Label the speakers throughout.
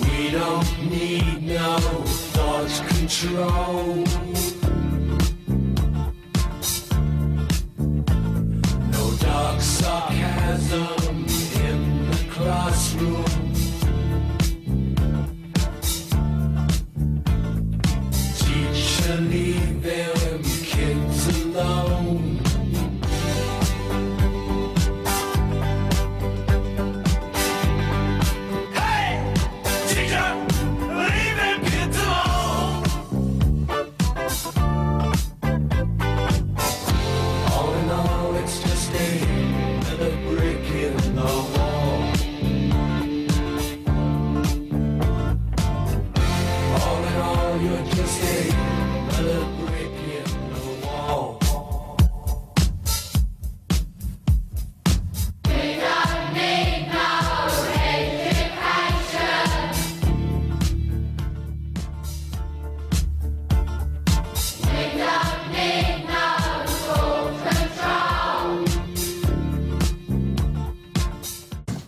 Speaker 1: We don't need no thought control. No dark sarcasm in the classroom. Teacher, leave them kids alone. Hey, teacher, leave them kids alone. All in all, it's just another brick in the wall. All in all, you're just another brick in the wall.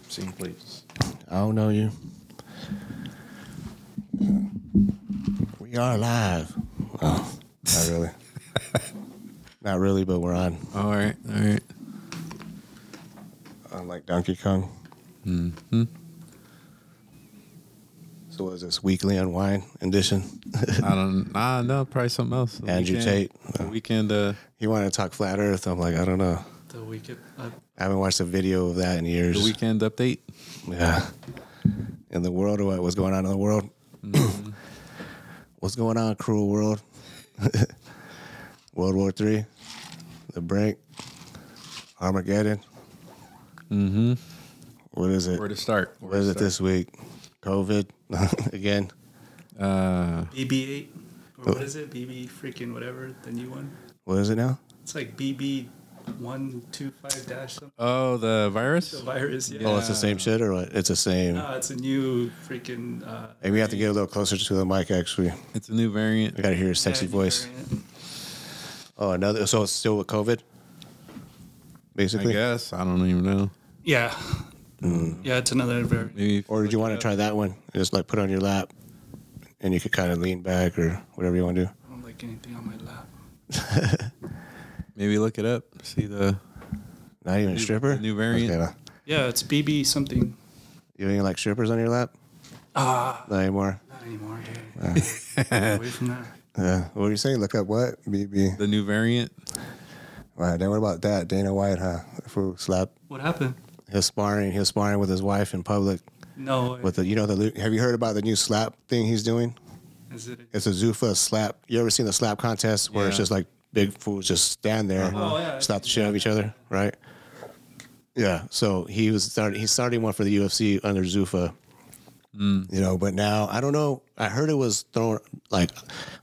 Speaker 2: Scene, please.
Speaker 3: I don't know you. We are live. Oh, not really. not really, but we're on.
Speaker 2: All right, all right.
Speaker 3: On like Donkey Kong. Mm-hmm. So was this weekly unwind edition?
Speaker 2: I don't. Nah, no, probably something else. The
Speaker 3: Andrew
Speaker 2: weekend-
Speaker 3: Tate.
Speaker 2: The weekend. Uh,
Speaker 3: He wanted to talk flat Earth. I'm like, I don't know.
Speaker 4: The weekend. Uh,
Speaker 3: I haven't watched a video of that in years.
Speaker 2: the weekend update.
Speaker 3: Yeah. In the world, or what was going on in the world? What's going on, cruel world? world War Three, the break, Armageddon. Mm-hmm. What is it?
Speaker 2: Where to start? Where
Speaker 3: What is
Speaker 2: to
Speaker 3: it this week? COVID again.
Speaker 2: start?
Speaker 4: BB8
Speaker 3: Oh.
Speaker 4: or what is it? BB freaking whatever the new one.
Speaker 3: What is it now?
Speaker 4: It's like BB one two five dash something.
Speaker 2: Uh, oh, the virus.
Speaker 4: The virus. Yeah. Uh,
Speaker 3: Oh, it's the same shit or what? It's the same.
Speaker 4: No, it's a new freaking. Uh,
Speaker 3: Hey, we have to get a little closer to the mic. Actually,
Speaker 2: It's a new variant.
Speaker 3: I gotta hear your sexy
Speaker 4: yeah, new
Speaker 3: voice.
Speaker 4: variant.
Speaker 3: Oh, another. So it's still with COVID.
Speaker 2: I
Speaker 3: Basically,
Speaker 2: guess. I don't even know.
Speaker 4: Yeah.
Speaker 3: Mm.
Speaker 4: Yeah, it's another variant.
Speaker 2: Maybe. if-
Speaker 3: Or did you want to try that one? And just like put it on your lap, and you could kind of lean back or whatever you want to do.
Speaker 4: I don't like anything on my lap.
Speaker 2: Maybe look it up. See the.
Speaker 3: Not even a stripper.
Speaker 2: new variant.
Speaker 3: Okay, uh,
Speaker 4: Yeah, it's BB something.
Speaker 3: you don't even like strippers on your lap? Ah, not anymore.
Speaker 4: Not anymore, dude. Away from that.
Speaker 3: Yeah. What were you saying? Look up what BB.
Speaker 2: The new variant.
Speaker 3: Wow. Then what about that Dana White? Huh? Who slapped?
Speaker 4: What happened?
Speaker 3: He was sparring. He was sparring with his wife in public.
Speaker 4: No.
Speaker 3: With the, you know, the lu- have you heard about the new slap thing he's doing?
Speaker 4: is it?
Speaker 3: It's a Zuffa slap. You ever seen the slap contest where
Speaker 2: Yeah.
Speaker 3: it's
Speaker 2: Uh-huh.
Speaker 3: just like big fools just stand there,
Speaker 4: Oh, yeah.
Speaker 3: slap the shit out of each other, right? Yeah. So he was starting. He's starting one for the UFC under Zuffa.
Speaker 2: Mm.
Speaker 3: You know, but now I don't know. I heard it was thrown like,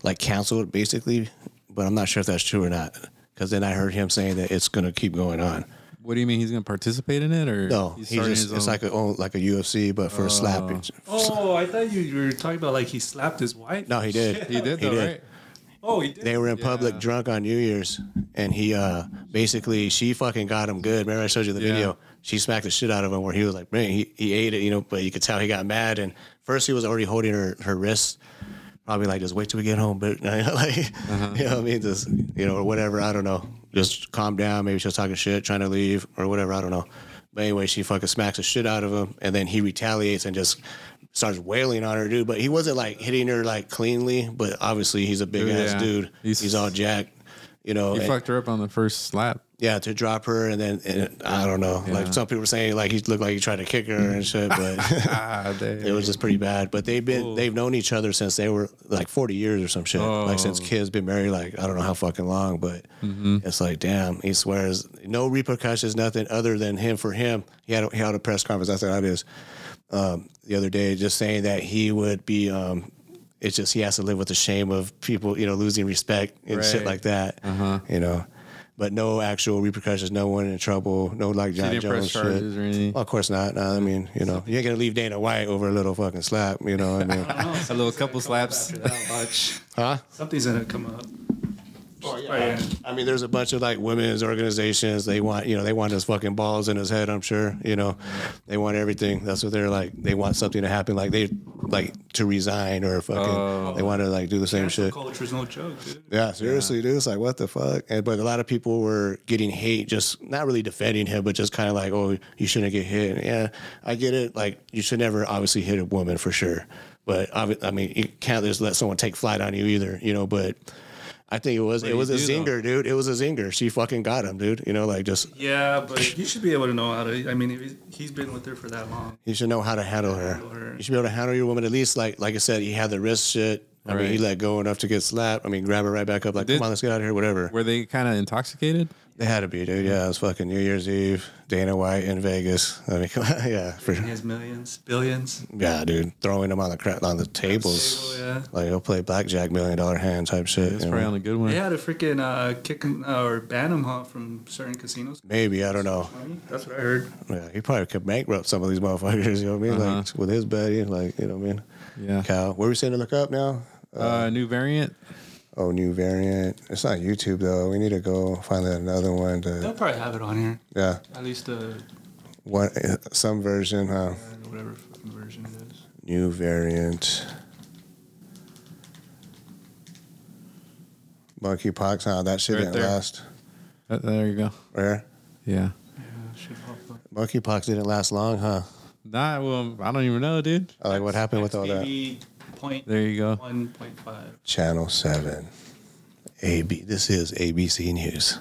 Speaker 3: like canceled basically, but I'm not sure if that's true or not. Because then I heard him saying that it's going to keep going on.
Speaker 2: What do you mean he's gonna participate in it or?
Speaker 3: No,
Speaker 2: he's
Speaker 3: he
Speaker 2: starting
Speaker 3: just
Speaker 2: his
Speaker 3: it's
Speaker 2: own-
Speaker 3: like a own, like a UFC, but for a slap.
Speaker 4: Oh, I thought you, you were talking about like he slapped his wife.
Speaker 3: No, he did.
Speaker 2: He did
Speaker 3: He
Speaker 2: though,
Speaker 3: did.
Speaker 2: right?
Speaker 4: Oh, he did.
Speaker 3: they were in public
Speaker 2: Yeah.
Speaker 3: drunk on New Year's, and he uh basically she fucking got him good. Remember I showed you the
Speaker 2: Yeah.
Speaker 3: video? She smacked the shit out of him where he was like, man, he, he ate it, you know. But you could tell he got mad, and first he was already holding her her wrist, probably like just wait till we get home, but like
Speaker 2: Uh-huh.
Speaker 3: you know what I mean, just you know or whatever. I don't know. Just calm down. Maybe she was talking shit, trying to leave or whatever. I don't know. But anyway, she fucking smacks the shit out of him, and then he retaliates and just starts wailing on her, dude. But he wasn't like hitting her like cleanly, but obviously he's a big ass
Speaker 2: Yeah.
Speaker 3: dude. He's,
Speaker 2: He's-
Speaker 3: all jacked, you know.
Speaker 2: He
Speaker 3: and-
Speaker 2: fucked her up on the first slap.
Speaker 3: yeah, to drop her, and then and I don't know. Like
Speaker 2: Yeah.
Speaker 3: some people were saying, like he looked like he tried to kick her and shit, but
Speaker 2: Ah, damn.
Speaker 3: it was just pretty bad. But they've been they've known each other since they were like forty years or some shit. Like since kids been married, like I don't know how fucking long, but it's like damn. He swears no repercussions, nothing other than him for him. He had a, he held a press conference. That's how it is. Um, the other day, just saying that he would be. Um, it's just he has to live with the shame of people, you know, losing respect and shit
Speaker 2: Right.
Speaker 3: like that. You know. But no actual repercussions, no one in trouble, no like John
Speaker 2: didn't press
Speaker 3: Jones shit.
Speaker 2: charges or anything?
Speaker 3: Well, of course not. No, I mean, you know, you ain't gonna leave Dana White over a little fucking slap, you know. what I mean,
Speaker 4: I don't
Speaker 2: A
Speaker 4: know.
Speaker 2: little couple slaps.
Speaker 4: After that much.
Speaker 3: huh?
Speaker 4: Something's gonna come up.
Speaker 3: Oh, yeah.
Speaker 4: Right.
Speaker 3: I mean, there's a bunch of like women's organizations. They want, you know, they want his fucking balls in his head. I'm sure, you know, they want everything. That's what they're like. They want something to happen. Like they like to resign or fucking.
Speaker 2: Oh.
Speaker 3: They want to like do the same
Speaker 4: Cancel
Speaker 3: shit.
Speaker 4: culture is no joke, dude.
Speaker 3: Yeah, seriously, dude. It's like what the fuck. And but a lot of people were getting hate, just not really defending him, but just kind of like, oh, you shouldn't get hit. And yeah, I get it. Like you should never obviously hit a woman for sure. But obvi- I mean, you can't just let someone take flight on you either, you know. But I think it was it
Speaker 2: do
Speaker 3: was a
Speaker 2: you do, though?
Speaker 3: zinger, dude. It was a zinger. She fucking got him, dude. You know, like just
Speaker 4: Yeah, but you should be able to know how to. I mean, if he's- he's been with her for that long.
Speaker 3: you should know how to handle her.
Speaker 4: Handle her.
Speaker 3: You should be able to handle your woman at least. Like like I said, he had the wrist shit. I mean, he
Speaker 2: Right.
Speaker 3: let go enough to get slapped. I mean, grab her right back up, like,
Speaker 2: Did-
Speaker 3: come on, let's get out of here, whatever.
Speaker 2: Were they kind of intoxicated?
Speaker 3: They had to be, dude. Yeah, it was fucking New Year's Eve, Dana White in Vegas. I mean, come on, yeah, for
Speaker 4: He
Speaker 3: sure.
Speaker 4: has millions, billions.
Speaker 3: Yeah, dude, throwing them on the cra- on the tables.
Speaker 4: Table, yeah.
Speaker 3: Like he'll play blackjack, million dollar hand type shit.
Speaker 2: That's
Speaker 3: you know?
Speaker 2: probably on a good one.
Speaker 4: They had to freaking uh, kick him uh, or ban him huh, from certain casinos.
Speaker 3: Maybe I don't know.
Speaker 4: That's what I heard.
Speaker 3: Yeah, he probably could bankrupt some of these motherfuckers. You know what I mean? Like with his buddy, like you know what I mean?
Speaker 2: Yeah.
Speaker 3: Kyle, where we saying to look up now?
Speaker 2: Uh, new variant.
Speaker 3: Oh, new variant. It's not YouTube though. We need to go find another one.
Speaker 4: They'll
Speaker 3: To,
Speaker 4: probably have it on here.
Speaker 3: yeah,
Speaker 4: At least uh, the
Speaker 3: one some version. Huh?
Speaker 4: whatever fucking version it is.
Speaker 3: New variant. Monkeypox, huh? That shit
Speaker 2: Right
Speaker 3: didn't
Speaker 2: there.
Speaker 3: last.
Speaker 2: Uh, there you go.
Speaker 3: Where?
Speaker 2: Yeah.
Speaker 4: Yeah, should pop up.
Speaker 3: Monkeypox didn't last long, huh?
Speaker 2: Nah, well, I don't even know, dude.
Speaker 3: I Like what happened with all that?
Speaker 4: Maybe point
Speaker 2: There you go.
Speaker 4: one point five.
Speaker 3: Channel 7. AB. This is ABC News.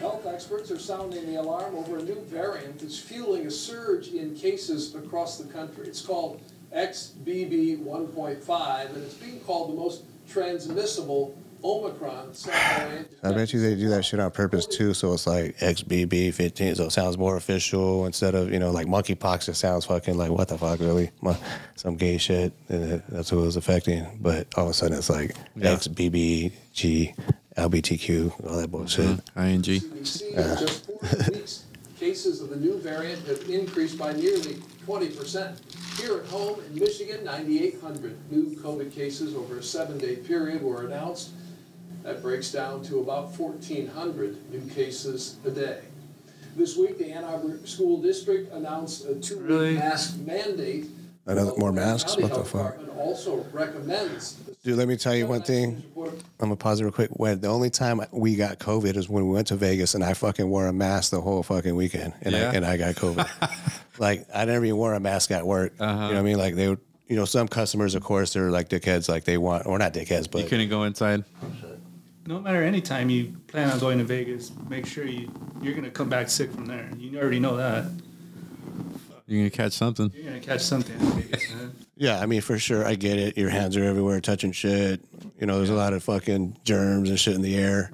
Speaker 5: Health experts are sounding the alarm over a new variant that's fueling a surge in cases across the country. It's called XBB 1.5, and it's being called the most transmissible Omicron subvariant.
Speaker 3: I bet you they do that shit on purpose too. So it's like XBB 15. So it sounds more official instead of, you know, like monkeypox. It sounds fucking like, what the fuck, really? Mo- Some gay shit. And that's what it was affecting. But all of a sudden it's like
Speaker 2: Yeah.
Speaker 3: XBBG, LBTQ, all that bullshit.
Speaker 2: Mm-hmm. Ing.
Speaker 5: CDC in just four weeks, cases of the new variant have increased by nearly 20%. Here at home in Michigan, 9,800 new COVID cases over a seven-day period were announced. That breaks down to about 1,400 new cases a day. This week, the Ann Arbor School District announced a two-week
Speaker 4: Really?
Speaker 5: mask mandate.
Speaker 3: Another- more
Speaker 5: The
Speaker 3: masks?
Speaker 5: County
Speaker 3: What the
Speaker 5: Health
Speaker 3: fuck?
Speaker 5: Department Also recommends.
Speaker 3: Dude, let me tell you one thing. I'm gonna pause it real quick. When the only time we got COVID is when we went to Vegas, and I fucking wore a mask the whole fucking weekend, and
Speaker 2: Yeah.
Speaker 3: I and I got COVID. like I never even wore a mask at work.
Speaker 2: Uh-huh.
Speaker 3: You know what I mean? Like they would, you know, some customers, of course, they're like dickheads. Like they want, or not dickheads,
Speaker 2: You
Speaker 3: but
Speaker 2: couldn't go inside.
Speaker 4: No matter any time you plan on going to Vegas, make sure you you're gonna come back sick from there. You already know that.
Speaker 2: You're gonna catch something.
Speaker 4: You're gonna catch something in Vegas, man.
Speaker 3: yeah, I mean, for sure, I get it. Your hands are everywhere, touching shit. You know, there's a lot of fucking germs and shit in the air.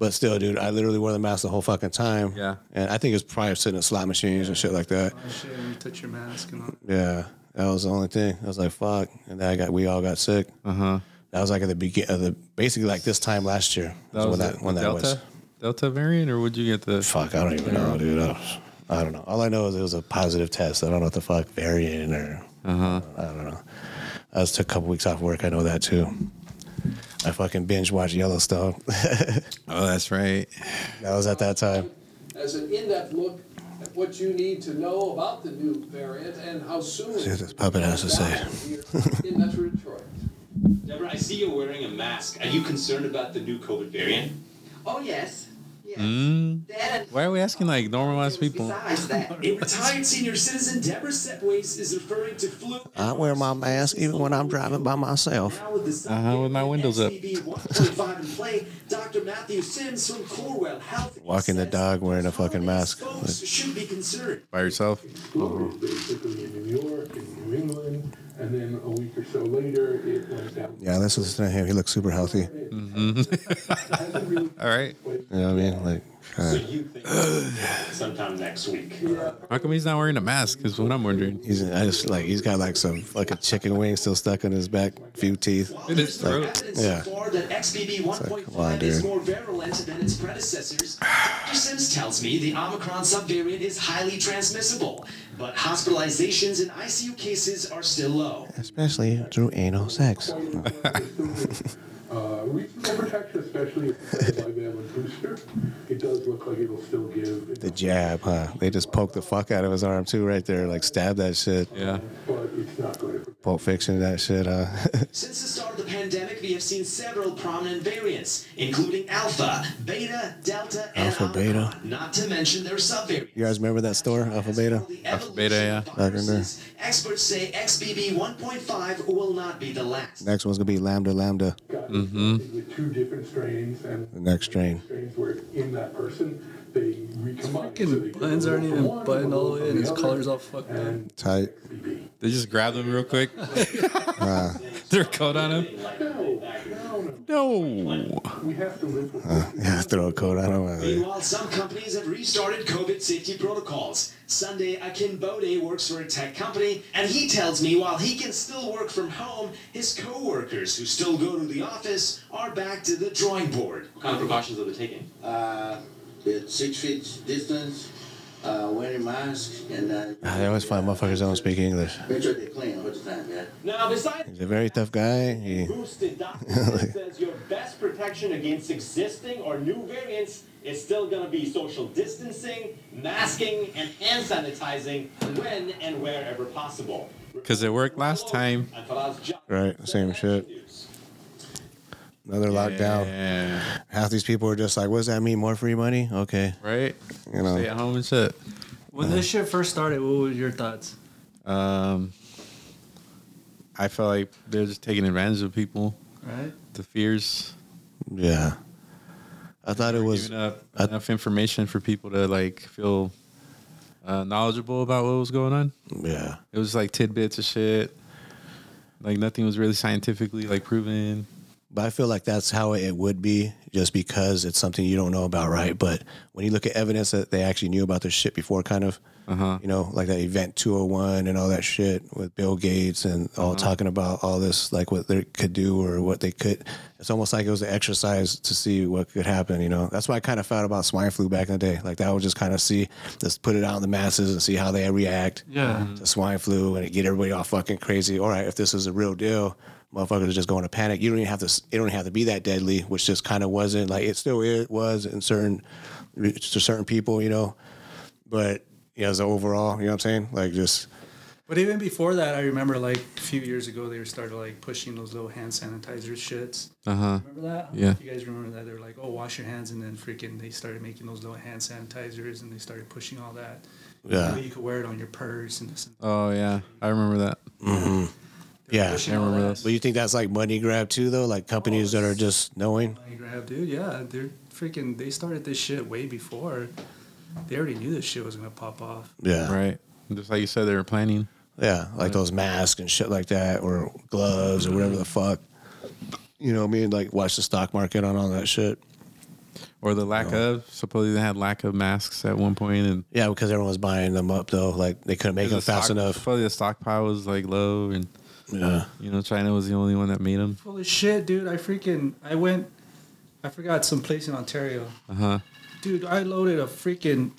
Speaker 3: But still, dude, I literally wore the mask the whole fucking time.
Speaker 2: Uh-huh. Yeah.
Speaker 3: and I think it's probably sitting in slot machines and shit like that.
Speaker 4: Oh, shit, you touch your mask and all.
Speaker 3: Yeah, that was the only thing. I was like, "Fuck," and then I got we all got sick. Uh
Speaker 2: Uh-huh.
Speaker 3: huh. That was like at the beginning, the basically like this time last year.
Speaker 2: That
Speaker 3: is
Speaker 2: was
Speaker 3: when
Speaker 2: the-
Speaker 3: that when
Speaker 2: the
Speaker 3: that
Speaker 2: Delta.
Speaker 3: was.
Speaker 2: Delta variant, or would you get the?
Speaker 3: Fuck, I don't even know, dude. I don't, I don't know. All I know is it was a positive test. I don't know what the fuck variant or
Speaker 2: Uh-huh.
Speaker 3: I don't know. I just took a couple weeks off work. I know that too. I fucking binge watched Yellowstone.
Speaker 2: Oh, that's right.
Speaker 3: that was at that time.
Speaker 5: as an in-depth look at what you need to know about the new variant and how soon.
Speaker 3: See what this puppet has to say.
Speaker 5: In Metro Detroit.
Speaker 6: Deborah, I see you're wearing a mask. Are you concerned about the new COVID variant?
Speaker 7: Oh yes, yes. That
Speaker 2: Mm. Why are we asking like normalized people?
Speaker 7: Besides that,
Speaker 6: A retired senior citizen, Deborah Setways, is referring to flu.
Speaker 3: I wear my mask even when I'm driving by myself.
Speaker 6: Now with the sub-
Speaker 2: Uh-huh, with my windows up.
Speaker 6: SCB 1.5 in play, Dr. Matthew Sims from Corwell Health.
Speaker 3: Walking the
Speaker 6: says
Speaker 3: dog wearing a fucking mask.
Speaker 6: Folks should be concerned.
Speaker 2: By yourself?
Speaker 5: Basically in New York and New England, and then a week or so later, it went down.
Speaker 3: Yeah, let's listen to him. He looks super healthy.
Speaker 2: All right.
Speaker 3: You know what I mean? Like,
Speaker 8: So
Speaker 3: God.
Speaker 8: you think sometime next week?
Speaker 2: How come he's not wearing a mask? Is what I'm wondering.
Speaker 3: He's I just like he's got like some fucking chicken wing still stuck in his back, few teeth.
Speaker 6: While
Speaker 2: In his
Speaker 6: there's no
Speaker 2: throat.
Speaker 6: evidence
Speaker 3: Yeah.
Speaker 6: so far that XBB
Speaker 3: come on,
Speaker 6: 1.5
Speaker 3: dude.
Speaker 6: is more virulent than its predecessors, Dr. Sims tells me the Omicron subvariant is highly transmissible, but hospitalizations and ICU cases are still low.
Speaker 3: Especially through anal sex.
Speaker 9: Uh, reasonable protection, especially if it's a bivalent booster. It does look like it'll still give.
Speaker 3: The jab, huh? They just poked the fuck out of his arm too, right there. Like stabbed that shit.
Speaker 2: Yeah.
Speaker 9: But it's not going to prevent
Speaker 3: Pulp Fiction, that shit, huh?
Speaker 6: Since the start of the pandemic, we have seen several prominent variants, including Alpha, Beta, Delta, and
Speaker 3: Alpha,
Speaker 6: Omicron,
Speaker 3: Beta.
Speaker 6: Not to mention their subvariants.
Speaker 3: you guys remember that store, Alpha Beta?
Speaker 2: Alpha Beta, yeah.
Speaker 3: I remember.
Speaker 6: Experts say XBB 1.5 will not be the last.
Speaker 3: Next one's gonna be Lambda Lambda.
Speaker 9: gotten
Speaker 4: Mm-hmm.
Speaker 9: with two different strains and
Speaker 3: The next strain.
Speaker 9: strains where in that person they recombine. so they
Speaker 4: Fucking
Speaker 9: get
Speaker 4: buttons
Speaker 9: a
Speaker 4: aren't
Speaker 9: little
Speaker 4: even
Speaker 9: from one,
Speaker 4: buttoned
Speaker 9: a
Speaker 4: all
Speaker 9: little
Speaker 4: the way,
Speaker 9: from
Speaker 4: and his
Speaker 9: other,
Speaker 4: collar's all fucked up.
Speaker 9: and
Speaker 3: Tight.
Speaker 9: BB.
Speaker 2: They just grabbed him real quick. Their coat on him.
Speaker 9: No, no, no.
Speaker 2: No.
Speaker 9: We have to live with this.
Speaker 3: Yeah, throw a coat on him.
Speaker 6: Meanwhile, some companies have restarted COVID safety protocols. Sunday, Akin Bode works for a tech company, and he tells me while he can still work from home, his coworkers who still go to the office are back to the drawing board.
Speaker 8: What kind of precautions are they taking?
Speaker 10: The six feet distance, uh, wearing masks, and uh,
Speaker 3: I Ah, always find motherfuckers don't speak English.
Speaker 10: make sure they clean all the time, yeah.
Speaker 8: Now, besides
Speaker 3: He's a very tough guy. He,
Speaker 8: boosted, Dr. Fauci says your best protection against existing or new variants is still going to be social distancing, masking, and hand sanitizing when and wherever possible.
Speaker 2: 'Cause it worked last time.
Speaker 8: And Faraz Jah-
Speaker 3: Right, same shit. another lockdown.
Speaker 2: Yeah.
Speaker 3: Half these people are just like, "What does that mean? More free money? Okay."
Speaker 2: Right?
Speaker 3: You know.
Speaker 2: Stay at home and shit.
Speaker 4: When this shit first started, what were your thoughts?
Speaker 2: Um, I felt like they're just taking advantage of people.
Speaker 4: Right?
Speaker 2: The fears.
Speaker 3: Yeah. I thought it was.
Speaker 2: giving up enough information for people to like feel uh, knowledgeable about what was going on.
Speaker 3: Yeah.
Speaker 2: It was like tidbits of shit. Like nothing was really scientifically like proven.
Speaker 3: But I feel like that's how it would be just because it's something you don't know about, right? But when you look at evidence that they actually knew about this shit before, kind of, you know, like that Event 201 and all that shit with Bill Gates and all talking about all this, like what they could do or what they could. It's almost like it was an exercise to see what could happen, you know? That's why I kind of felt about swine flu back in the day. Like that was just kind of see, let's put it out in the masses and see how they react
Speaker 4: Yeah.
Speaker 3: the swine flu and it get everybody all fucking crazy. All right, if this is a real deal, motherfuckers are just going to panic. You don't even have to. It don't have to be that deadly, which just kind of wasn't. Like it still it was in certain to certain people, you know. But yeah, as overall, you know what I'm saying? Like just
Speaker 4: But even before that, I remember like a few years ago, they were started like pushing those little hand sanitizer shits.
Speaker 2: Uh
Speaker 3: Uh-huh.
Speaker 2: huh.
Speaker 4: Remember that? I don't
Speaker 2: Yeah.
Speaker 4: know if You guys remember that? They were like, oh, wash your hands. And then freaking they started making those little hand sanitizers and they started pushing all that.
Speaker 3: yeah,
Speaker 4: Maybe you could wear it on your purse and this. And
Speaker 2: Oh yeah, I remember that.
Speaker 4: they were
Speaker 3: yeah.
Speaker 4: pushing all that.
Speaker 3: But you think that's like money grab too, though? Like companies that are just knowing.
Speaker 4: Money grab, dude. Yeah, they're freaking. They started this shit way before. They already knew this shit was gonna pop off.
Speaker 3: Yeah,
Speaker 2: Right. Just like you said, they were planning.
Speaker 3: Yeah, like those masks and shit like that, or gloves or whatever the fuck. You know what I mean? Like watch the stock market on all that shit.
Speaker 2: Or the lack of. Supposedly they had lack of masks at one point and
Speaker 3: Yeah, because everyone was buying them up though. Like they couldn't make them
Speaker 2: the
Speaker 3: fast
Speaker 2: stock-
Speaker 3: enough.
Speaker 2: Supposedly the stockpile was like low and
Speaker 3: Yeah.
Speaker 2: you know China was the only one that made them.
Speaker 4: Full of shit, dude. I freaking. I went. I forgot some place in Ontario.
Speaker 2: Uh huh.
Speaker 4: Dude, I loaded a freaking.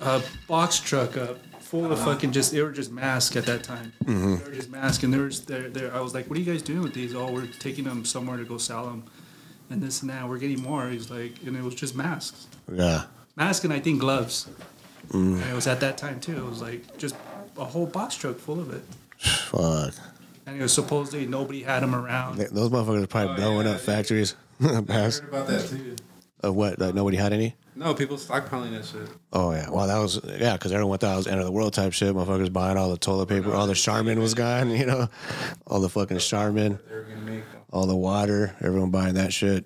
Speaker 4: A box truck up full of fucking just. They were just masks at that time. They were just masks, and there was there there. I was like, what are you guys doing with these? Oh, we're taking them somewhere to go sell them, and this and that. We're getting more. He's like, and it was just masks.
Speaker 3: Yeah.
Speaker 4: mask and I think gloves. And it was at that time too. It was like just a whole box truck full of it.
Speaker 3: Fuck.
Speaker 4: And it was supposedly nobody had them around.
Speaker 3: They- Those motherfuckers are probably
Speaker 2: Oh,
Speaker 3: blowing
Speaker 2: yeah,
Speaker 3: up
Speaker 2: they-
Speaker 3: factories. Pass.
Speaker 2: about that too.
Speaker 3: Of what? Like nobody had any?
Speaker 2: No, people stockpiling that shit.
Speaker 3: Oh yeah. Well, that was yeah. Because everyone thought it was end of the world type shit. Motherfuckers buying all the toilet paper. All the Charmin was gone. You know, all the fucking Charmin.
Speaker 2: They were gonna make
Speaker 3: all the water, everyone buying that shit.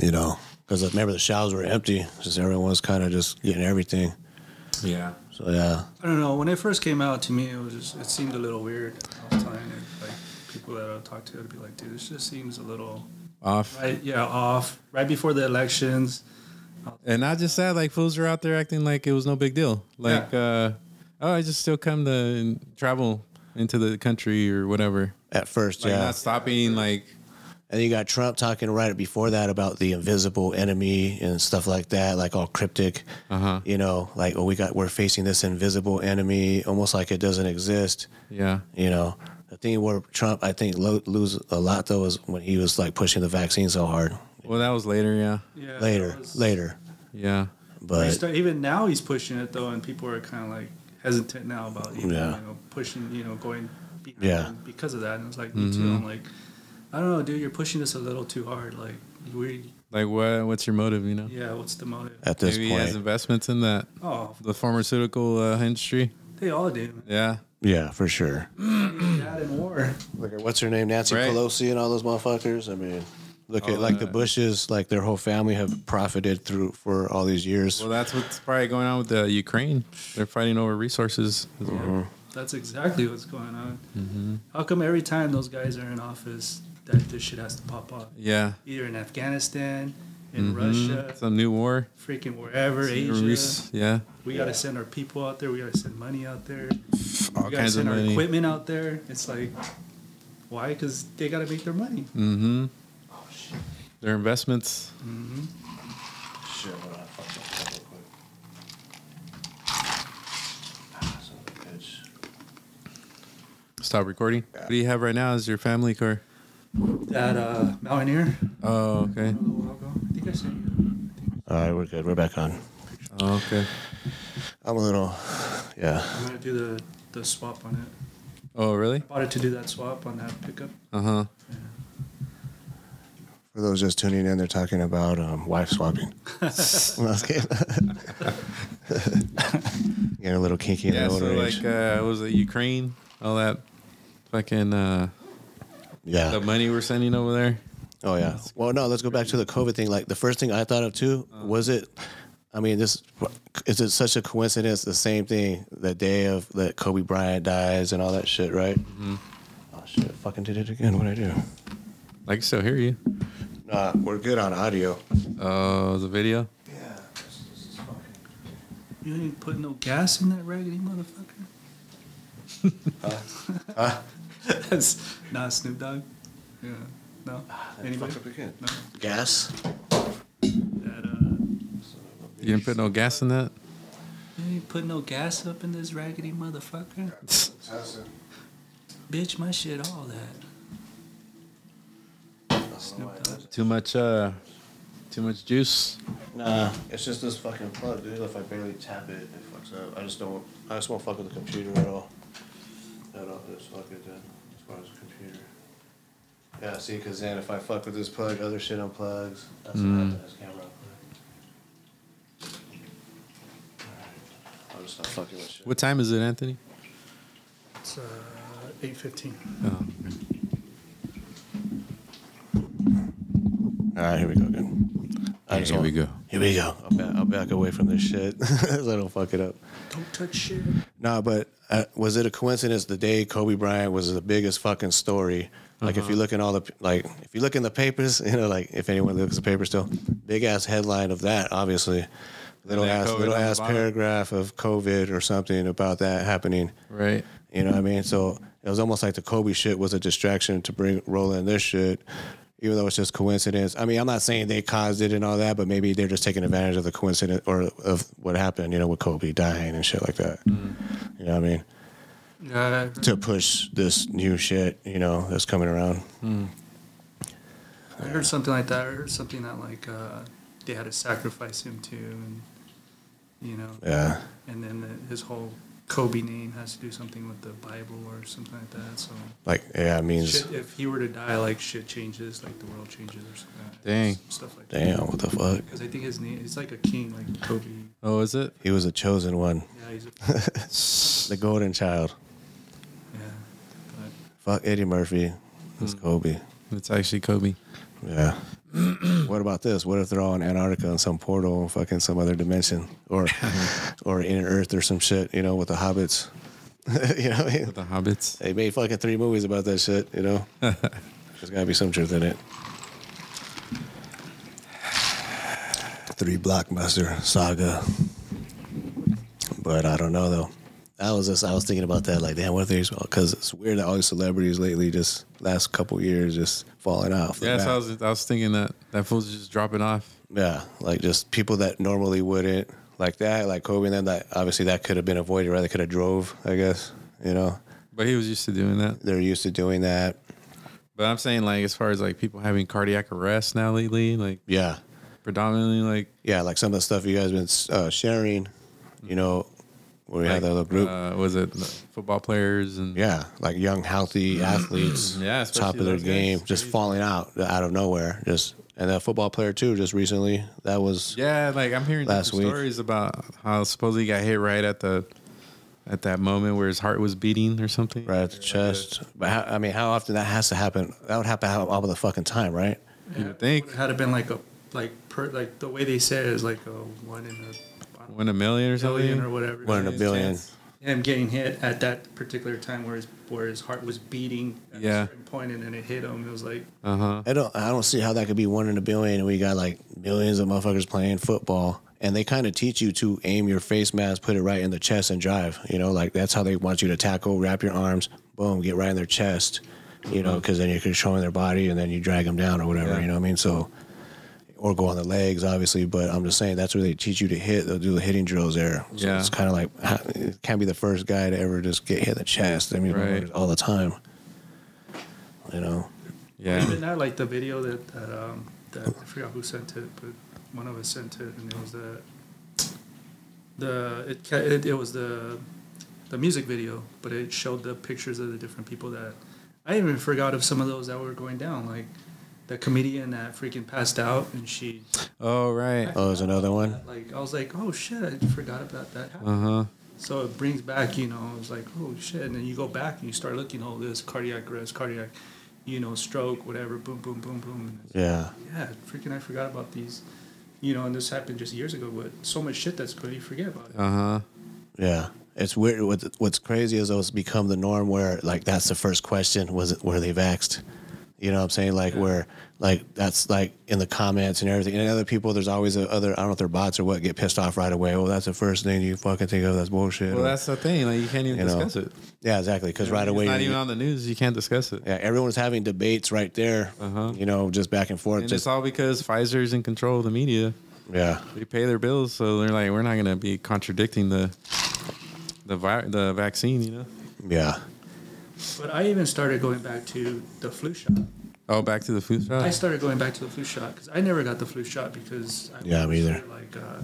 Speaker 3: You know, because remember the shelves were empty, just everyone was kind of just getting everything.
Speaker 2: Yeah.
Speaker 3: So yeah,
Speaker 4: I don't know. When it first came out to me, it was just, it seemed a little weird at the time. Like people that I talked to would be like, dude, this just seems a little
Speaker 2: Off.
Speaker 4: right, yeah, off. Right before the elections,
Speaker 2: And not just that, like fools are out there acting like it was no big deal. Like, uh, oh, I just still come to and travel into the country or whatever.
Speaker 3: at first,
Speaker 2: Like
Speaker 3: yeah,
Speaker 2: not stopping. Like,
Speaker 3: and you got Trump talking right before that about the invisible enemy and stuff like that, like all cryptic.
Speaker 2: Uh-huh.
Speaker 3: You know, like oh, we got we're facing this invisible enemy, almost like it doesn't exist.
Speaker 2: yeah,
Speaker 3: You know, The thing where Trump, I think, lo- lose a lot though is when he was like pushing the vaccine so hard.
Speaker 2: Well, that was later, yeah.
Speaker 4: Yeah,
Speaker 3: later,
Speaker 4: that was-
Speaker 3: later.
Speaker 2: Yeah.
Speaker 3: But
Speaker 4: He's start- even now he's pushing it though, and people are kind of like hesitant now about even,
Speaker 3: Yeah.
Speaker 4: you know pushing you know going behind
Speaker 3: Yeah. Mm-hmm.
Speaker 4: him because of that. And it's like me too.
Speaker 2: Mhm.
Speaker 4: I'm like, I don't know, dude. You're pushing this a little too hard. Like we,
Speaker 2: Like, what? What's your motive? You know.
Speaker 4: yeah. What's the motive?
Speaker 3: at this
Speaker 2: Maybe he has
Speaker 3: point,
Speaker 2: investments in that
Speaker 4: Oh,
Speaker 2: the pharmaceutical uh, industry.
Speaker 4: they all do. man.
Speaker 2: Yeah.
Speaker 3: yeah, for sure.
Speaker 4: That and war.
Speaker 3: Like, what's her name, Nancy
Speaker 2: Right.
Speaker 3: Pelosi, and all those motherfuckers? I mean, look at
Speaker 2: All
Speaker 3: like the
Speaker 2: that.
Speaker 3: Bushes, like their whole family have profited through for all these years.
Speaker 2: Well, that's what's probably going on with the Ukraine. They're fighting over resources. as well.
Speaker 4: That's exactly what's going on.
Speaker 3: Mm-hmm.
Speaker 4: How come every time those guys are in office, that this shit has to pop off?
Speaker 2: Yeah.
Speaker 4: Either in Afghanistan, in
Speaker 3: Mm-hmm.
Speaker 2: Mhm.
Speaker 4: Russia,
Speaker 2: Some new war.
Speaker 4: freaking wherever,
Speaker 2: Some new
Speaker 4: Asia.
Speaker 2: res- Yeah.
Speaker 4: We gotta send our people out there. We gotta send money out there.
Speaker 2: All
Speaker 4: we gotta
Speaker 2: kinds of
Speaker 4: send our
Speaker 2: money.
Speaker 4: equipment out there. It's like, why? Because they gotta make their money.
Speaker 2: Mm-hmm. Their investments.
Speaker 3: Shit, hold on. Fuck, fuck, fuck, real quick. Ah, son of a bitch.
Speaker 2: Stop recording. What do you have right now? Is your family car?
Speaker 4: That uh, Mountaineer.
Speaker 2: Oh, okay.
Speaker 4: a little while ago. I think I sent you.
Speaker 3: All right, we're good. We're back on.
Speaker 2: Oh, okay.
Speaker 3: I'm a little, yeah.
Speaker 4: I'm gonna do the the swap on it.
Speaker 2: Oh, really?
Speaker 4: Bought it to do that swap on that pickup.
Speaker 2: Uh huh.
Speaker 3: For those just tuning in, they're talking about um, wife swapping. No, I was kidding. Getting a little kinky in
Speaker 2: Yeah.
Speaker 3: the
Speaker 2: So
Speaker 3: older
Speaker 2: like,
Speaker 3: age.
Speaker 2: uh, what was it Ukraine? All that fucking uh,
Speaker 3: yeah.
Speaker 2: the money we're sending over there.
Speaker 3: Oh yeah. Well, no. Let's go back to the COVID thing. Like the first thing I thought of too was it. I mean, this is it such a coincidence? The same thing the day of that Kobe Bryant dies and all that shit, right? Oh shit! Fucking did it again. What would I do?
Speaker 2: I can still hear you.
Speaker 3: Nah, we're good on audio.
Speaker 2: Oh, the video.
Speaker 3: Yeah. This is fucking.
Speaker 4: You ain't put no gas in that raggedy motherfucker.
Speaker 2: Uh.
Speaker 4: That's not Snoop Dogg. Yeah. No.
Speaker 2: Ah,
Speaker 4: Anybody?
Speaker 3: again.
Speaker 4: No.
Speaker 3: Gas.
Speaker 4: That, uh,
Speaker 2: You didn't put no gas in that.
Speaker 4: You ain't put no gas up in this raggedy motherfucker. Bitch, my shit, all that. Snoop Dogg.
Speaker 2: Too much. Uh, too much juice.
Speaker 3: Nah, it's just this fucking plug, dude. If I barely tap it, it fucks up. I just don't. I just won't fuck with the computer at all. Not off this fucking then, as far as the computer. Yeah, see, because then if I fuck with this plug, other shit unplugs. That's
Speaker 2: Mm.
Speaker 3: what happened. This camera unplugged. Alright, I'll just stop fucking with shit.
Speaker 2: What time is it, Anthony?
Speaker 4: It's uh, 8.15.
Speaker 2: Oh.
Speaker 3: All right, here we go again. I just
Speaker 2: Here we
Speaker 3: won't-
Speaker 2: go.
Speaker 3: Here we go. I'll back, I'll back away from this shit so I don't fuck it up.
Speaker 4: Don't touch shit.
Speaker 3: No, but uh, was it a coincidence the day Kobe Bryant was the biggest fucking story? Like if you look in all the like if you look in the papers, you know, like if anyone looks at the papers still, big ass headline of that, obviously. Little
Speaker 2: then
Speaker 3: ass
Speaker 2: COVID
Speaker 3: little
Speaker 2: on the
Speaker 3: ass
Speaker 2: bottom.
Speaker 3: paragraph of COVID or something about that happening.
Speaker 2: Right.
Speaker 3: You know what I mean? So it was almost like the Kobe shit was a distraction to bring roll in this shit, even though it's just coincidence. I mean, I'm not saying they caused it and all that, but maybe they're just taking advantage of the coincidence or of what happened, you know, with Kobe dying and shit like that. You know what I mean?
Speaker 4: Yeah, I-
Speaker 3: To push this new shit, you know, that's coming around.
Speaker 4: I heard something like that. I heard something that, like, uh, they had to sacrifice him, too. And, you know,
Speaker 3: Yeah.
Speaker 4: and then the, his whole Kobe name has to do something with the Bible or something like that. So
Speaker 3: Like, yeah, it means,
Speaker 4: shit, if he were to die, like, shit changes, like, the world changes or something. like that.
Speaker 2: Dang.
Speaker 4: Stuff like that.
Speaker 3: damn, what the fuck?
Speaker 4: Because I think his name, he's like a king, like Kobe.
Speaker 2: Oh, is it?
Speaker 3: He was a chosen one,
Speaker 4: Yeah, he's a,
Speaker 3: the golden child.
Speaker 4: yeah. But
Speaker 3: Fuck Eddie Murphy. It's Kobe.
Speaker 2: It's actually Kobe.
Speaker 3: Yeah. what about this? What if they're all in Antarctica in some portal and fucking some other dimension or or in Earth or some shit, you know, with the hobbits? you know, what I mean?
Speaker 2: The Hobbits.
Speaker 3: they made fucking three movies about that shit, you know? There's gotta be some truth in it. Three blockbuster saga. But I don't know though. I was just I was thinking about that like damn what if there's because it's weird that all these celebrities lately just last couple years just falling off.
Speaker 2: Yeah, so
Speaker 3: Like,
Speaker 2: I was, I was thinking that that fool's just dropping off.
Speaker 3: yeah, like just people that normally wouldn't, like that, like Kobe and them. That obviously that could have been avoided, right? They could have drove, I guess. You know,
Speaker 2: But he was used to doing that.
Speaker 3: They're used to doing that.
Speaker 2: But I'm saying like as far as like people having cardiac arrest now lately, like
Speaker 3: Yeah.
Speaker 2: predominantly like
Speaker 3: Yeah, like some of the stuff you guys been uh, sharing, you know, where we had that little group.
Speaker 2: uh, was it football players and
Speaker 3: yeah, like young, healthy athletes,
Speaker 2: Yeah, especially
Speaker 3: top of their
Speaker 2: those guys.
Speaker 3: game, just falling out uh, out of nowhere. Just and that football player too, just recently. That was
Speaker 2: Yeah, like I'm hearing
Speaker 3: Last
Speaker 2: different
Speaker 3: week.
Speaker 2: stories about how supposedly he got hit right at the at that moment where his heart was beating or something.
Speaker 3: right at the chest. But how, I mean, how often that has to happen? That would happen all the fucking time, right?
Speaker 2: You would think
Speaker 4: It had it been like a like per like the way they said it is like a one in a I don't know,
Speaker 2: one in a million or something.
Speaker 4: billion or whatever.
Speaker 3: One in a
Speaker 4: Yeah.
Speaker 3: billion.
Speaker 4: Him getting hit at that particular time where his where his heart was beating at
Speaker 2: Yeah.
Speaker 4: a certain point and then it hit him. It was like
Speaker 2: Uh huh.
Speaker 3: I don't I don't see how that could be one in a billion and we got like millions of motherfuckers playing football and they kind of teach you to aim your face mask, put it right in the chest and drive. You know, like that's how they want you to tackle, wrap your arms, boom, get right in their chest. You know, because then you're controlling their body and then you drag them down or whatever.
Speaker 2: Uh-huh. Yeah.
Speaker 3: You know what I mean? So, or go on the legs, obviously. But I'm just saying that's where they teach you to hit. They'll do the hitting drills there. So
Speaker 2: Yeah.
Speaker 3: it's kind of like it can't be the first guy to ever just get hit in the chest. I mean,
Speaker 2: Right.
Speaker 3: all the time. You know.
Speaker 2: Yeah.
Speaker 4: Even that, like the video that that, um, that I forgot who sent it, but one of us sent it, and it was the the it ca- it, it was the the music video, but it showed the pictures of the different people that I even forgot of some of those that were going down, like the comedian that freaking passed out, and she
Speaker 2: Oh right.
Speaker 3: Oh, there's another one.
Speaker 4: like I was like, oh shit, I forgot about that. happened."
Speaker 2: Uh
Speaker 3: Uh-huh.
Speaker 2: huh.
Speaker 4: So it brings back, you know, it's like, oh shit. And then you go back and you start looking, oh, this cardiac arrest, cardiac, you know, stroke, whatever, boom, boom, boom, boom. And it's
Speaker 3: Yeah.
Speaker 4: yeah, freaking I forgot about these. You know, and this happened just years ago, but so much shit that's good you forget about it.
Speaker 2: Uh
Speaker 3: Uh-huh.
Speaker 2: huh.
Speaker 3: Yeah, it's weird. What, what's crazy is though it's become the norm where like that's the first question was it, were they vaxxed? You know what I'm saying? Like where like that's like in the comments and everything. And other people, there's always a other I don't know if they're bots or what get pissed off right away. Oh, that's the first thing you fucking think of. That's bullshit.
Speaker 2: Well,
Speaker 3: Or-
Speaker 2: that's the thing. Like you can't even
Speaker 3: You know,
Speaker 2: discuss it.
Speaker 3: yeah, exactly. Because right away,
Speaker 2: It's not
Speaker 3: you-
Speaker 2: even on the news. You can't discuss it.
Speaker 3: yeah, everyone's having debates right there.
Speaker 2: Uh-huh.
Speaker 3: You know, just back and forth.
Speaker 2: And
Speaker 3: just-
Speaker 2: it's all because Pfizer's in control of the media.
Speaker 3: yeah,
Speaker 2: They pay their bills, so they're like, we're not going to be contradicting the the vi- the vaccine, you know.
Speaker 3: yeah.
Speaker 4: But I even started going back to the flu shot.
Speaker 2: Oh, back to the food
Speaker 4: I
Speaker 2: shop.
Speaker 4: started going back to the flu shot because I never got the flu shot because I
Speaker 3: Yeah, me
Speaker 4: was
Speaker 3: either.
Speaker 4: Like, uh,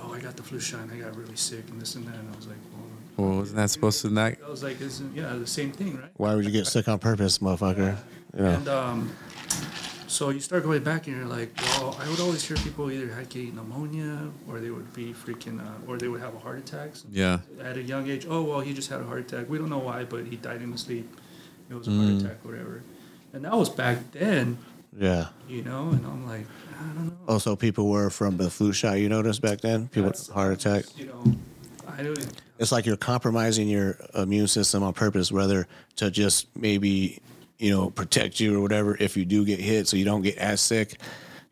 Speaker 4: oh, I got the flu shot and I got really sick and this and that, and I was like, well,
Speaker 2: Well, wasn't that supposed to not?
Speaker 4: I was like, isn't yeah the same thing, right?
Speaker 3: Why would you get sick on purpose, motherfucker? You know.
Speaker 4: And um, so you start going back and you're like, well, I would always hear people either had getting pneumonia or they would be freaking, uh, or they would have a heart attack.
Speaker 2: Yeah.
Speaker 4: At a young age, oh, well, he just had a heart attack. We don't know why, but he died in his sleep. It was a
Speaker 3: Mm.
Speaker 4: heart attack, whatever. And that was back then,
Speaker 3: Yeah.
Speaker 4: you know, and I'm like, I don't know.
Speaker 3: Also, people were from the flu shot. You noticed back then, people
Speaker 4: That's-
Speaker 3: heart attack.
Speaker 4: You know, I don't.
Speaker 3: it's like you're compromising your immune system on purpose, whether to just maybe you know protect you or whatever if you do get hit, so you don't get as sick.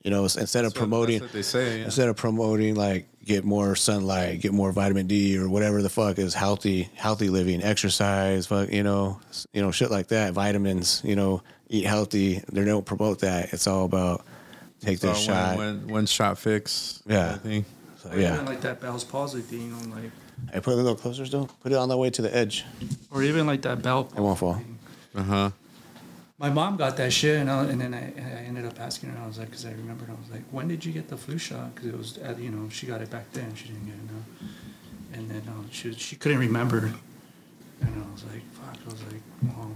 Speaker 3: You know, it's- instead of
Speaker 2: That's what-
Speaker 3: promoting,
Speaker 2: that's what they say, yeah.
Speaker 3: instead of promoting like get more sunlight, get more vitamin D or whatever the fuck is healthy, healthy living, exercise, fuck, you know, s- you know, shit like that, vitamins, you know, eat healthy. They don't promote that. It's all about take
Speaker 2: So
Speaker 3: this shot.
Speaker 2: One, one, one shot fix. kind
Speaker 3: Yeah.
Speaker 2: of thing.
Speaker 3: So,
Speaker 4: Or even
Speaker 3: yeah,
Speaker 4: like that Bell's palsy thing. I'm like,
Speaker 3: I put it a little closer still. Put it on the way to the edge.
Speaker 4: or even like that Bell. Palsy
Speaker 3: It won't fall.
Speaker 4: thing.
Speaker 2: Uh huh.
Speaker 4: my mom got that shit, and, I, and then I, I ended up asking her. And I was like, because I remembered, I was like, when did you get the flu shot? Because it was, at, you know, she got it back then. She didn't get it now. And then um, she she couldn't remember, and I was like, fuck. I was like, well,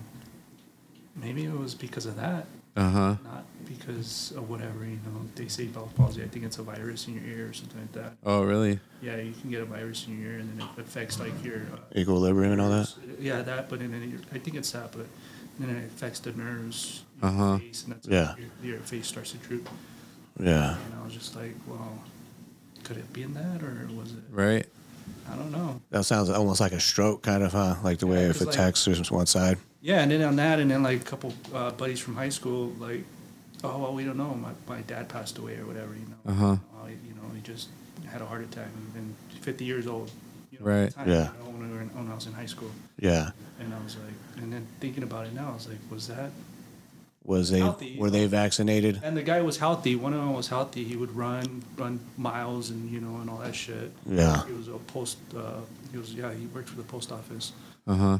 Speaker 4: maybe it was because of that,
Speaker 2: Uh huh.
Speaker 4: not because of whatever. You know, they say Bell's palsy. I think it's a virus in your ear or something like that.
Speaker 2: Oh, really?
Speaker 4: Yeah, you can get a virus in your ear, and then it affects like your. Uh,
Speaker 3: Equilibrium and all that.
Speaker 4: yeah, that, but and then your- I think it's that, but then it affects the nerves, in
Speaker 2: Uh-huh.
Speaker 4: your face, and that's
Speaker 3: Yeah.
Speaker 4: your, your face starts to droop.
Speaker 3: Yeah.
Speaker 4: And I was just like, well, could it be in that, or was it?
Speaker 2: Right.
Speaker 4: I don't know.
Speaker 3: That sounds almost like a stroke, kind of, huh? Like the way
Speaker 4: Yeah,
Speaker 3: if
Speaker 4: 'cause
Speaker 3: it
Speaker 4: like-
Speaker 3: attacks through one side.
Speaker 4: Yeah, and then on that, and then like a couple uh, buddies from high school, like, oh well, we don't know. My my dad passed away or whatever, you know.
Speaker 2: Uh-huh.
Speaker 4: Oh, he- you know, he just had a heart attack and then 50 years old. You know,
Speaker 2: Right.
Speaker 4: at the time,
Speaker 3: Yeah.
Speaker 4: you know, when, we were in, when I was in high school,
Speaker 3: Yeah.
Speaker 4: and I was like, and then thinking about it now, I was like, was that
Speaker 3: Was they
Speaker 4: Healthy.
Speaker 3: were they vaccinated?
Speaker 4: And the guy was healthy. One of them was healthy. He would run, run miles, and you know, and all that shit.
Speaker 3: Yeah.
Speaker 4: He was a post. Uh, he was yeah. He worked for the post office.
Speaker 2: Uh huh.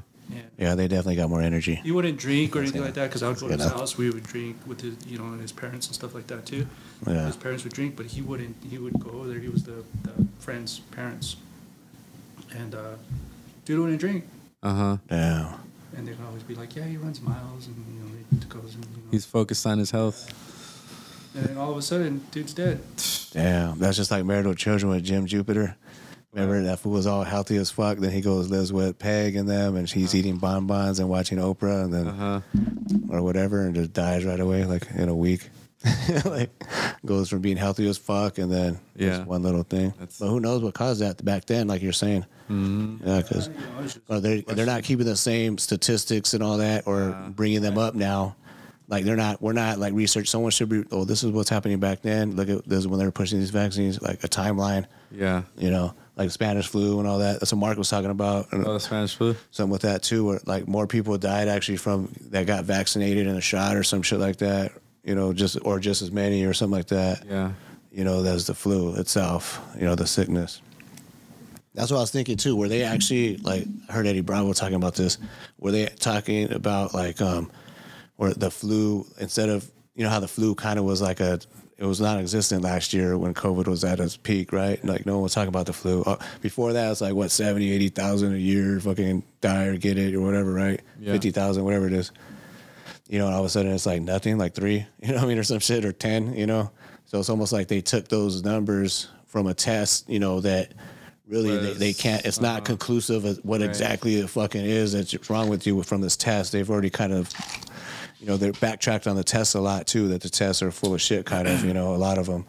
Speaker 3: Yeah, they definitely got more energy.
Speaker 4: You wouldn't drink or anything like that because I would go to his
Speaker 3: Yeah.
Speaker 4: house. We would drink with his, you know, and his parents and stuff like that too.
Speaker 3: Yeah.
Speaker 4: His parents would drink, but he wouldn't. He would go over there. He was the, the friend's parents, and uh, dude wouldn't drink.
Speaker 2: Uh huh.
Speaker 3: Yeah.
Speaker 4: And they would always be like, "Yeah, he runs miles, and you know, he goes." And, you know.
Speaker 2: He's focused on his health.
Speaker 4: and then all of a sudden, dude's dead.
Speaker 3: Damn, that's just like Married with Children with Jim Jupiter. Remember that fool was all healthy as fuck. Then he goes lives with Peg and them, and
Speaker 4: Uh-huh.
Speaker 3: she's eating bonbons and watching Oprah, and then or whatever, and just dies right away, like in a week. like goes from being healthy as fuck, and then just
Speaker 2: Yeah.
Speaker 3: one little thing. but who knows what caused that back then? Like you're saying, mm-hmm. yeah, because they're they're not keeping the same statistics and all that, or bringing them up now. Like they're not, we're not like research. Someone should be. Oh, this is what's happening back then. Look at this is when they were pushing these vaccines, like a timeline.
Speaker 2: Yeah.
Speaker 3: You know, like Spanish flu and all that. That's what Mark was talking about. And
Speaker 2: Oh, the Spanish flu.
Speaker 3: something with that too, where like more people died actually from that got vaccinated and a shot or some shit like that. You know, just or just as many or something like that.
Speaker 2: Yeah.
Speaker 3: You know, that's the flu itself. You know, the sickness. That's what I was thinking too. Were they actually like I heard Eddie Bravo talking about this? Were they talking about like um or the flu instead of you know how the flu kind of was like a it was non-existent last year when COVID was at its peak, right? Like no one was talking about the flu. Uh, before that, it's like what 70, 80,000 a year fucking die or get it or whatever, right?
Speaker 2: Yeah.
Speaker 3: 50,000 whatever it is. You know, and all of a sudden it's like nothing, like 3, you know what I mean or some shit or 10, you know. So it's almost like they took those numbers from a test, you know, that really they, they
Speaker 2: Was-
Speaker 3: can't it's not conclusive of what
Speaker 2: Uh-huh. Right.
Speaker 3: exactly it fucking is that's wrong with you from this test they've already kind of you know they're backtracked on the tests a lot too that the tests are full of shit kind of you know a lot of them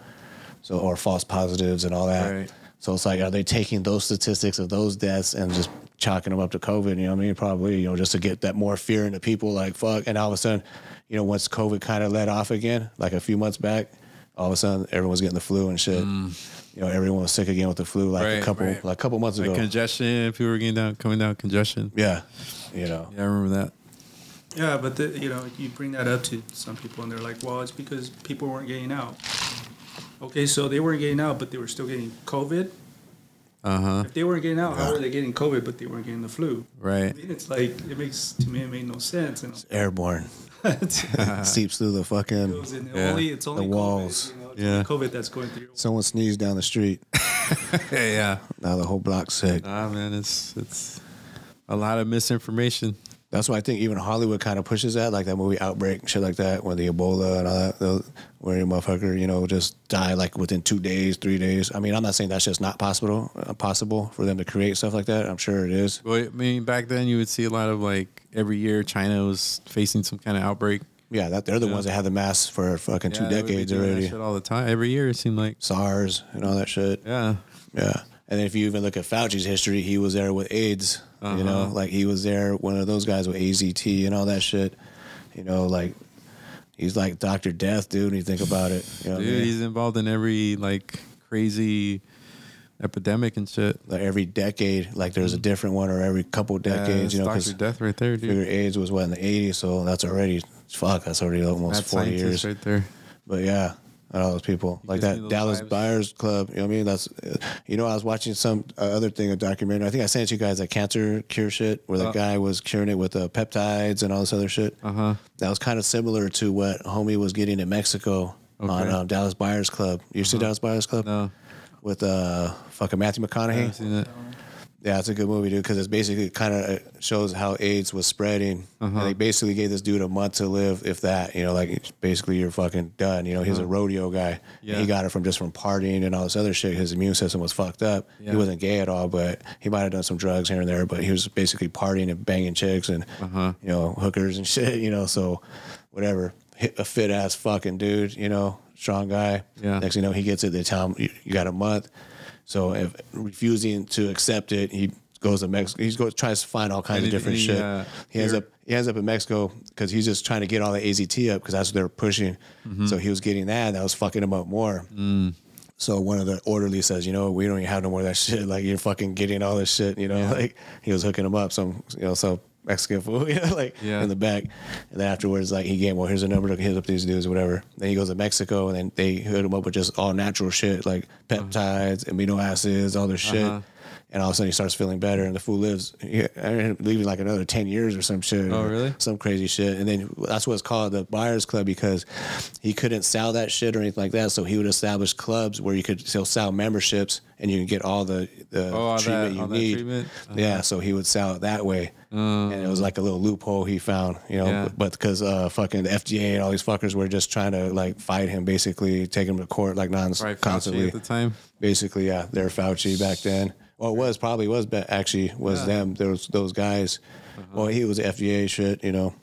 Speaker 3: so or false positives and all that
Speaker 2: Right.
Speaker 3: so it's like are they taking those statistics of those deaths and just chalking them up to covid you know what i mean probably you know just to get that more fear into people like fuck and all of a sudden you know once covid kind of let off again like a few months back all of a sudden everyone's getting the flu and shit you know everyone was sick again with the flu like
Speaker 2: Mm. Right,
Speaker 3: a couple
Speaker 2: right.
Speaker 3: like a couple months
Speaker 2: Like
Speaker 3: ago
Speaker 2: congestion. People were getting down, coming down with congestion.
Speaker 3: yeah you know
Speaker 2: Yeah, I remember that.
Speaker 4: Yeah, but the, you know, you bring that up to some people, and they're like, "Well, it's because people weren't getting out." Okay, so they weren't getting out, but they were still getting COVID.
Speaker 2: Uh huh.
Speaker 4: If they weren't getting out, how were they getting COVID? But they weren't getting the flu.
Speaker 2: Right.
Speaker 4: I mean, it's like it makes to me it made no sense. And
Speaker 3: airborne
Speaker 4: it's,
Speaker 3: seeps through the
Speaker 4: it was in
Speaker 3: fucking
Speaker 4: the only it's only
Speaker 3: walls.
Speaker 4: COVID, you know, it's
Speaker 2: Yeah.
Speaker 4: only COVID that's going through.
Speaker 3: someone sneezed down the street
Speaker 2: Yeah, yeah.
Speaker 3: now the whole block's sick
Speaker 2: Nah, man, it's it's a lot of misinformation.
Speaker 3: That's why I think even Hollywood kind of pushes that, like that movie Outbreak, and shit like that, where the Ebola and all that, those- where your motherfucker, you know, just die like within two days, three days. I mean, I'm not saying that's just not possible, uh, possible for them to create stuff like that. I'm sure it is.
Speaker 2: Well, I mean, back then you would see a lot of like every year China was facing some kind of outbreak.
Speaker 3: Yeah, that they're the ones that had the masks for fucking two
Speaker 2: Yeah, they would be
Speaker 3: decades
Speaker 2: doing that
Speaker 3: already.
Speaker 2: shit all the time, every year it seemed like.
Speaker 3: SARS and all that shit.
Speaker 2: Yeah,
Speaker 3: Yeah. And if you even look at Fauci's history, he was there with AIDS.
Speaker 2: Uh-huh.
Speaker 3: You know, like he was there, one of those guys with AZT and all that shit. You know, like he's like Doctor Death, dude. When you think about it, you know what I
Speaker 2: dude,
Speaker 3: mean?
Speaker 2: he's involved in every like crazy epidemic and shit.
Speaker 3: like every decade, like there's a different one, or every couple
Speaker 2: Mm-hmm. Yeah,
Speaker 3: decades.
Speaker 2: it's
Speaker 3: you know,
Speaker 2: Doctor
Speaker 3: because
Speaker 2: Death right there,
Speaker 3: figure
Speaker 2: dude.
Speaker 3: AIDS was what in the '80s, so that's already fuck. That's already almost
Speaker 2: That's
Speaker 3: 40
Speaker 2: scientist
Speaker 3: years.
Speaker 2: right there.
Speaker 3: But yeah, all those people like
Speaker 2: gives me
Speaker 3: that
Speaker 2: those
Speaker 3: Dallas
Speaker 2: vibes.
Speaker 3: Buyers Club. You know what I mean? That's uh, you know I was watching some uh, other thing, a documentary. I think I sent you guys that cancer cure shit where the
Speaker 2: Uh.
Speaker 3: guy was curing it with uh, peptides and all this other shit.
Speaker 2: Uh huh.
Speaker 3: That was kind of similar to what homie was getting in Mexico on
Speaker 2: Okay. Uh-huh.
Speaker 3: um, Dallas Buyers Club. You see Dallas Buyers Club?
Speaker 2: No,
Speaker 3: With uh, fucking Matthew
Speaker 2: I
Speaker 3: McConaughey.
Speaker 2: haven't seen it.
Speaker 3: Yeah, it's a good movie, dude, because it's basically kind of shows how AIDS was spreading.
Speaker 2: Uh-huh.
Speaker 3: And they basically gave this dude a month to live, if that. You know, like it's basically you're fucking done. You know, he's a rodeo guy.
Speaker 2: Uh-huh. Yeah.
Speaker 3: And he got it from just from partying and all this other shit. His immune system was fucked up.
Speaker 2: Yeah.
Speaker 3: He wasn't gay at all, but he might have done some drugs here and there. But he was basically partying and banging chicks and
Speaker 2: Uh-huh.
Speaker 3: you know hookers and shit. You know, so whatever. Hit a fit ass fucking dude. You know, strong guy.
Speaker 2: Yeah.
Speaker 3: Next, thing you know, he gets it. They tell him you, you got a month. So if refusing to accept it, he goes to Mexico. He goes tries to find all kinds
Speaker 2: And
Speaker 3: of
Speaker 2: he-
Speaker 3: different
Speaker 2: he,
Speaker 3: shit.
Speaker 2: uh,
Speaker 3: he ends
Speaker 2: here-
Speaker 3: up he ends up in Mexico because he's just trying to get all the AZT up because that's what they were pushing.
Speaker 2: Mm-hmm.
Speaker 3: So he was getting that. and That was fucking him up more. So one of the orderlies says, you know, we don't even have no more of that shit. Like you're fucking getting all this shit, you know. Like he was hooking him up, some you know, some Mexican fool, you know, like
Speaker 2: Yeah.
Speaker 3: in the back. And then afterwards, like he gave him, well, here's a number to hit up these dudes or whatever. Then he goes to Mexico and then they hook him up with just all natural shit, like peptides, amino acids, all this shit. and all of a sudden he starts feeling better, and the fool lives. He, I ended up leaving like another ten years or some shit.
Speaker 2: Oh,
Speaker 3: or
Speaker 2: really?
Speaker 3: Some crazy shit. And then that's what's called the buyers club because he couldn't sell that shit or anything like that. So he would establish clubs where you could still sell memberships, and you can get all the, the
Speaker 2: Oh, all that-
Speaker 3: treatment you
Speaker 2: all that
Speaker 3: need.
Speaker 2: treatment? Uh-huh. Uh.
Speaker 3: Yeah, so he would sell it that way, and it was like a little loophole he found, you know.
Speaker 2: Yeah.
Speaker 3: But because uh, fucking the FDA and all these fuckers were just trying to like fight him, basically take him to court like non
Speaker 2: Right, Fauci
Speaker 3: constantly.
Speaker 2: at the time.
Speaker 3: Basically, yeah, they're Fauci back then. Well, it was probably was ba- actually was
Speaker 2: Yeah. Uh-huh.
Speaker 3: them. There was those guys. Well, he was FDA shit, you know.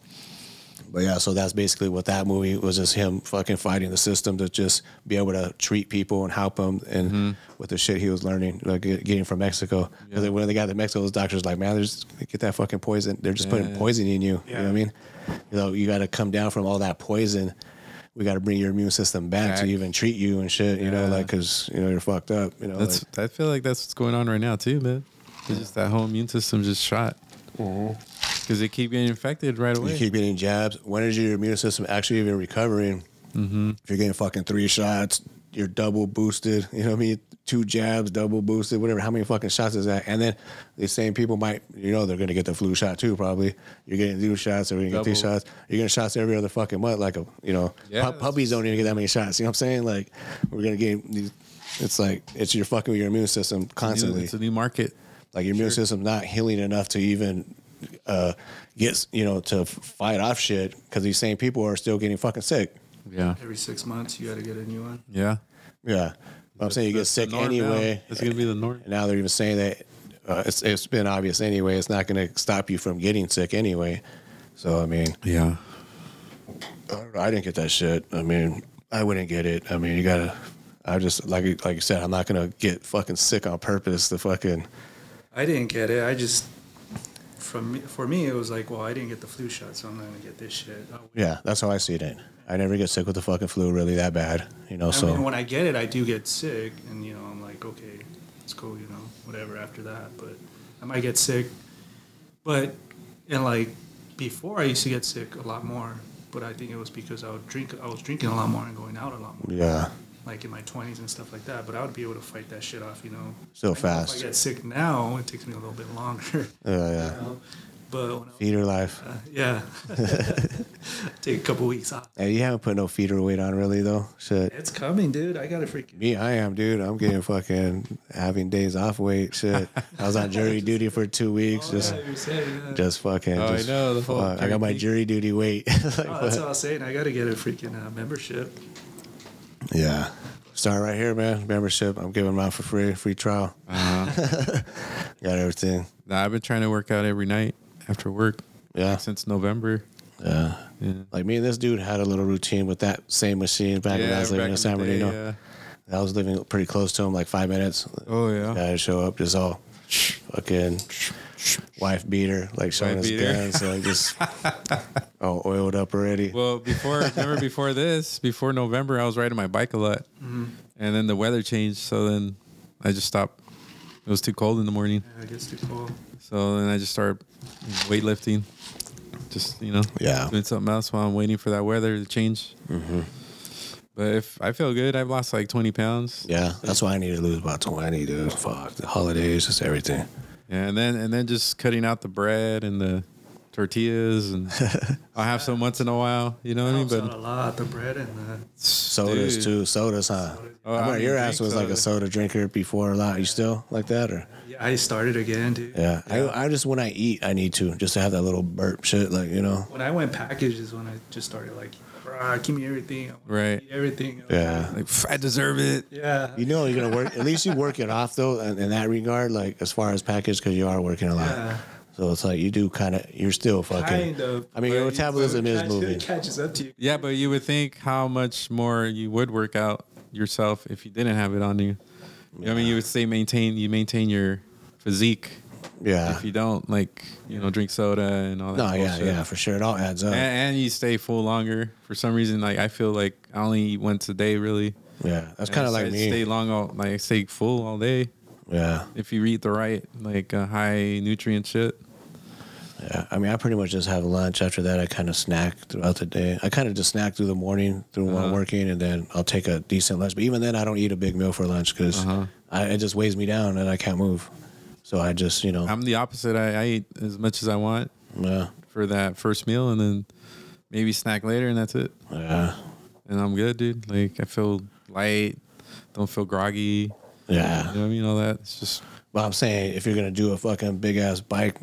Speaker 3: But yeah, so that's basically what that movie was just him fucking fighting the system to just be able to treat people and help them and
Speaker 2: Mm-hmm.
Speaker 3: with the shit he was learning, like get- getting from Mexico. Because when they got to Mexico, those doctors like, man, there's get that fucking poison. They're just putting
Speaker 2: Yeah.
Speaker 3: poison in you. You know what I mean? You know, you got to come down from all that poison. We got to bring your immune system back, to
Speaker 2: Back.
Speaker 3: even treat you and shit. You know,
Speaker 2: Yeah.
Speaker 3: like because you know you're fucked up. You know,
Speaker 2: That's.
Speaker 3: like-
Speaker 2: I feel like that's what's going on right now too, man. It's just that whole immune system just shot. Because they keep getting infected right away.
Speaker 3: Mm-hmm. You keep getting jabs. When is your immune system actually even recovering?
Speaker 2: Mm-hmm.
Speaker 3: If you're getting fucking three shots, you're double boosted. You know what I mean? Two jabs, double boosted, whatever. How many fucking shots is that? And then these same people might, you know, they're gonna get the flu shot too. Probably you're getting two shots, or you're gonna get three
Speaker 2: Double.
Speaker 3: shots. You're getting shots every other fucking month. Like a, you know,
Speaker 2: Yeah,
Speaker 3: pu-
Speaker 2: that's-
Speaker 3: puppies don't even get that many shots. You know what I'm saying? Like we're gonna get these. It's like it's you're fucking with your immune system
Speaker 2: You know,
Speaker 3: constantly
Speaker 2: it's a new market.
Speaker 3: like your immune system's not healing enough to even uh, get you know to f- fight off shit because these same people are still getting fucking sick.
Speaker 2: Yeah.
Speaker 4: Every six months, you got to get a new one.
Speaker 2: Yeah.
Speaker 3: Yeah, But I'm saying you get
Speaker 2: That's the
Speaker 3: sick
Speaker 2: norm now.
Speaker 3: anyway.
Speaker 2: It's gonna be the norm.
Speaker 3: And now they're even saying that uh, it's, it's been obvious anyway. It's not going to stop you from getting sick anyway. So I mean,
Speaker 2: Yeah.
Speaker 3: I don't know, I didn't get that shit. I mean, I wouldn't get it. I mean, you gotta. I just like you- like you said, I'm not gonna get fucking sick on purpose. The fucking
Speaker 4: I didn't get it. I just from me, for me, it was like, well, I didn't get the flu shot, so I'm not gonna get this shit. Oh, I'll wait.
Speaker 3: yeah, that's how I see it. In. I never get sick with the fucking flu really that bad. You know, so
Speaker 4: I mean, when I get it, I do get sick, and you know, I'm like, okay, it's cool, you know, whatever after that. But I might get sick, but and like before, I used to get sick a lot more, but I think it was because I would drink, I was drinking a lot more and going out a lot more,
Speaker 3: yeah.
Speaker 4: like in my 20s and stuff like that. But I would be able to fight that shit off, you know.
Speaker 3: So
Speaker 4: I know
Speaker 3: fast.
Speaker 4: If I get sick now, it takes me a little bit longer.
Speaker 3: Yeah, yeah.
Speaker 4: You know? But when I was,
Speaker 3: Feeder life.
Speaker 4: yeah, take a couple weeks off.
Speaker 3: Hey, you haven't put no feeder weight on really though. Shit.
Speaker 4: It's coming, dude. I gotta freaking.
Speaker 3: Me, I am, dude. I'm getting fucking having days off weight. Shit. I was on jury duty for two weeks. just,
Speaker 4: Oh, Yeah, you're saying, yeah.
Speaker 3: just fucking.
Speaker 2: Oh, I
Speaker 3: just,
Speaker 2: know, the whole
Speaker 3: fuck. I got my
Speaker 2: jury
Speaker 3: jury duty weight. Like,
Speaker 4: Oh, that's
Speaker 3: fuck.
Speaker 4: all I was saying. I got to get a freaking uh, membership.
Speaker 3: yeah. Start right here, man. Membership. I'm giving them out for free. Free trial.
Speaker 2: Uh-huh.
Speaker 3: got everything.
Speaker 2: Nah, I've been trying to work out every night after work
Speaker 3: Yeah.
Speaker 2: since November.
Speaker 3: Yeah.
Speaker 2: Yeah.
Speaker 3: Like me and this dude had a little routine with that same machine back when I was living in San
Speaker 2: the day,
Speaker 3: Bernardino.
Speaker 2: yeah.
Speaker 3: I was living pretty close to him, like five minutes.
Speaker 2: Oh, yeah.
Speaker 3: I show up just all fucking wife beater, like showing
Speaker 2: Wife
Speaker 3: his
Speaker 2: beater.
Speaker 3: guns, like just all oiled up already.
Speaker 2: Well, before remember before this, before November, I was riding my bike a lot,
Speaker 3: Mm-hmm.
Speaker 2: and then the weather changed. So then I just stopped. It was too cold in the morning,
Speaker 4: I guess too cool.
Speaker 2: so then I just started weightlifting. Just you know,
Speaker 3: Yeah.
Speaker 2: doing something else while I'm waiting for that weather to change. But if I feel good, I've lost like 20 pounds.
Speaker 3: yeah, that's why I need to lose about twenty, dude. Fuck the holidays, just everything.
Speaker 2: And then and then just cutting out the bread and the tortillas and I'll have some once in a while, you know what I mean?
Speaker 4: Helps out a
Speaker 2: But
Speaker 4: lot. The bread and the
Speaker 3: Sodas
Speaker 2: Dude.
Speaker 3: too, sodas, huh?
Speaker 2: Oh, I
Speaker 3: I remember
Speaker 2: don't
Speaker 3: your
Speaker 2: drink
Speaker 3: ass was like a
Speaker 2: soda.
Speaker 3: soda drinker before a lot. You still like that or?
Speaker 4: yeah, I started again, dude.
Speaker 3: Yeah, I, I just when I eat, I need to just to have that little burp shit, like you know.
Speaker 4: When I went packaged is when I just started like, bruh, give me everything. I wanna
Speaker 2: Right.
Speaker 4: eat everything.
Speaker 3: Yeah.
Speaker 2: like "Pff, I deserve it.
Speaker 4: Yeah.
Speaker 3: You know you're gonna work. At least you work it off though, in, in that regard. Like as far as package, because you are working a lot.
Speaker 4: Yeah.
Speaker 3: So it's like you do kind of. You're still fucking.
Speaker 4: Kind of.
Speaker 3: I mean, your
Speaker 4: but
Speaker 3: metabolism
Speaker 4: it
Speaker 3: is
Speaker 4: catch-
Speaker 3: moving.
Speaker 4: It catches up to you.
Speaker 2: Yeah, but you would think how much more you would work out yourself if you didn't have it on you. You know what I mean, you would say maintain you maintain your physique
Speaker 3: Yeah.
Speaker 2: if you don't like you know drink soda and all that.
Speaker 3: No, yeah,
Speaker 2: bullshit.
Speaker 3: yeah, for sure. It all adds up.
Speaker 2: And, and you stay full longer for some reason. Like I feel like I only eat once a day really.
Speaker 3: yeah, that's
Speaker 2: And
Speaker 3: kind
Speaker 2: I
Speaker 3: of like
Speaker 2: stay-
Speaker 3: me.
Speaker 2: Stay long all like I stay full all day
Speaker 3: yeah,
Speaker 2: if you eat the right like uh, high nutrient shit.
Speaker 3: yeah. I mean, I pretty much just have lunch. After that, I kind of snack throughout the day. I kind of just snack through the morning through while I'm
Speaker 2: Uh-huh.
Speaker 3: working, and then I'll take a decent lunch. But even then, I don't eat a big meal for lunch because
Speaker 2: Uh-huh.
Speaker 3: it just weighs me down and I can't move. So I just, you know, uh,
Speaker 2: I'm the opposite. I, I eat as much as I want
Speaker 3: yeah,
Speaker 2: for that first meal, and then maybe snack later, and that's it.
Speaker 3: yeah,
Speaker 2: And I'm good, dude. Like I feel light, don't feel groggy.
Speaker 3: yeah.
Speaker 2: You know what I mean? All that. It's just.
Speaker 3: But I'm saying if you're gonna do a fucking big ass bike,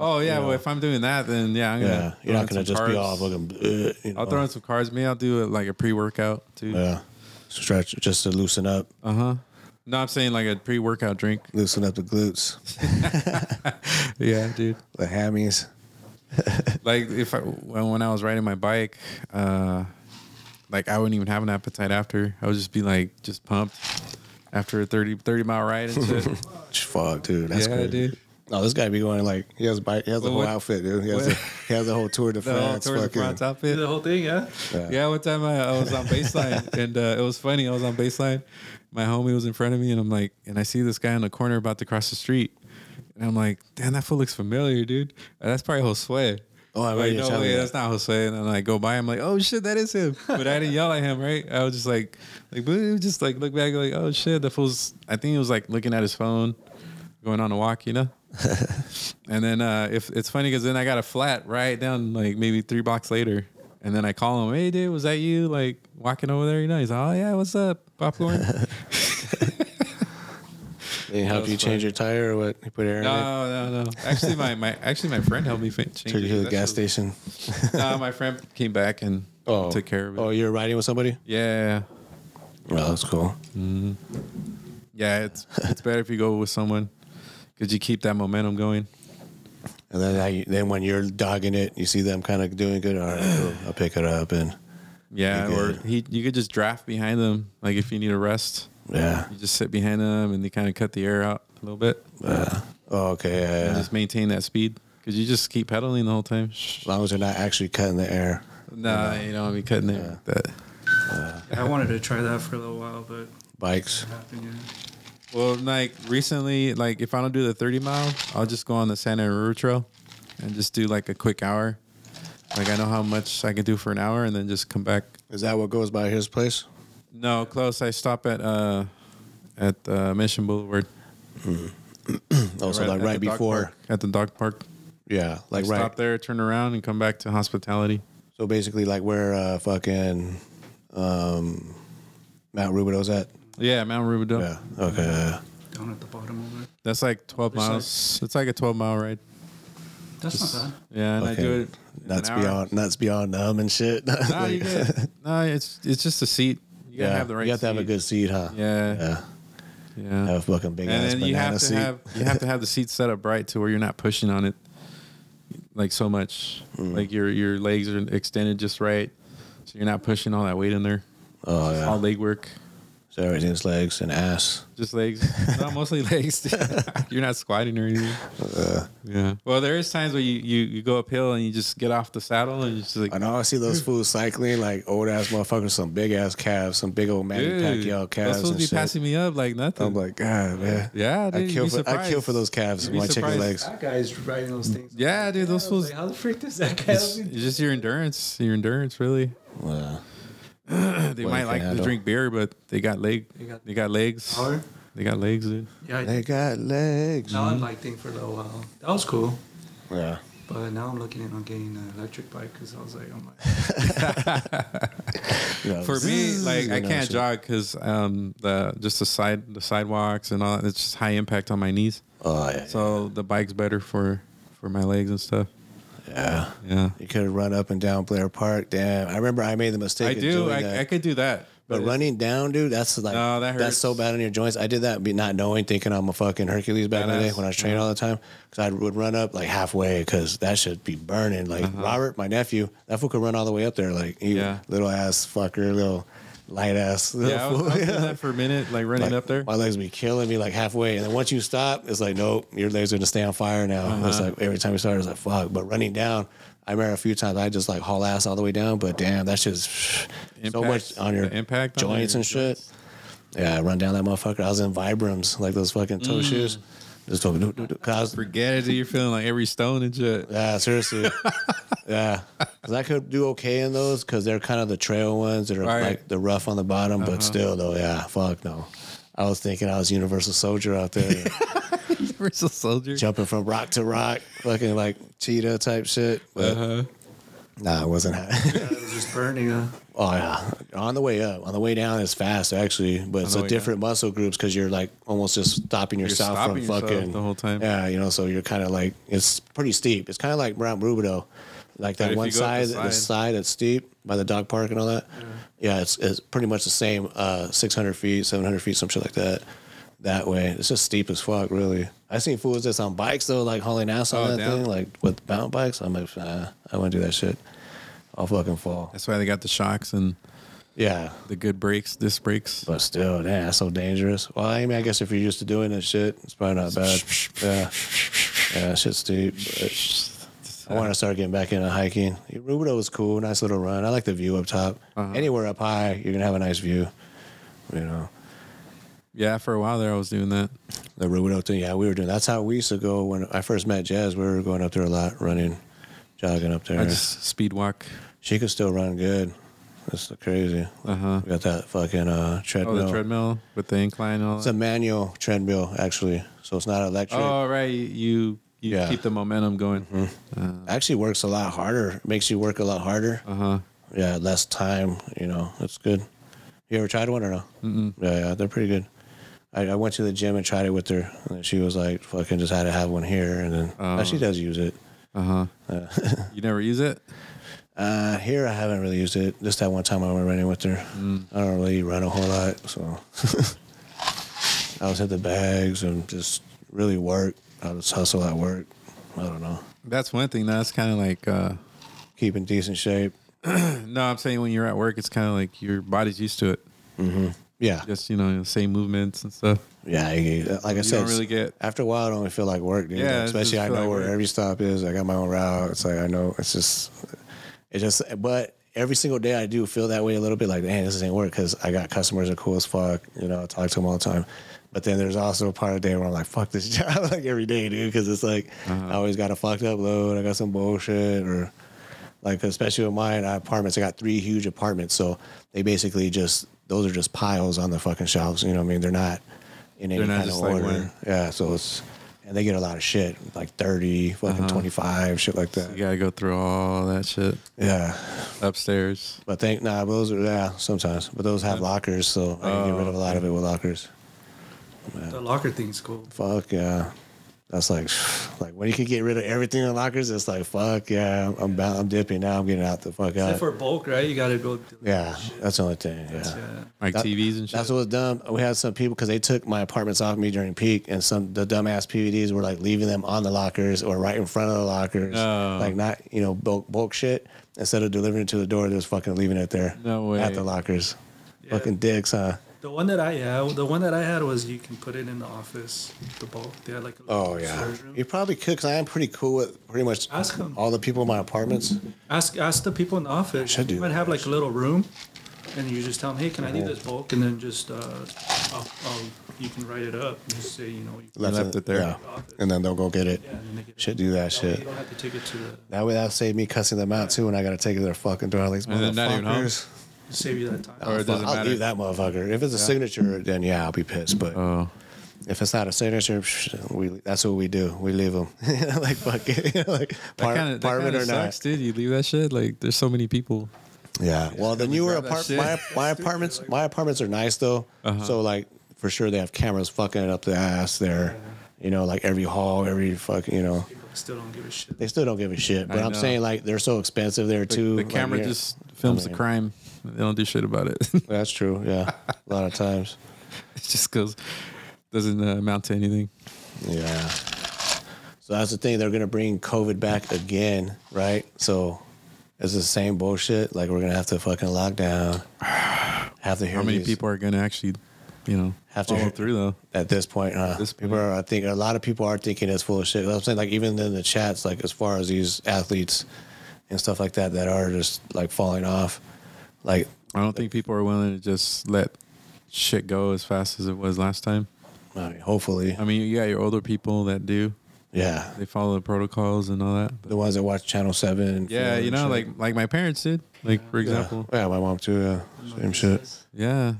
Speaker 2: Oh yeah. Well, if I'm doing that, then yeah, I'm gonna.
Speaker 3: yeah,
Speaker 2: throw
Speaker 3: you're
Speaker 2: in
Speaker 3: not gonna
Speaker 2: some
Speaker 3: just be
Speaker 2: carbs.
Speaker 3: all fucking. Uh, you know,
Speaker 2: I'll throw in some carbs. Maybe I'll do it like a pre-workout too.
Speaker 3: yeah, stretch just to loosen up,
Speaker 2: Uh huh. No, I'm saying like a pre-workout drink.
Speaker 3: loosen up the glutes,
Speaker 2: Yeah, dude.
Speaker 3: the hammies.
Speaker 2: like if I when when I was riding my bike, uh, like I wouldn't even have an appetite after. I would just be like just pumped after a 30, 30 mile ride and shit.
Speaker 3: Fuck, dude, that's
Speaker 2: yeah,
Speaker 3: crazy.
Speaker 2: dude.
Speaker 3: No, this guy be going like he has a bike, he has a
Speaker 2: Well,
Speaker 3: whole
Speaker 2: what-
Speaker 3: outfit, dude. He has, a,
Speaker 2: what-
Speaker 3: he has a whole tour de
Speaker 2: The whole
Speaker 3: France,
Speaker 2: Tour de
Speaker 3: fucking.
Speaker 2: France
Speaker 4: The
Speaker 2: outfit.
Speaker 4: whole thing, yeah.
Speaker 2: Yeah, one time I, I was on baseline and uh, it was funny. I was on baseline. My homie was in front of me and I'm like, and I see this guy in the corner about to cross the street. And I'm like, damn, that fool looks familiar, dude. That's probably Josue.
Speaker 3: Oh, I remember
Speaker 2: Like,
Speaker 3: you
Speaker 2: no
Speaker 3: telling me
Speaker 2: way,
Speaker 3: that.
Speaker 2: that's not Jose. And then I go by, I'm like, oh shit, that is him. But I didn't yell at him, right? I was just like, like, boo, just like look back, like, oh shit, the fool's. I think he was like looking at his phone, going on a walk, you know. and then uh, if it's funny because then I got a flat right down like maybe three blocks later, and then I call him, hey dude, was that you like walking over there? You know, he's like, oh yeah, what's up, popcorn?
Speaker 3: They help you change your tire or what? You put air in it.
Speaker 2: no, no, no. Actually, my, my actually my friend helped me fin- change.
Speaker 3: Took you
Speaker 2: it.
Speaker 3: to the
Speaker 2: That
Speaker 3: gas
Speaker 2: shit
Speaker 3: station.
Speaker 2: was- Nah, my friend came back and
Speaker 3: Oh,
Speaker 2: took care of it.
Speaker 3: Oh, you're riding with somebody?
Speaker 2: yeah.
Speaker 3: Oh, that's cool.
Speaker 2: Yeah, it's it's better if you go with someone because you keep that momentum going.
Speaker 3: And then, I, then when you're dogging it, you see them kind of doing good. All right, cool. I'll pick it up and
Speaker 2: Yeah,
Speaker 3: You
Speaker 2: or
Speaker 3: could-
Speaker 2: he you could just draft behind them. Like if you need a rest,
Speaker 3: yeah.
Speaker 2: you just sit behind them and they kind of cut the air out a little bit.
Speaker 3: Oh, okay, yeah, yeah.
Speaker 2: And
Speaker 3: As
Speaker 2: just maintain that speed because you just keep pedaling the whole time. Shh.
Speaker 3: long as you're not actually cutting the air.
Speaker 2: Nah, you don't be cutting it. like That.
Speaker 4: I wanted to try that for a little while, but
Speaker 3: Bikes.
Speaker 4: nothing. Yeah.
Speaker 2: Well, like recently, like if I don't do the thirty mile, I'll just go on the Santa Aurora Trail and just do like a quick hour. Like I know how much I can do for an hour and then just come back
Speaker 3: Is that what goes by his place?
Speaker 2: No, close. I stop at uh at uh, Mission Boulevard.
Speaker 3: Also,
Speaker 2: Right-
Speaker 3: Oh, like
Speaker 2: at
Speaker 3: right
Speaker 2: the dog
Speaker 3: before.
Speaker 2: park- at the dog park.
Speaker 3: Yeah, like
Speaker 2: Stop
Speaker 3: right.
Speaker 2: there, turn around, and come back to hospitality.
Speaker 3: So basically, like where uh, fucking um, Mount Rubido's at.
Speaker 2: Yeah, Mount Rubidoux.
Speaker 3: Yeah. Okay. yeah.
Speaker 4: Down at the bottom over. there.
Speaker 2: That's like twelve
Speaker 4: There's
Speaker 2: miles. it's like a twelve mile ride.
Speaker 4: That's not bad.
Speaker 2: Yeah, and I
Speaker 3: Okay.
Speaker 2: do it. in
Speaker 3: Nuts
Speaker 2: an hour.
Speaker 3: beyond nuts beyond numb and shit.
Speaker 2: No, you good. no, it's it's just a seat. You gotta
Speaker 3: yeah.
Speaker 2: have the right.
Speaker 3: You have to have a
Speaker 2: seat.
Speaker 3: good seat, huh?
Speaker 2: Yeah.
Speaker 3: Yeah.
Speaker 2: Yeah.
Speaker 3: Have a fucking big
Speaker 2: and
Speaker 3: ass
Speaker 2: then
Speaker 3: banana
Speaker 2: you have to
Speaker 3: seat.
Speaker 2: have you have to have the seat set up right to where you're not pushing on it like so much.
Speaker 3: Mm.
Speaker 2: Like your your legs are extended just right, so you're not pushing all that weight in there.
Speaker 3: oh
Speaker 2: It's
Speaker 3: yeah.
Speaker 2: All leg work,
Speaker 3: So everything's legs and ass.
Speaker 2: just legs. no, mostly legs. you're not squatting or anything. yeah. Well, there is times where you, you you go uphill and you just get off the saddle and you just like
Speaker 3: And I always see those fools cycling like old ass motherfuckers, some big ass calves, some big old Manny
Speaker 2: dude,
Speaker 3: Pacquiao
Speaker 2: those
Speaker 3: calves
Speaker 2: fools
Speaker 3: and
Speaker 2: be
Speaker 3: shit.
Speaker 2: passing me up like nothing.
Speaker 3: I'm like, God, man.
Speaker 2: yeah, dude,
Speaker 3: I
Speaker 2: you'd
Speaker 3: kill
Speaker 2: be
Speaker 3: for I kill
Speaker 2: surprised.
Speaker 3: for those calves
Speaker 2: You'd
Speaker 3: and
Speaker 2: be
Speaker 3: my chicken
Speaker 2: surprised.
Speaker 3: legs.
Speaker 11: That guy's riding those things.
Speaker 2: Yeah, dude, those
Speaker 11: I was
Speaker 2: fools.
Speaker 11: like, how the freak does that guy?
Speaker 2: It's, it's just your endurance. Your endurance, really.
Speaker 3: Wow.
Speaker 2: They
Speaker 3: Well,
Speaker 2: might
Speaker 3: you
Speaker 2: like
Speaker 3: can
Speaker 2: to
Speaker 3: handle.
Speaker 2: drink beer, but they got leg. They got, Oh,
Speaker 11: got-
Speaker 2: legs.
Speaker 4: Power?
Speaker 2: They got legs, dude.
Speaker 4: Yeah, I
Speaker 3: They got legs.
Speaker 4: non-bike thing for a little while. That was cool.
Speaker 3: Yeah.
Speaker 4: But now I'm looking in on getting an electric bike because I was like, oh I'm like,
Speaker 3: Yeah,
Speaker 2: For me,
Speaker 3: zzz,
Speaker 2: like
Speaker 3: you
Speaker 2: I
Speaker 3: know,
Speaker 2: can't
Speaker 3: shit.
Speaker 2: jog because um the just the side the sidewalks and all that, it's just high impact on my knees.
Speaker 3: Oh yeah.
Speaker 2: So the bike's better for for my legs and stuff.
Speaker 3: yeah.
Speaker 2: Yeah,
Speaker 3: You could have run up and down Blair Park. Damn. I remember I made the mistake
Speaker 2: I
Speaker 3: of
Speaker 2: do.
Speaker 3: doing
Speaker 2: I,
Speaker 3: that.
Speaker 2: I could do that,
Speaker 3: But
Speaker 2: it's-
Speaker 3: running down, dude, that's like
Speaker 2: No, that
Speaker 3: that's so
Speaker 2: hurts.
Speaker 3: bad on your joints. I did that be not knowing, thinking I'm a fucking Hercules back in the
Speaker 2: Badass.
Speaker 3: day
Speaker 2: Uh-huh.
Speaker 3: when I was training all the time. Because I would run up like halfway because that should be burning. Like Robert, my nephew, that fool could run all the way up there. Like he
Speaker 2: Uh-huh. Yeah.
Speaker 3: little ass fucker, little light ass. Little
Speaker 2: Yeah, I was, I
Speaker 3: fool.
Speaker 2: was doing
Speaker 3: Yeah.
Speaker 2: that for a minute, like running
Speaker 3: Like,
Speaker 2: up there.
Speaker 3: My legs be killing me like halfway, and then once you stop, it's like nope, your legs are gonna stay on fire now.
Speaker 2: Uh-huh.
Speaker 3: It's like every time you start, it's like fuck. But running down, I remember a few times I just like haul ass all the way down, but damn, that's just so
Speaker 2: Impacts-
Speaker 3: much on your
Speaker 2: the impact on
Speaker 3: joints
Speaker 2: your
Speaker 3: and shit. Yeah, I run down that motherfucker. I was in Vibrams, like those fucking
Speaker 2: Mm.
Speaker 3: toe shoes. Just fucking do, do, do. 'Cause I was-
Speaker 2: Forget it. dude, You're feeling like every stone and shit.
Speaker 3: yeah, seriously. yeah, because I could do okay in those because they're kind of the trail ones that are
Speaker 2: Right.
Speaker 3: like the rough on the bottom, but still though, yeah, fuck no. I was thinking I was Universal Soldier out there.
Speaker 2: Universal Soldier.
Speaker 3: Jumping from rock to rock, fucking like cheetah type shit. But
Speaker 2: Uh-huh.
Speaker 3: Nah, it wasn't happening.
Speaker 4: it was just burning. Huh?
Speaker 3: Oh yeah, on the way up, on the way down it's fast actually, but it's
Speaker 2: the
Speaker 3: a
Speaker 2: way
Speaker 3: different muscle groups because you're like almost just stopping
Speaker 2: You're
Speaker 3: yourself
Speaker 2: stopping
Speaker 3: from
Speaker 2: yourself
Speaker 3: fucking
Speaker 2: the whole time.
Speaker 3: Yeah, you know, so you're kind of like it's pretty steep. It's kind of like Mount Rubidoux, like
Speaker 2: But if
Speaker 3: that
Speaker 2: you
Speaker 3: one
Speaker 2: go up
Speaker 3: side,
Speaker 2: the
Speaker 3: the side,
Speaker 2: side-
Speaker 3: that's steep by the dog park and all that. Yeah, it's it's pretty much the same, uh, 600 feet, 700 feet, some shit like that. That way, it's just steep as fuck, really. I seen fools that's on bikes though, like hauling ass on
Speaker 2: Oh,
Speaker 3: that
Speaker 2: damn.
Speaker 3: thing, like with mountain bikes. I'm like, nah, I wouldn't do that shit. I'll fucking fall.
Speaker 2: That's why they got the shocks and
Speaker 3: yeah,
Speaker 2: the good brakes, disc brakes.
Speaker 3: But still, damn, that's so dangerous. Well, I mean, I guess if you're used to doing that shit, it's probably not bad. yeah, yeah, that shit's deep. But I want to start getting back into hiking. Rubido was cool, nice little run. I like the view up top.
Speaker 2: Uh-huh.
Speaker 3: Anywhere up high, you're gonna have a nice view. You know,
Speaker 2: Yeah, for a while there, I was doing that.
Speaker 3: the Rubido thing. Yeah, we were doing. That's how we used to go when I first met Jazz. We were going up there a lot, running, jogging up there.
Speaker 2: I just speed walk.
Speaker 3: She could still run good. That's crazy. Uh huh. Got that fucking uh, treadmill.
Speaker 2: Uh-huh. Oh, the treadmill with the incline. And all
Speaker 3: It's
Speaker 2: that.
Speaker 3: a manual treadmill, actually. So it's not electric.
Speaker 2: Oh, right. You you
Speaker 3: Yeah. Mm-hmm.
Speaker 2: keep the momentum going.
Speaker 3: actually works a lot harder. Makes you work a lot harder. Uh huh. Yeah, less time. You know, that's good. You ever tried one or no? Mm-mm. Yeah, yeah, they're pretty good. I, I went to the gym and tried it with her, and she was like, "Fucking just had to have one here." And then now she does use it.
Speaker 2: Uh-huh.
Speaker 3: Uh,
Speaker 2: You never use it?
Speaker 3: uh, here I haven't really used it. Just that one time I went running with her. I don't really run a whole lot, so I was hit the bags and just really work. I just hustle at work. I don't know,
Speaker 2: That's one thing. That's kind of like, uh,
Speaker 3: keep in decent shape.
Speaker 2: no, I'm saying when you're at work, it's kind of like your body's used to it.
Speaker 3: Mm-hmm. Yeah,
Speaker 2: Just, you know, same movements and stuff.
Speaker 3: Yeah, you- like I
Speaker 2: You
Speaker 3: said,
Speaker 2: don't really get-
Speaker 3: after a while, I don't feel like work, dude.
Speaker 2: Yeah, it doesn't
Speaker 3: especially I
Speaker 2: feel
Speaker 3: know
Speaker 2: like
Speaker 3: where
Speaker 2: work.
Speaker 3: every stop is. I got my own route. It's like I know. It's just, it just. But every single day, I do feel that way a little bit. Like, man, this ain't work because I got customers that are cool as fuck. You know, I talk to them all the time. But then there's also a part of the day where I'm like, fuck this job, like every day, dude, because it's like
Speaker 2: Uh-huh.
Speaker 3: I always got a fucked up load. I got some bullshit or like especially with mine I have apartments. I got three huge apartments, so they basically just those are just piles on the fucking shelves. You know what I mean? They're not in any
Speaker 2: They're not
Speaker 3: kind of
Speaker 2: just like
Speaker 3: order.
Speaker 2: one.
Speaker 3: yeah, so it's and they get a lot of shit, like thirty, fucking
Speaker 2: Uh-huh.
Speaker 3: twenty five, shit like that.
Speaker 2: You got to go through all that shit
Speaker 3: Yeah,
Speaker 2: upstairs.
Speaker 3: but think nah, but those are yeah sometimes, but those have lockers, so I can get rid of a lot of it with lockers.
Speaker 4: The locker thing's cool.
Speaker 3: Fuck yeah. That's like, like when you can get rid of everything in lockers, it's like fuck yeah, I'm bound, I'm dipping now, I'm getting out the fuck out.
Speaker 4: Except for bulk, right? You got to go.
Speaker 3: yeah, that's the only thing. Yeah.
Speaker 4: Yeah.
Speaker 2: Like
Speaker 3: That-
Speaker 2: TVs and shit.
Speaker 3: That's what was dumb. We had some people because they took my apartments off me during peak, and some the dumbass PVDs were like leaving them on the lockers or right in front of the lockers,
Speaker 2: No.
Speaker 3: like not you know bulk bulk shit. Instead of delivering it to the door, they're just fucking leaving it there.
Speaker 2: No way.
Speaker 3: at the lockers. Fucking dicks, huh?
Speaker 4: The one that I had, the one that I had was you can put it in the office. The bulk, they had like a little
Speaker 3: Oh yeah,
Speaker 4: storage room.
Speaker 3: you probably could because I am pretty cool with pretty much
Speaker 4: Ask 'em.
Speaker 3: all the people in my apartments.
Speaker 4: Ask ask the people in the office.
Speaker 3: Should do
Speaker 4: you might
Speaker 3: that,
Speaker 4: have like a little room, and you just tell them, hey, can I do this bulk? And then just uh, I'll, I'll, you can write it up. and Just say, you know, you
Speaker 2: Left it there.
Speaker 3: yeah. and then they'll go get it.
Speaker 4: Yeah, and then they get it.
Speaker 3: Should do that
Speaker 4: That way
Speaker 3: shit.
Speaker 4: You don't have to take it to the,
Speaker 3: That way that'll save me cussing them out too when I gotta take it to their fucking door. These
Speaker 2: And they're not even home.
Speaker 3: motherfuckers.
Speaker 4: save you that time.
Speaker 2: Or it doesn't
Speaker 3: I'll
Speaker 2: matter.
Speaker 3: leave that motherfucker. If it's a signature, then yeah, I'll be pissed. But
Speaker 2: Oh,
Speaker 3: if it's not a signature, psh, we that's what we do. We leave them like fuck it, You know, like
Speaker 2: that
Speaker 3: par-
Speaker 2: kind of
Speaker 3: apartment or not.
Speaker 2: sucks, dude. You leave that shit. Like, there's so many people.
Speaker 3: Yeah. Well, the newer
Speaker 2: grab that
Speaker 3: apart
Speaker 2: shit.
Speaker 3: my, my apartments my apartments are nice though.
Speaker 2: Uh-huh.
Speaker 3: So like for sure they have cameras fucking it up the ass there. You know, like every hall, every fucking you know.
Speaker 4: People still don't give a shit.
Speaker 3: They still don't give a shit. But
Speaker 2: I
Speaker 3: I'm
Speaker 2: know.
Speaker 3: saying like they're so expensive there
Speaker 2: The,
Speaker 3: too.
Speaker 2: the
Speaker 3: Like,
Speaker 2: camera
Speaker 3: yeah.
Speaker 2: just films
Speaker 3: I
Speaker 2: the
Speaker 3: mean-
Speaker 2: crime. They don't do shit about it. it
Speaker 3: That's true. Yeah. a lot of times.
Speaker 2: just goes, doesn't uh, amount to anything.
Speaker 3: Yeah. So that's the thing. They're gonna bring COVID back again, right? So it's the same bullshit. Like we're gonna have to fucking lock down. Have to hear
Speaker 2: How many
Speaker 3: these-
Speaker 2: people are going to actually, you know,
Speaker 3: Have to
Speaker 2: follow
Speaker 3: hear-
Speaker 2: through though?
Speaker 3: at this point, huh?
Speaker 2: This
Speaker 3: people
Speaker 2: point.
Speaker 3: are. I think a lot of people are thinking it's full of shit. I'm saying like even in the chats, like as far as these athletes and stuff like that that are just like falling off, like
Speaker 2: I don't think people are willing to just let shit go as fast as it was last time.
Speaker 3: I mean, hopefully,
Speaker 2: I mean, you got your older people that do.
Speaker 3: yeah.
Speaker 2: They follow the protocols and all that. But
Speaker 3: The ones that watch Channel Seven. and
Speaker 2: yeah,
Speaker 3: Food
Speaker 2: you
Speaker 3: and
Speaker 2: know,
Speaker 3: shit.
Speaker 2: like like my parents did. Like for
Speaker 3: yeah.
Speaker 2: example,
Speaker 3: yeah, my mom too. Yeah, same shit.
Speaker 2: yeah.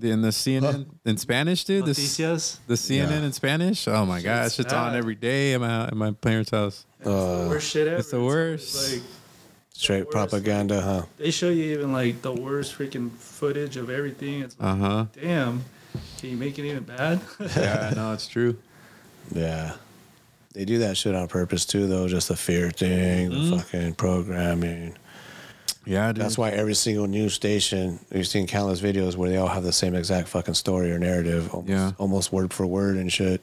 Speaker 2: in the CNN in Spanish, dude. The, s-
Speaker 4: Noticias?
Speaker 2: the CNN
Speaker 4: Yeah.
Speaker 2: in Spanish. Oh my gosh, it's on
Speaker 4: bad.
Speaker 2: every day at my at my parents' house.
Speaker 4: worst shit ever.
Speaker 2: Uh, It's the worst.
Speaker 4: Like
Speaker 3: Straight propaganda, huh?
Speaker 4: they show you even like the worst freaking footage of everything. It's like,
Speaker 2: Uh huh.
Speaker 4: damn, can you make it even bad?
Speaker 2: Yeah, no, it's true.
Speaker 3: Yeah. They do that shit on purpose too, though. Just the fear thing, the fucking programming.
Speaker 2: Yeah, Mm-hmm. dude.
Speaker 3: that's why every single news station we've seen countless videos where they all have the same exact fucking story or narrative, almost,
Speaker 2: Yeah.
Speaker 3: almost word for word and shit.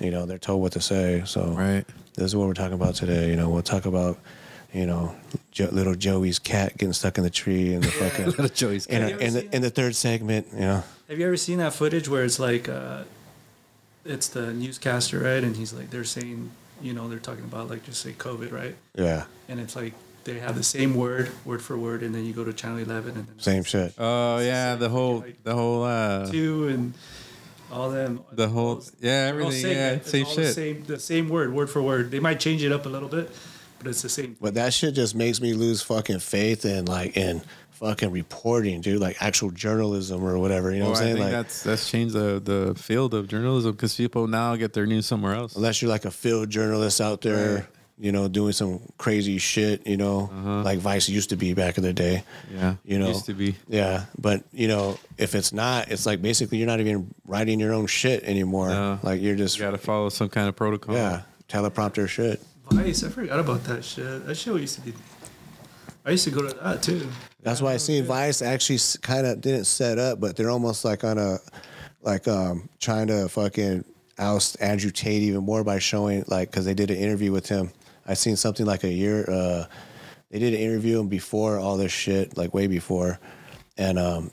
Speaker 3: You know, they're told what to say. So
Speaker 2: right,
Speaker 3: this is what we're talking about today. You know, we'll talk about. You know, jo- little Joey's cat getting stuck in the tree and the fucking
Speaker 2: Little Joey's
Speaker 3: in,
Speaker 2: cat.
Speaker 3: in, the, in the third segment. You know,
Speaker 4: Have you ever seen that footage where it's like, uh, it's the newscaster, right? And he's like, they're saying, you know, they're talking about like just say COVID, right?
Speaker 3: yeah,
Speaker 4: And it's like they have the same word, word for word, and then you go to channel eleven and then
Speaker 3: same shit.
Speaker 2: Oh yeah, the whole the whole uh
Speaker 4: two and all them.
Speaker 2: the whole yeah
Speaker 4: They're all
Speaker 2: everything
Speaker 4: same,
Speaker 2: yeah
Speaker 4: right? It's
Speaker 2: same
Speaker 4: all the
Speaker 2: shit.
Speaker 4: same, the same word, word for word. They might change it up a little bit, but it's the same.
Speaker 3: But that shit just makes me lose fucking faith in like in fucking reporting, dude. Like actual journalism or whatever. You know
Speaker 2: Well,
Speaker 3: what
Speaker 2: Oh, I
Speaker 3: I'm saying?
Speaker 2: think
Speaker 3: Like
Speaker 2: that's that's changed the the field of journalism because people now get their news somewhere else.
Speaker 3: unless you're like a field journalist out there,
Speaker 2: Right. Uh-huh.
Speaker 3: you know, doing some crazy shit, you know, like Vice used to be back in the day.
Speaker 2: Yeah,
Speaker 3: You know,
Speaker 2: used to be.
Speaker 3: Yeah, but you know, if it's not, it's like basically you're not even writing your own shit anymore.
Speaker 2: No.
Speaker 3: Like you're just
Speaker 2: You got to follow some kind of protocol.
Speaker 3: yeah teleprompter shit.
Speaker 4: Vice, I forgot about that shit. That shit used to be. I used to go to that too.
Speaker 3: That's why I seen Vice actually kind of didn't set up, but they're almost like on a like um trying to fucking oust Andrew Tate even more by showing like because they did an interview with him. I seen something like a year. uh They did an interview him before all this shit, like way before, and um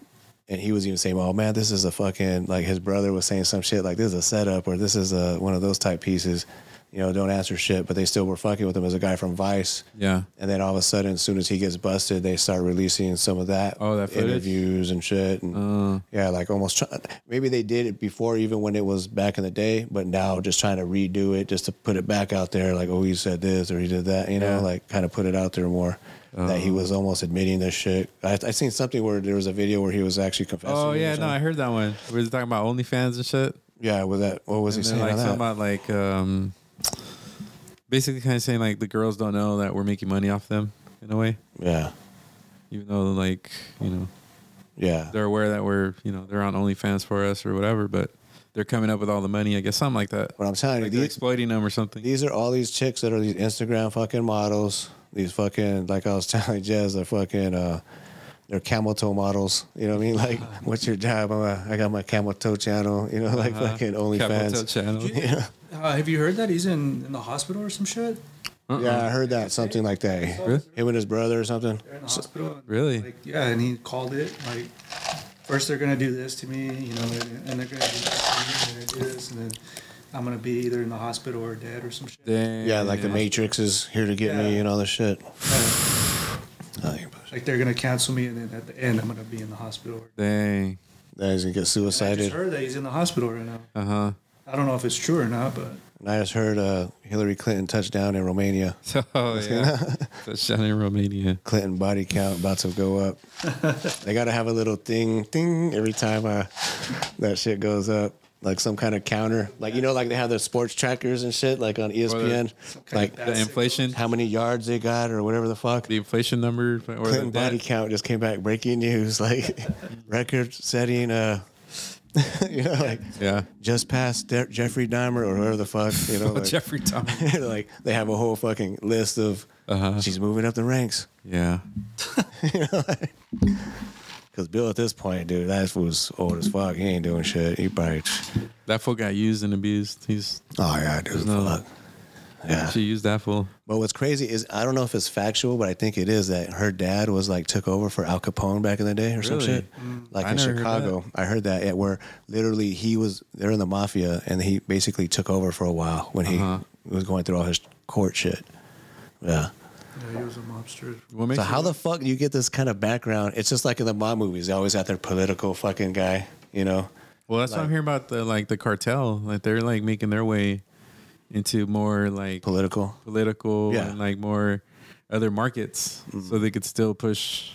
Speaker 3: and he was even saying, "Oh man, this is a fucking like his brother was saying some shit like this is a setup or this is a one of those type pieces." You know, don't answer shit, but they still were fucking with him as a guy from Vice.
Speaker 2: Yeah.
Speaker 3: And then all of a sudden, as soon as he gets busted, they start releasing some of that,
Speaker 2: Oh, that footage? Uh.
Speaker 3: interviews and shit. And yeah, like almost try, maybe they did it before, even when it was back in the day, but now just trying to redo it just to put it back out there. Like, oh, he said this or he did that, you know,
Speaker 2: Yeah. Oh.
Speaker 3: like kind of put it out there more. That he was almost admitting this shit. I, I seen something where there was a video where he was actually confessing.
Speaker 2: Oh
Speaker 3: it or
Speaker 2: yeah, no,
Speaker 3: something.
Speaker 2: I heard that one. We were talking about OnlyFans and shit.
Speaker 3: yeah. Was that what was
Speaker 2: and
Speaker 3: he
Speaker 2: then
Speaker 3: saying
Speaker 2: like
Speaker 3: on
Speaker 2: talking
Speaker 3: that?
Speaker 2: about like um, basically kind of saying like the girls don't know that we're making money off them in a way,
Speaker 3: yeah,
Speaker 2: even though like you know
Speaker 3: yeah,
Speaker 2: they're aware that we're you know they're on OnlyFans for us or whatever, but they're coming up with all the money. I guess something like that.
Speaker 3: But I'm telling
Speaker 2: Like
Speaker 3: you,
Speaker 2: they're
Speaker 3: these,
Speaker 2: exploiting them or something.
Speaker 3: These are all these chicks that are these Instagram fucking models. These fucking like I was telling Jez, they're fucking uh, they're camel toe models. You know what I mean? Like, what's your job? I'm a, I got my camel toe channel. You know, like
Speaker 2: Uh-huh.
Speaker 3: fucking
Speaker 2: Capital
Speaker 3: OnlyFans.
Speaker 2: channel.
Speaker 3: Yeah,
Speaker 4: Uh, have you heard that he's in, in the hospital or some shit?
Speaker 3: yeah, I heard that something like that.
Speaker 2: Really?
Speaker 3: Him and his brother or something.
Speaker 4: They're in the hospital. and,
Speaker 2: Really?
Speaker 4: Like, yeah, and he called it like, first they're gonna do this to me, you know, and, and they're gonna do this, to me, and they're gonna do this, and then I'm gonna be either in the hospital or dead or some shit.
Speaker 2: Damn.
Speaker 3: Yeah, like the Matrix is here to get me
Speaker 4: Yeah.
Speaker 3: and all this shit. Like,
Speaker 4: Like they're gonna cancel me, and then at the end I'm gonna be in the hospital. Or
Speaker 2: Dang.
Speaker 3: That he's gonna get
Speaker 4: I just
Speaker 3: suicided.
Speaker 4: heard that he's in the hospital right now.
Speaker 2: Uh huh.
Speaker 4: I don't know if it's true or not, but
Speaker 3: And I just heard uh, Hillary Clinton touchdown in Romania.
Speaker 2: Oh yeah. Touchdown in Romania.
Speaker 3: Clinton body count about to go up. they got to have a little thing, thing every time uh, that shit goes up, like some kind of counter. Like you know, like they have their sports trackers and shit, like on E ESPN, like
Speaker 2: The inflation,
Speaker 3: how many yards they got or whatever the fuck.
Speaker 2: the inflation number, or the
Speaker 3: Clinton
Speaker 2: debt.
Speaker 3: body count just came back breaking news, like record setting. Uh, you know, like
Speaker 2: Yeah.
Speaker 3: just past De- Jeffrey Dahmer or whoever the fuck. You
Speaker 2: Oh,
Speaker 3: know, like,
Speaker 2: Jeffrey Dahmer.
Speaker 3: like they have a whole fucking list of. She's moving up the ranks.
Speaker 2: Yeah.
Speaker 3: Because Bill, at this point, dude, that fool's old as fuck. He ain't doing shit. He probably.
Speaker 2: That fool got used and abused. He's
Speaker 3: Oh yeah, dude.
Speaker 2: no-
Speaker 3: fuck. Yeah.
Speaker 2: she used that fool.
Speaker 3: But what's crazy is I don't know if it's factual, but I think it is that her dad was like took over for Al Capone back in the day or some
Speaker 2: Really? Mm.
Speaker 3: shit. Like
Speaker 2: I
Speaker 3: in
Speaker 2: never heard
Speaker 3: Chicago, I heard that yeah, where literally he was they're in the mafia and he basically took over for a while when
Speaker 2: Uh-huh.
Speaker 3: he was going through all his court shit. Yeah.
Speaker 4: yeah, he was a mobster.
Speaker 2: What makes
Speaker 3: So
Speaker 2: you-
Speaker 3: how the fuck do you get this kind of background? It's just like in the mob movies. They always got their political fucking guy, you know.
Speaker 2: Well, that's what I'm hearing about the like the cartel. Like they're like making their way into more like
Speaker 3: Political.
Speaker 2: political
Speaker 3: Yeah. Mm-hmm.
Speaker 2: and like more other markets, so they could still push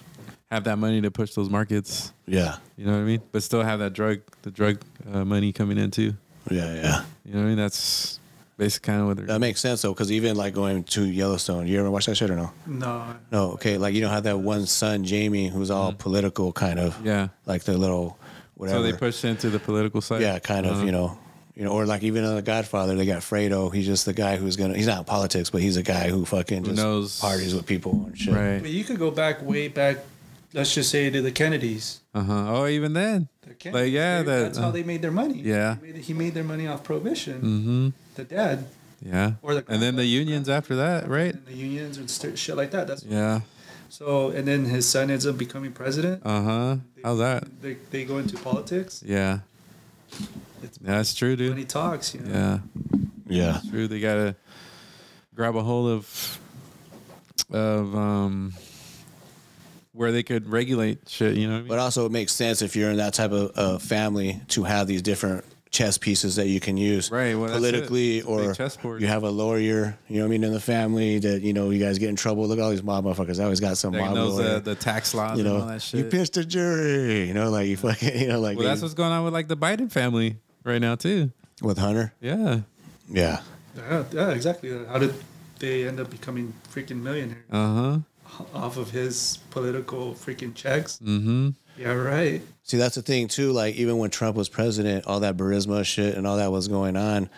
Speaker 2: have that money to push those markets.
Speaker 3: Yeah.
Speaker 2: You know what I mean? But still have that drug, the drug uh, money coming in too.
Speaker 3: Yeah, yeah.
Speaker 2: You know what I mean? That's basically kind of what they're.
Speaker 3: That makes sense though, because even like going to Yellowstone, you ever watch that shit or no?
Speaker 4: No.
Speaker 3: No, okay. Like you don't have that one son, Jamie, who's all political kind of.
Speaker 2: Mm-hmm. Yeah.
Speaker 3: Like the little whatever.
Speaker 2: So they pushed into the political side.
Speaker 3: yeah, kind of,
Speaker 2: Uh-huh.
Speaker 3: you know. You know, or like even on The Godfather, they got Fredo. He's just the guy who's gonna. He's not in politics, but he's a guy who fucking
Speaker 2: Who
Speaker 3: just
Speaker 2: knows.
Speaker 3: parties with people and shit.
Speaker 2: Right.
Speaker 4: But you could go back way back. Let's just say to the Kennedys.
Speaker 2: Uh huh. Oh, even then. Like yeah, that. uh,
Speaker 4: that's how they made their money.
Speaker 2: Yeah.
Speaker 4: He made, he made their money off prohibition.
Speaker 2: Mm-hmm.
Speaker 4: The dad,
Speaker 2: Yeah.
Speaker 4: Or the
Speaker 2: and then the unions after that, right?
Speaker 4: the unions, and st- shit like that. That's
Speaker 2: Yeah.
Speaker 4: So, and then his son ends up becoming president.
Speaker 2: Uh huh. How's that?
Speaker 4: They, they go into politics.
Speaker 2: Yeah. Yeah, that's true, dude.
Speaker 4: Money talks, you know?
Speaker 2: Yeah.
Speaker 3: Yeah.
Speaker 2: It's true. They gotta grab a hold of of um where they could regulate shit. You know. What I mean?
Speaker 3: But also, it makes sense if you're in that type of uh, family to have these different chess pieces that you can use
Speaker 2: Right, well, that's it.
Speaker 3: politically
Speaker 2: It's a big
Speaker 3: or
Speaker 2: chessboard.
Speaker 3: you have a lawyer you know what i mean in the family that you know you guys get in trouble look at all these mob motherfuckers i always got some
Speaker 2: That
Speaker 3: mob
Speaker 2: knows uh,
Speaker 3: lawyer
Speaker 2: the, the tax laws
Speaker 3: you know
Speaker 2: and all that shit.
Speaker 3: you pissed the jury you know like you fucking you know like
Speaker 2: well, that's
Speaker 3: you-
Speaker 2: what's going on with like the Biden family right now too.
Speaker 3: with hunter
Speaker 2: Yeah.
Speaker 3: yeah
Speaker 4: Yeah, yeah, exactly. Uh, How did they end up becoming freaking millionaires
Speaker 2: Uh huh.
Speaker 4: off of his political freaking checks?
Speaker 2: Mm-hmm.
Speaker 4: Yeah, right.
Speaker 3: See, that's the thing too. Like even when Trump was president, all that Burisma shit and all that was going on.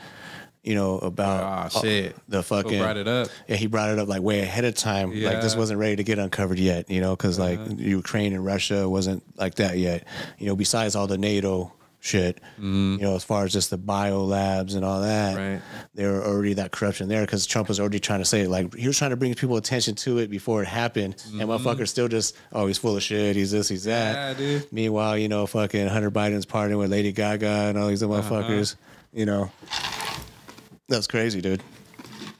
Speaker 3: You know about
Speaker 2: Ah, shit.
Speaker 3: the
Speaker 2: Who
Speaker 3: fucking
Speaker 2: brought it up?
Speaker 3: Yeah, he brought it up like way ahead of time. Like this
Speaker 2: Yeah. Uh-huh.
Speaker 3: wasn't ready to get uncovered yet. You know, because like Ukraine and Russia wasn't like that yet. You know, besides all the NATO shit. You know, as far as just the bio labs and all that,
Speaker 2: Mm-hmm. Right.
Speaker 3: there were already that corruption there because Trump was already trying to say like he was trying to bring people attention to it before it happened, and motherfuckers still just oh he's full of shit, he's this, he's that.
Speaker 2: Mm-hmm. Yeah, dude.
Speaker 3: Meanwhile, you know, fucking Hunter Biden's partying with Lady Gaga and all these other
Speaker 2: Uh-huh.
Speaker 3: motherfuckers. You know, that's crazy, dude.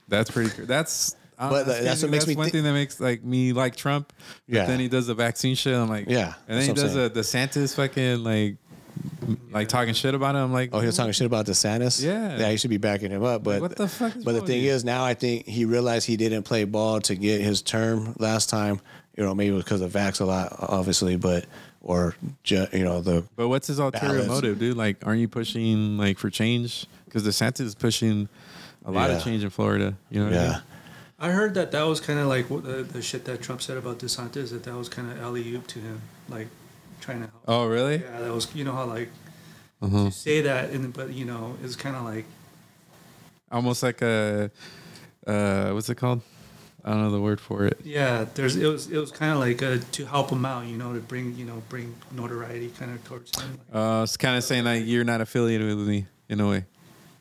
Speaker 2: That's pretty. cr- That's. uh,
Speaker 3: But that's
Speaker 2: crazy.
Speaker 3: what makes me
Speaker 2: one
Speaker 3: thi-
Speaker 2: thing that makes like me like Trump. But
Speaker 3: Yeah.
Speaker 2: Then he does the vaccine shit. I'm like. And
Speaker 3: Yeah, that's
Speaker 2: then he
Speaker 3: what I'm
Speaker 2: does a DeSantis fucking like, like talking shit about him. I'm like.
Speaker 3: Oh, he was talking shit about DeSantis.
Speaker 2: Yeah.
Speaker 3: yeah, he should be backing him up. But
Speaker 2: what the fuck is
Speaker 3: but the
Speaker 2: wrong with
Speaker 3: thing
Speaker 2: you?
Speaker 3: is, now I think he realized he didn't play ball to get his term last time. You know, maybe it was because of vax a lot, obviously, but or ju- you know the
Speaker 2: But what's his ulterior
Speaker 3: Balance.
Speaker 2: motive, dude? Like, aren't you pushing like for change? Because DeSantis is pushing a lot
Speaker 3: Yeah.
Speaker 2: of change in Florida. You know. What I
Speaker 3: yeah.
Speaker 2: mean?
Speaker 4: I heard that that was kind of like what the, the shit that Trump said about DeSantis, that that was kind of alley oop to him, like trying to help.
Speaker 2: Oh, really?
Speaker 4: Yeah, that was, you know, how like
Speaker 2: Uh-huh.
Speaker 4: you say that, and but you know, it's kind of like,
Speaker 2: Almost like a, uh, what's it called? I don't know the word for it.
Speaker 4: yeah, there's it was it was kind of like uh, to help him out, you know, to bring you know bring notoriety kind of towards him.
Speaker 2: Uh, it's kind of saying like you're not affiliated with me in a way,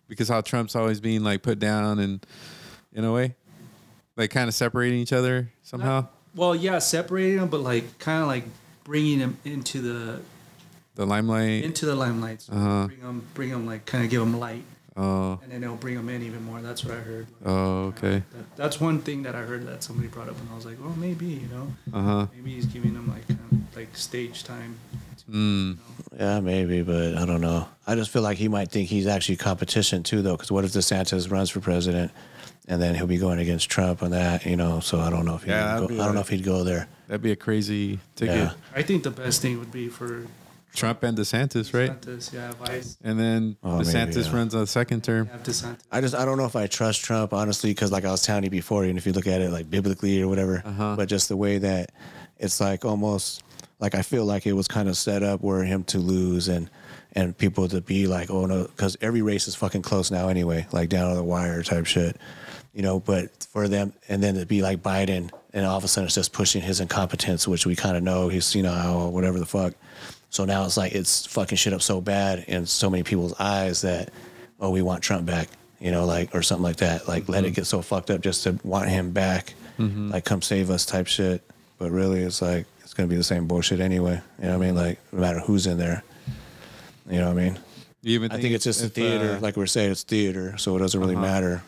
Speaker 2: because how Trump's always being like put down and in a way, like kind of separating each other somehow.
Speaker 4: Well, yeah, separating them, but like kind of like bringing him into the
Speaker 2: The limelight.
Speaker 4: into the limelight. So
Speaker 2: Uh-huh.
Speaker 4: Bring him, bring him, like kind of give him light,
Speaker 2: Oh,
Speaker 4: and then it'll bring him in even more. That's what I heard.
Speaker 2: oh, okay.
Speaker 4: That, that's one thing that I heard that somebody brought up, and I was like, well, maybe you know,
Speaker 2: Uh huh.
Speaker 4: maybe he's giving him like kind of like stage time.
Speaker 2: Mm.
Speaker 3: Yeah, maybe, but I don't know. I just feel like he might think he's actually competition too, though. Because what if DeSantis runs for president, and then he'll be going against Trump and that, you know? So I don't know if he.
Speaker 2: Yeah,
Speaker 3: would
Speaker 2: that'd
Speaker 3: go,
Speaker 2: be
Speaker 3: I don't know
Speaker 2: like-
Speaker 3: if he'd go there.
Speaker 2: That'd be a crazy ticket.
Speaker 3: Yeah.
Speaker 4: I think the best thing would be for
Speaker 2: Trump and DeSantis, right?
Speaker 4: DeSantis, yeah, Vice.
Speaker 2: And then
Speaker 3: Oh, maybe,
Speaker 2: DeSantis
Speaker 3: yeah.
Speaker 2: runs a second term.
Speaker 4: Have DeSantis.
Speaker 3: I just I don't know if I trust Trump honestly, because like I was telling you before, and if you look at it like biblically or whatever, but just the way that it's like almost like I feel like it was kind of set up where him to lose and and people to be like, oh no, because every race is fucking close now anyway, like down on the wire type shit. you know, but for them, and then to be like Biden, and all of a sudden it's just pushing his incompetence, which we kind of know he's senile or whatever the fuck. So now it's like it's fucking shit up so bad in so many people's eyes that, oh, we want Trump back, you know, like or something like that. Like let it get so fucked up just to want him back, like come save us type shit. But really, it's like it's gonna be the same bullshit anyway. You know what I mean? Like no matter who's in there, you know what I mean?
Speaker 2: You even
Speaker 3: I think it's just
Speaker 2: if,
Speaker 3: a theater.
Speaker 2: uh,
Speaker 3: like we we're saying, it's theater, so it doesn't really matter.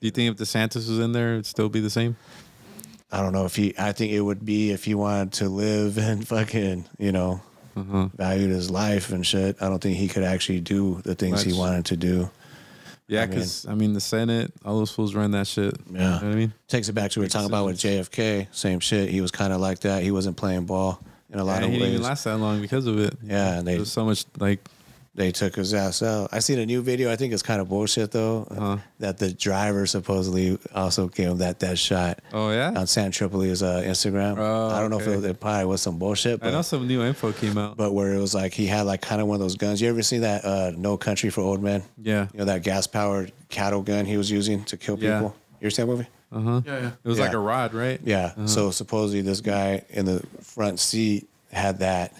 Speaker 2: do you think if DeSantis was in there, it'd still be the same?
Speaker 3: I don't know if he. I think it would be if he wanted to live and fucking, you know,
Speaker 2: Mm-hmm.
Speaker 3: valued his life and shit. I don't think he could actually do the things he
Speaker 2: Much.
Speaker 3: wanted to do.
Speaker 2: Yeah,
Speaker 3: I mean-
Speaker 2: because I, mean the Senate, all those fools run that shit.
Speaker 3: Yeah.
Speaker 2: you know what I mean,
Speaker 3: Takes it back to what we were talking about with JFK. Same shit. He was kind of like that. He wasn't playing ball. in a lot
Speaker 2: Yeah,
Speaker 3: of
Speaker 2: he
Speaker 3: ways.
Speaker 2: didn't even last that long because of it.
Speaker 3: Yeah, and they
Speaker 2: There's so much like
Speaker 3: they took his ass out. I seen a new video. I think it's kind of bullshit though.
Speaker 2: Uh-huh.
Speaker 3: That the driver supposedly also gave him that that shot.
Speaker 2: Oh yeah,
Speaker 3: on San Tripoli's uh, Instagram. I don't know
Speaker 2: Oh, okay.
Speaker 3: if it, it probably was some bullshit. But,
Speaker 2: I know some new info came out.
Speaker 3: But where it was like he had like kind of one of those guns. You ever seen that uh, No Country for Old Men?
Speaker 2: Yeah.
Speaker 3: You know that gas powered cattle gun he was using to kill people.
Speaker 2: Yeah.
Speaker 3: You ever seen that movie?
Speaker 2: Uh huh.
Speaker 4: Yeah, yeah.
Speaker 2: It was like
Speaker 3: Yeah.
Speaker 2: a rod, right?
Speaker 3: Yeah.
Speaker 2: Uh-huh.
Speaker 3: So supposedly this guy in the front seat had that,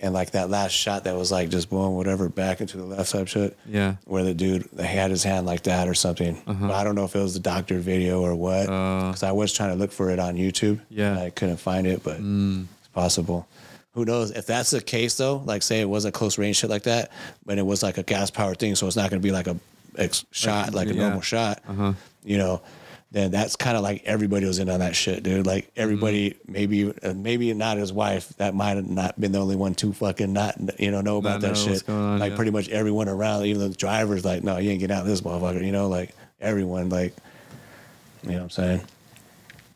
Speaker 3: and like that last shot that was like just blowing whatever back into the left type shit.
Speaker 2: Yeah. Uh-huh.
Speaker 3: Where the dude they had his hand like that or something. But I don't know if it was the doctor video or what, because I was trying to look for it on YouTube.
Speaker 2: Uh. Yeah. Mm.
Speaker 3: and I couldn't find it, but it's possible. Who knows if that's the case though? Like, say it was a close range shit like that, but it was like a gas powered thing, so it's not going to be like a ex- shot, like a
Speaker 2: yeah.
Speaker 3: normal shot
Speaker 2: Uh-huh.
Speaker 3: you know, then that's kind of like everybody was in on that shit, dude. Like everybody,
Speaker 2: Mm-hmm.
Speaker 3: maybe uh, maybe not his wife. That might have not been the only one to fucking not you know know
Speaker 2: Not
Speaker 3: about that
Speaker 2: know what's
Speaker 3: shit.
Speaker 2: going on,
Speaker 3: like
Speaker 2: yeah.
Speaker 3: pretty much everyone around, even the drivers, like no, you ain't getting out of this motherfucker. You know, like everyone, like you know what I'm saying.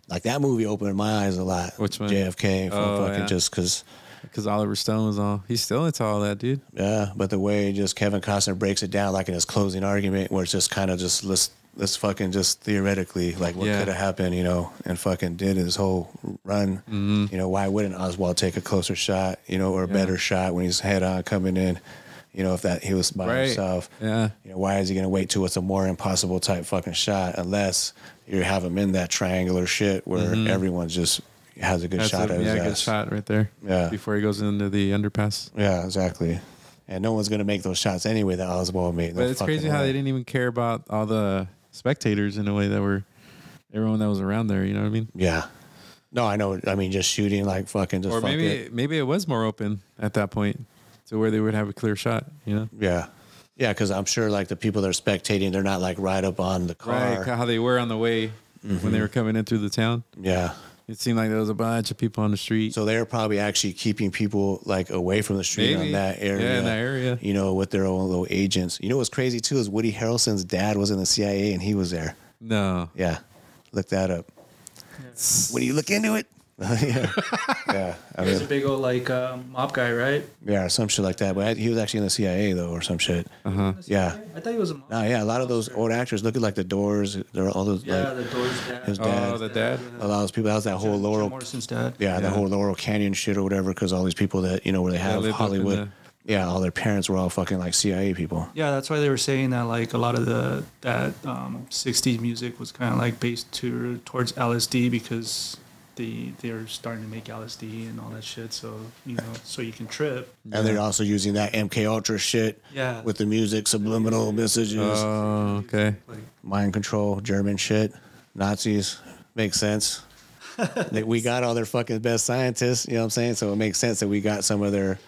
Speaker 3: Like that movie opened my eyes a lot.
Speaker 2: Which one?
Speaker 3: JFK from
Speaker 2: Oh,
Speaker 3: fucking
Speaker 2: yeah.
Speaker 3: just because.
Speaker 2: Because Oliver Stone was all. He's still into all that, dude.
Speaker 3: Yeah, but the way just Kevin Costner breaks it down, like in his closing argument, where it's just kind of just let's let's fucking just theoretically, like what
Speaker 2: Yeah.
Speaker 3: could have happened, you know, and fucking did his whole run.
Speaker 2: Mm-hmm.
Speaker 3: mm You know, why wouldn't Oswald take a closer shot, you know, or a better shot when he's head on coming in? You know, if that he was by
Speaker 2: Right.
Speaker 3: himself,
Speaker 2: Yeah.
Speaker 3: you know, why is he gonna wait till it's a more impossible type fucking shot unless you have him in that triangular shit where
Speaker 2: Mhm.
Speaker 3: everyone just has a good
Speaker 2: That's
Speaker 3: shot
Speaker 2: a,
Speaker 3: at his
Speaker 2: yeah,
Speaker 3: ass.
Speaker 2: good shot right there.
Speaker 3: Yeah.
Speaker 2: Before he goes into the underpass.
Speaker 3: Yeah, exactly. And no one's gonna make those shots anyway that Oswald made.
Speaker 2: But
Speaker 3: No
Speaker 2: it's
Speaker 3: fucking
Speaker 2: crazy how
Speaker 3: way.
Speaker 2: they didn't even care about all the spectators in a way that were everyone that was around there. You know what I mean?
Speaker 3: Yeah. No, I know. I mean, just shooting like fucking just.
Speaker 2: or
Speaker 3: fuck
Speaker 2: maybe
Speaker 3: it.
Speaker 2: maybe it was more open at that point to where they would have a clear shot. You know?
Speaker 3: Yeah. Yeah, because I'm sure like the people that are spectating, they're not like right up on the car.
Speaker 2: Right. Mm-hmm. How they were on the way when they
Speaker 3: Mhm.
Speaker 2: were coming in through the town.
Speaker 3: Yeah.
Speaker 2: It seemed like there was a bunch of people on the street.
Speaker 3: So they're probably actually keeping people like away from the street
Speaker 2: Maybe.
Speaker 3: on that area.
Speaker 2: Yeah, in that area.
Speaker 3: You know, with their own little agents. You know what's crazy too is Woody Harrelson's dad was in the CIA and he was there.
Speaker 2: No.
Speaker 3: Yeah. Look that up. When you look into it. yeah. Yeah. I
Speaker 4: He was a
Speaker 3: mean,
Speaker 4: big old like uh, mob guy, right?
Speaker 3: yeah, some shit like that. But I, he was actually in the CIA though, or some shit. Uh
Speaker 4: Uh-huh.
Speaker 3: huh. Yeah.
Speaker 4: I thought he was a mob.
Speaker 3: No, yeah, a lot of those old actors look at like the Doors. They're all those.
Speaker 4: Yeah,
Speaker 3: like,
Speaker 4: the Doors dad.
Speaker 3: His
Speaker 4: Oh,
Speaker 3: dad.
Speaker 2: the dad?
Speaker 3: A lot of those people. That was that whole Laurel.
Speaker 4: Morrison's dad.
Speaker 3: Yeah, the
Speaker 4: Yeah.
Speaker 3: whole Laurel Canyon shit or whatever. Because all these people that you know where they
Speaker 4: That
Speaker 3: have
Speaker 4: lived up in
Speaker 3: Hollywood.
Speaker 4: the-
Speaker 3: Yeah, all their parents were all fucking like CIA people.
Speaker 4: Yeah, that's why they were saying that like a lot of the that um, '60s music was kind of like based to towards LSD because they they're starting to make LSD and all that shit. So you know, so you can trip.
Speaker 3: And they're also using that MK Ultra shit.
Speaker 4: Yeah.
Speaker 3: With the music, subliminal messages.
Speaker 4: Uh.
Speaker 2: Oh, okay.
Speaker 3: Mind control, German shit, Nazis. Makes sense. that we got all their fucking best scientists. You know what I'm saying? So it makes sense that we got some of their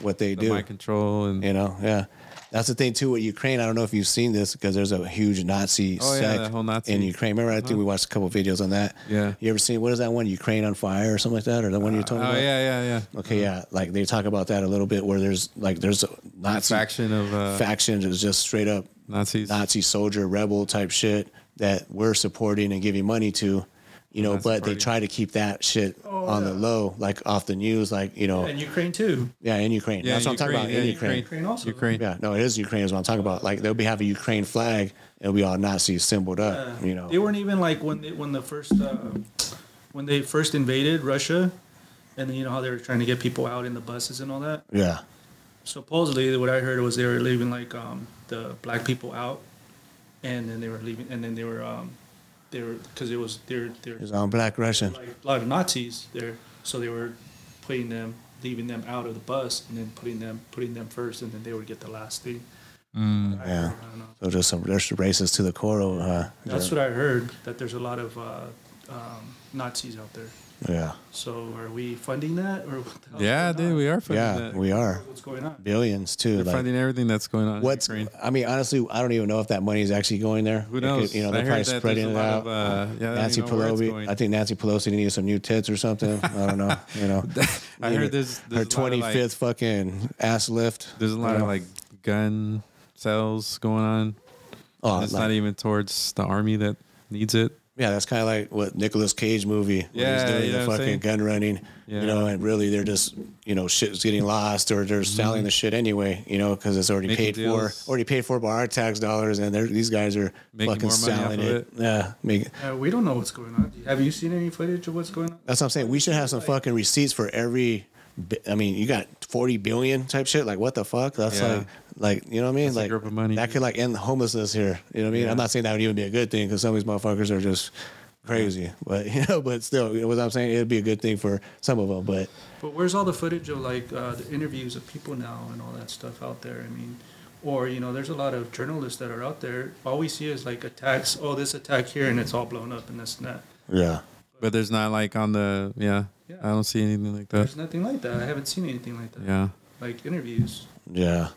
Speaker 3: what they do.
Speaker 2: mind control and
Speaker 3: you know, yeah. That's the thing too with Ukraine. I don't know if you've seen this because there's a huge Nazi
Speaker 2: Oh, yeah,
Speaker 3: sect
Speaker 2: that whole Nazi-
Speaker 3: in Ukraine. Remember, I think we watched a couple videos on that.
Speaker 2: Yeah.
Speaker 3: You ever seen what is that one? Ukraine on fire or something like that, or the one you're
Speaker 2: Oh
Speaker 3: talking
Speaker 2: yeah, Uh-huh.
Speaker 3: about?
Speaker 2: yeah, yeah.
Speaker 3: Okay, yeah. Like they talk about that a little bit, where there's like there's a Nazi
Speaker 2: faction of uh,
Speaker 3: faction is just straight up
Speaker 2: Nazis.
Speaker 3: Nazi soldier rebel type shit that we're supporting and giving money to, you know.
Speaker 4: Nazi
Speaker 3: But they
Speaker 4: party.
Speaker 3: try to keep that shit
Speaker 4: Oh,
Speaker 3: on
Speaker 4: yeah.
Speaker 3: the low, like off the news, like you know.
Speaker 4: and Ukraine too.
Speaker 3: Yeah, in Ukraine.
Speaker 4: Yeah,
Speaker 3: That's what I'm talking
Speaker 4: Ukraine.
Speaker 3: about. in
Speaker 4: Yeah,
Speaker 3: Ukraine.
Speaker 4: Ukraine also.
Speaker 2: Ukraine.
Speaker 3: Yeah, no, it is Ukraine is what I'm talking about. Like they'll be having a Ukraine flag. It'll be all Nazis symboled up.
Speaker 4: Yeah.
Speaker 3: You know.
Speaker 4: Uh, They weren't even like when they, when the first uh, when they first invaded Russia, and then you know how they were trying to get people out in the buses and all that.
Speaker 3: Yeah.
Speaker 4: Supposedly, what I heard was they were leaving like um, the black people out, and then they were leaving, and then they were um, they were because it was they're they're
Speaker 3: It's on black Russian.
Speaker 4: like a lot of Nazis there, so they were putting them leaving them out of the bus and then putting them putting them first, and then they would get the last thing.
Speaker 3: yeah. So just some there's racist to the core. Uh,
Speaker 4: That's what I heard. That there's a lot of uh, um, Nazis out there.
Speaker 3: Yeah.
Speaker 4: So are we funding that or what the hell?
Speaker 2: Yeah, dude, we are funding
Speaker 3: Yeah,
Speaker 2: that.
Speaker 3: we are.
Speaker 4: What's going on?
Speaker 3: Billions too.
Speaker 2: They're
Speaker 3: like-
Speaker 2: funding everything that's going on. in
Speaker 3: What's
Speaker 2: Ukraine.
Speaker 3: I mean, honestly, I don't even know if that money is actually going there.
Speaker 2: Who
Speaker 3: It could-
Speaker 2: knows?
Speaker 3: you know,
Speaker 2: I
Speaker 3: they're
Speaker 2: heard
Speaker 3: probably
Speaker 2: that there's
Speaker 3: spreading
Speaker 2: a
Speaker 3: it
Speaker 2: lot
Speaker 3: out.
Speaker 2: of, uh, yeah, I don't
Speaker 3: Nancy
Speaker 2: even know where it's
Speaker 3: Pelosi.
Speaker 2: going.
Speaker 3: I think Nancy Pelosi needed some new tits or something. I don't know. You know,
Speaker 2: I heard there's- there's a lot
Speaker 3: her
Speaker 2: of,
Speaker 3: twenty fifth fucking ass lift.
Speaker 2: There's a lot
Speaker 3: you
Speaker 2: of
Speaker 3: know?
Speaker 2: like gun sales going on.
Speaker 3: Oh,
Speaker 2: it's
Speaker 3: like-
Speaker 2: not even towards the army that needs it.
Speaker 3: Yeah, that's kind of like what Nicolas Cage movie. where
Speaker 2: Yeah,
Speaker 3: he's doing
Speaker 2: you know
Speaker 3: the
Speaker 2: what I'm
Speaker 3: fucking
Speaker 2: saying?
Speaker 3: gun running.
Speaker 2: Yeah.
Speaker 3: You know, and really they're just you know shit's getting lost or they're selling the shit anyway. You know, because it's already
Speaker 2: Mm-hmm. Making
Speaker 3: paid
Speaker 2: deals.
Speaker 3: for, already paid for by our tax dollars, and they're, these guys are
Speaker 2: Making
Speaker 3: fucking
Speaker 2: more money off
Speaker 3: selling
Speaker 2: of
Speaker 3: it. Yeah, make,
Speaker 4: Uh, we don't know what's going on. Have you seen any footage of what's going on?
Speaker 3: that's what I'm saying. We should have some fucking receipts for every. bi- I mean, you got forty billion type shit. Like, what the fuck? That's
Speaker 2: Yeah.
Speaker 3: like, like you know what I mean? like, that could like end homelessness here. You know what I mean?
Speaker 2: Yeah.
Speaker 3: I'm not saying that would even be a good thing because some of these motherfuckers are just crazy. But you know, but still, you know what I'm saying? It'd be a good thing for some of them. But
Speaker 4: But where's all the footage of like uh, the interviews of people now and all that stuff out there? I mean, or you know, there's a lot of journalists that are out there. All we see is like attacks. Oh, this attack here, and it's all blown up, and this and that.
Speaker 3: Yeah.
Speaker 2: But there's not like on the yeah. I don't see anything like that.
Speaker 4: There's nothing like that. I haven't seen anything like that.
Speaker 2: Yeah.
Speaker 4: Like interviews.
Speaker 3: yeah,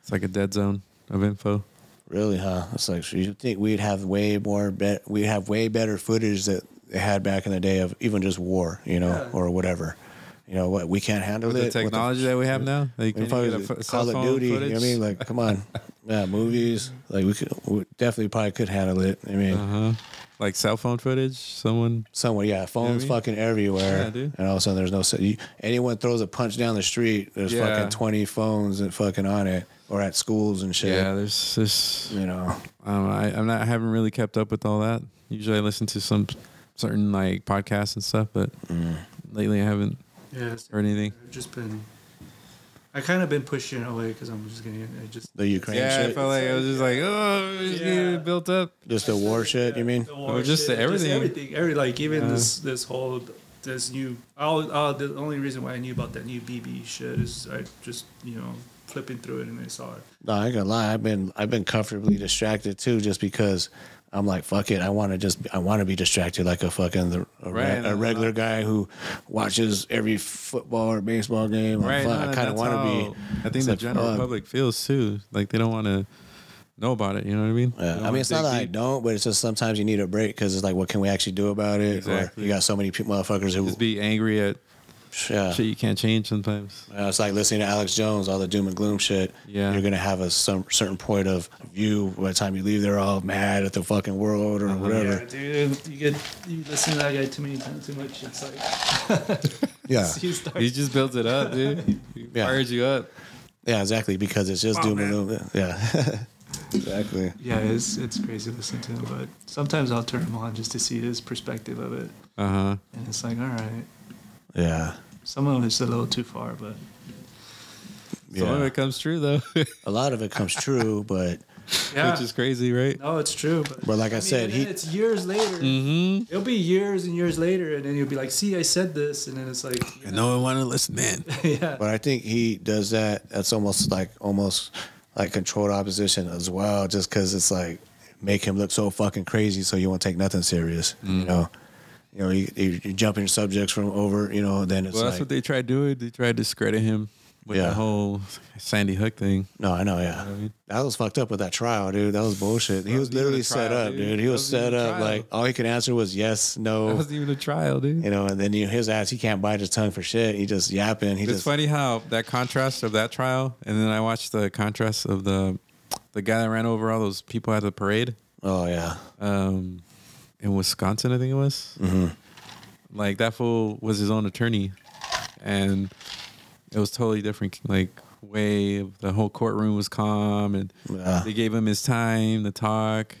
Speaker 2: it's like a dead zone of info.
Speaker 3: Really, huh? It's like you think we'd have way more bet we'd have way better footage that they had back in the day of even just war, you know,
Speaker 2: Yeah.
Speaker 3: or whatever. You know what? We can't handle
Speaker 2: With the
Speaker 3: it. What
Speaker 2: technology that we have now,
Speaker 3: I mean,
Speaker 2: like, can you
Speaker 3: probably
Speaker 2: get a
Speaker 3: the
Speaker 2: ph- cell
Speaker 3: Call of
Speaker 2: phone
Speaker 3: Duty. You know what I
Speaker 2: footage?
Speaker 3: mean, like, come on, yeah, movies. Like we could, we definitely probably could handle it. I mean,
Speaker 2: Uh-huh. like cell phone footage. Someone,
Speaker 3: someone, yeah, phones
Speaker 2: mean?
Speaker 3: fucking everywhere.
Speaker 2: Yeah, dude.
Speaker 3: And all of a sudden, there's no. se- You, anyone throws a punch down the street, there's
Speaker 2: Yeah.
Speaker 3: fucking twenty phones and fucking on it, or at schools and shit.
Speaker 2: Yeah, there's this.
Speaker 3: You know,
Speaker 2: um, I, I'm not. I haven't really kept up with all that. Usually, I listen to some certain like podcasts and stuff, but
Speaker 3: Mm.
Speaker 2: lately I haven't
Speaker 4: Yeah. it's-
Speaker 2: heard anything.
Speaker 4: I've just been. I kind of been pushing it away because I'm just gonna. I just
Speaker 3: The Ukraine
Speaker 2: yeah,
Speaker 3: shit.
Speaker 2: I felt like I was just like, oh, it's getting built up.
Speaker 3: Just the war shit, you mean?
Speaker 4: war
Speaker 2: Or just
Speaker 4: shit,
Speaker 2: the everything.
Speaker 4: Oh, everything, every like even
Speaker 2: Yeah.
Speaker 4: this this whole this new. I'll, i the only reason why I knew about that new BB shit is I just you know flipping through it and I saw it.
Speaker 3: No, I ain't gonna lie. I've been I've been comfortably distracted too, just because I'm like, fuck it. I want to just I want to be distracted like a fucking the, a, re-
Speaker 2: Right,
Speaker 3: a regular guy who watches every football or baseball game. Like,
Speaker 2: Right.
Speaker 3: fuck,
Speaker 2: no,
Speaker 3: I kind
Speaker 2: that's
Speaker 3: of want to be.
Speaker 2: how- I think
Speaker 3: it's
Speaker 2: the
Speaker 3: like,
Speaker 2: general
Speaker 3: fuck.
Speaker 2: public feels too. Like they don't want to know about it. You know what I mean? They
Speaker 3: Yeah.
Speaker 2: don't
Speaker 3: I mean,
Speaker 2: wanna
Speaker 3: it's not
Speaker 2: dig
Speaker 3: that I
Speaker 2: deep.
Speaker 3: don't, but it's just sometimes you need a break because it's like, what can we actually do about it? Or
Speaker 2: Exactly.
Speaker 3: you got so many pe- motherfuckers who
Speaker 2: just be angry at
Speaker 3: yeah.
Speaker 2: shit you can't change sometimes.
Speaker 3: Uh, it's like listening to Alex Jones, all the doom and gloom shit.
Speaker 2: Yeah.
Speaker 3: You're going to have a some certain point of view by the time you leave. They're all mad at the fucking world
Speaker 2: Uh-huh.
Speaker 3: or whatever.
Speaker 4: Yeah, dude, you get you listen to that guy too many times, too much. It's like
Speaker 3: Yeah.
Speaker 4: you start-
Speaker 2: He just builds it up, dude. He fires you up.
Speaker 3: Yeah, exactly. Because it's just
Speaker 4: Oh,
Speaker 3: doom
Speaker 4: man.
Speaker 3: and gloom. Yeah. exactly.
Speaker 4: yeah, it's it's crazy listening to him, but sometimes I'll turn him on just to see his perspective of it,
Speaker 2: Uh huh.
Speaker 4: and it's like all right,
Speaker 3: Yeah.
Speaker 4: some of it's a little too far, but
Speaker 2: Some of
Speaker 3: Yeah.
Speaker 2: it comes true though,
Speaker 3: A lot of it comes true, but
Speaker 4: Yeah.
Speaker 2: which is crazy, right?
Speaker 4: no, it's true. But,
Speaker 3: But like I
Speaker 4: mean,
Speaker 3: said,
Speaker 4: and then
Speaker 3: he-
Speaker 4: it's years later.
Speaker 2: Mm-hmm.
Speaker 4: It'll be years and years later, and then you'll be like, "See, I said this," and then it's like,
Speaker 2: I know I want to listen in.
Speaker 4: yeah,
Speaker 3: but I think he does that. That's almost like almost like controlled opposition as well, just because it's like make him look so fucking crazy, so you won't take nothing serious.
Speaker 2: Mm.
Speaker 3: You know, you know, you, you, you jump in subjects from over. You know, then it's
Speaker 2: Well, that's
Speaker 3: like
Speaker 2: what they tried doing. They tried to discredit him with
Speaker 3: Yeah.
Speaker 2: the whole Sandy Hook thing.
Speaker 3: no, I know, yeah. That was fucked up with that trial, dude. That was bullshit. He was
Speaker 2: even a
Speaker 3: literally set
Speaker 2: trial,
Speaker 3: up,
Speaker 2: dude.
Speaker 3: dude. He
Speaker 2: That
Speaker 3: was
Speaker 2: wasn't
Speaker 3: set
Speaker 2: even a
Speaker 3: up.
Speaker 2: trial.
Speaker 3: Like all he could answer was yes,
Speaker 2: That
Speaker 3: no.
Speaker 2: wasn't even a trial, dude.
Speaker 3: You know, and then you, his ass, he can't bite his tongue for shit. He just yapping. He
Speaker 2: it's
Speaker 3: just
Speaker 2: funny how that contrast of that trial, and then I watched the contrast of the the guy that ran over all those people at the parade.
Speaker 3: Oh yeah,
Speaker 2: um, in Wisconsin, I think it was. Like that fool was his own attorney, and it was totally different. Like way of the whole courtroom was calm, and
Speaker 3: Yeah.
Speaker 2: they gave him his time to talk.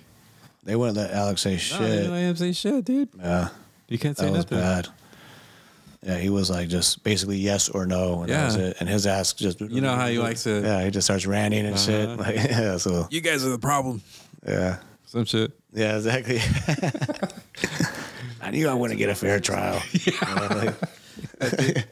Speaker 3: they wouldn't let Alex say
Speaker 2: No, they didn't
Speaker 3: shit.
Speaker 2: let him say shit, dude.
Speaker 3: Yeah.
Speaker 2: You can't say
Speaker 3: that was
Speaker 2: nothing.
Speaker 3: bad. Yeah, he was like just basically yes or no, and that was
Speaker 2: Yeah.
Speaker 3: it. And his ass just
Speaker 2: You know how he likes to-
Speaker 3: Yeah, he just starts ranting and shit.
Speaker 2: Uh-huh.
Speaker 3: Like yeah, so
Speaker 2: You guys are the problem.
Speaker 3: yeah,
Speaker 2: Some shit.
Speaker 3: yeah, exactly. I knew I wouldn't get a fair trial. You know, like,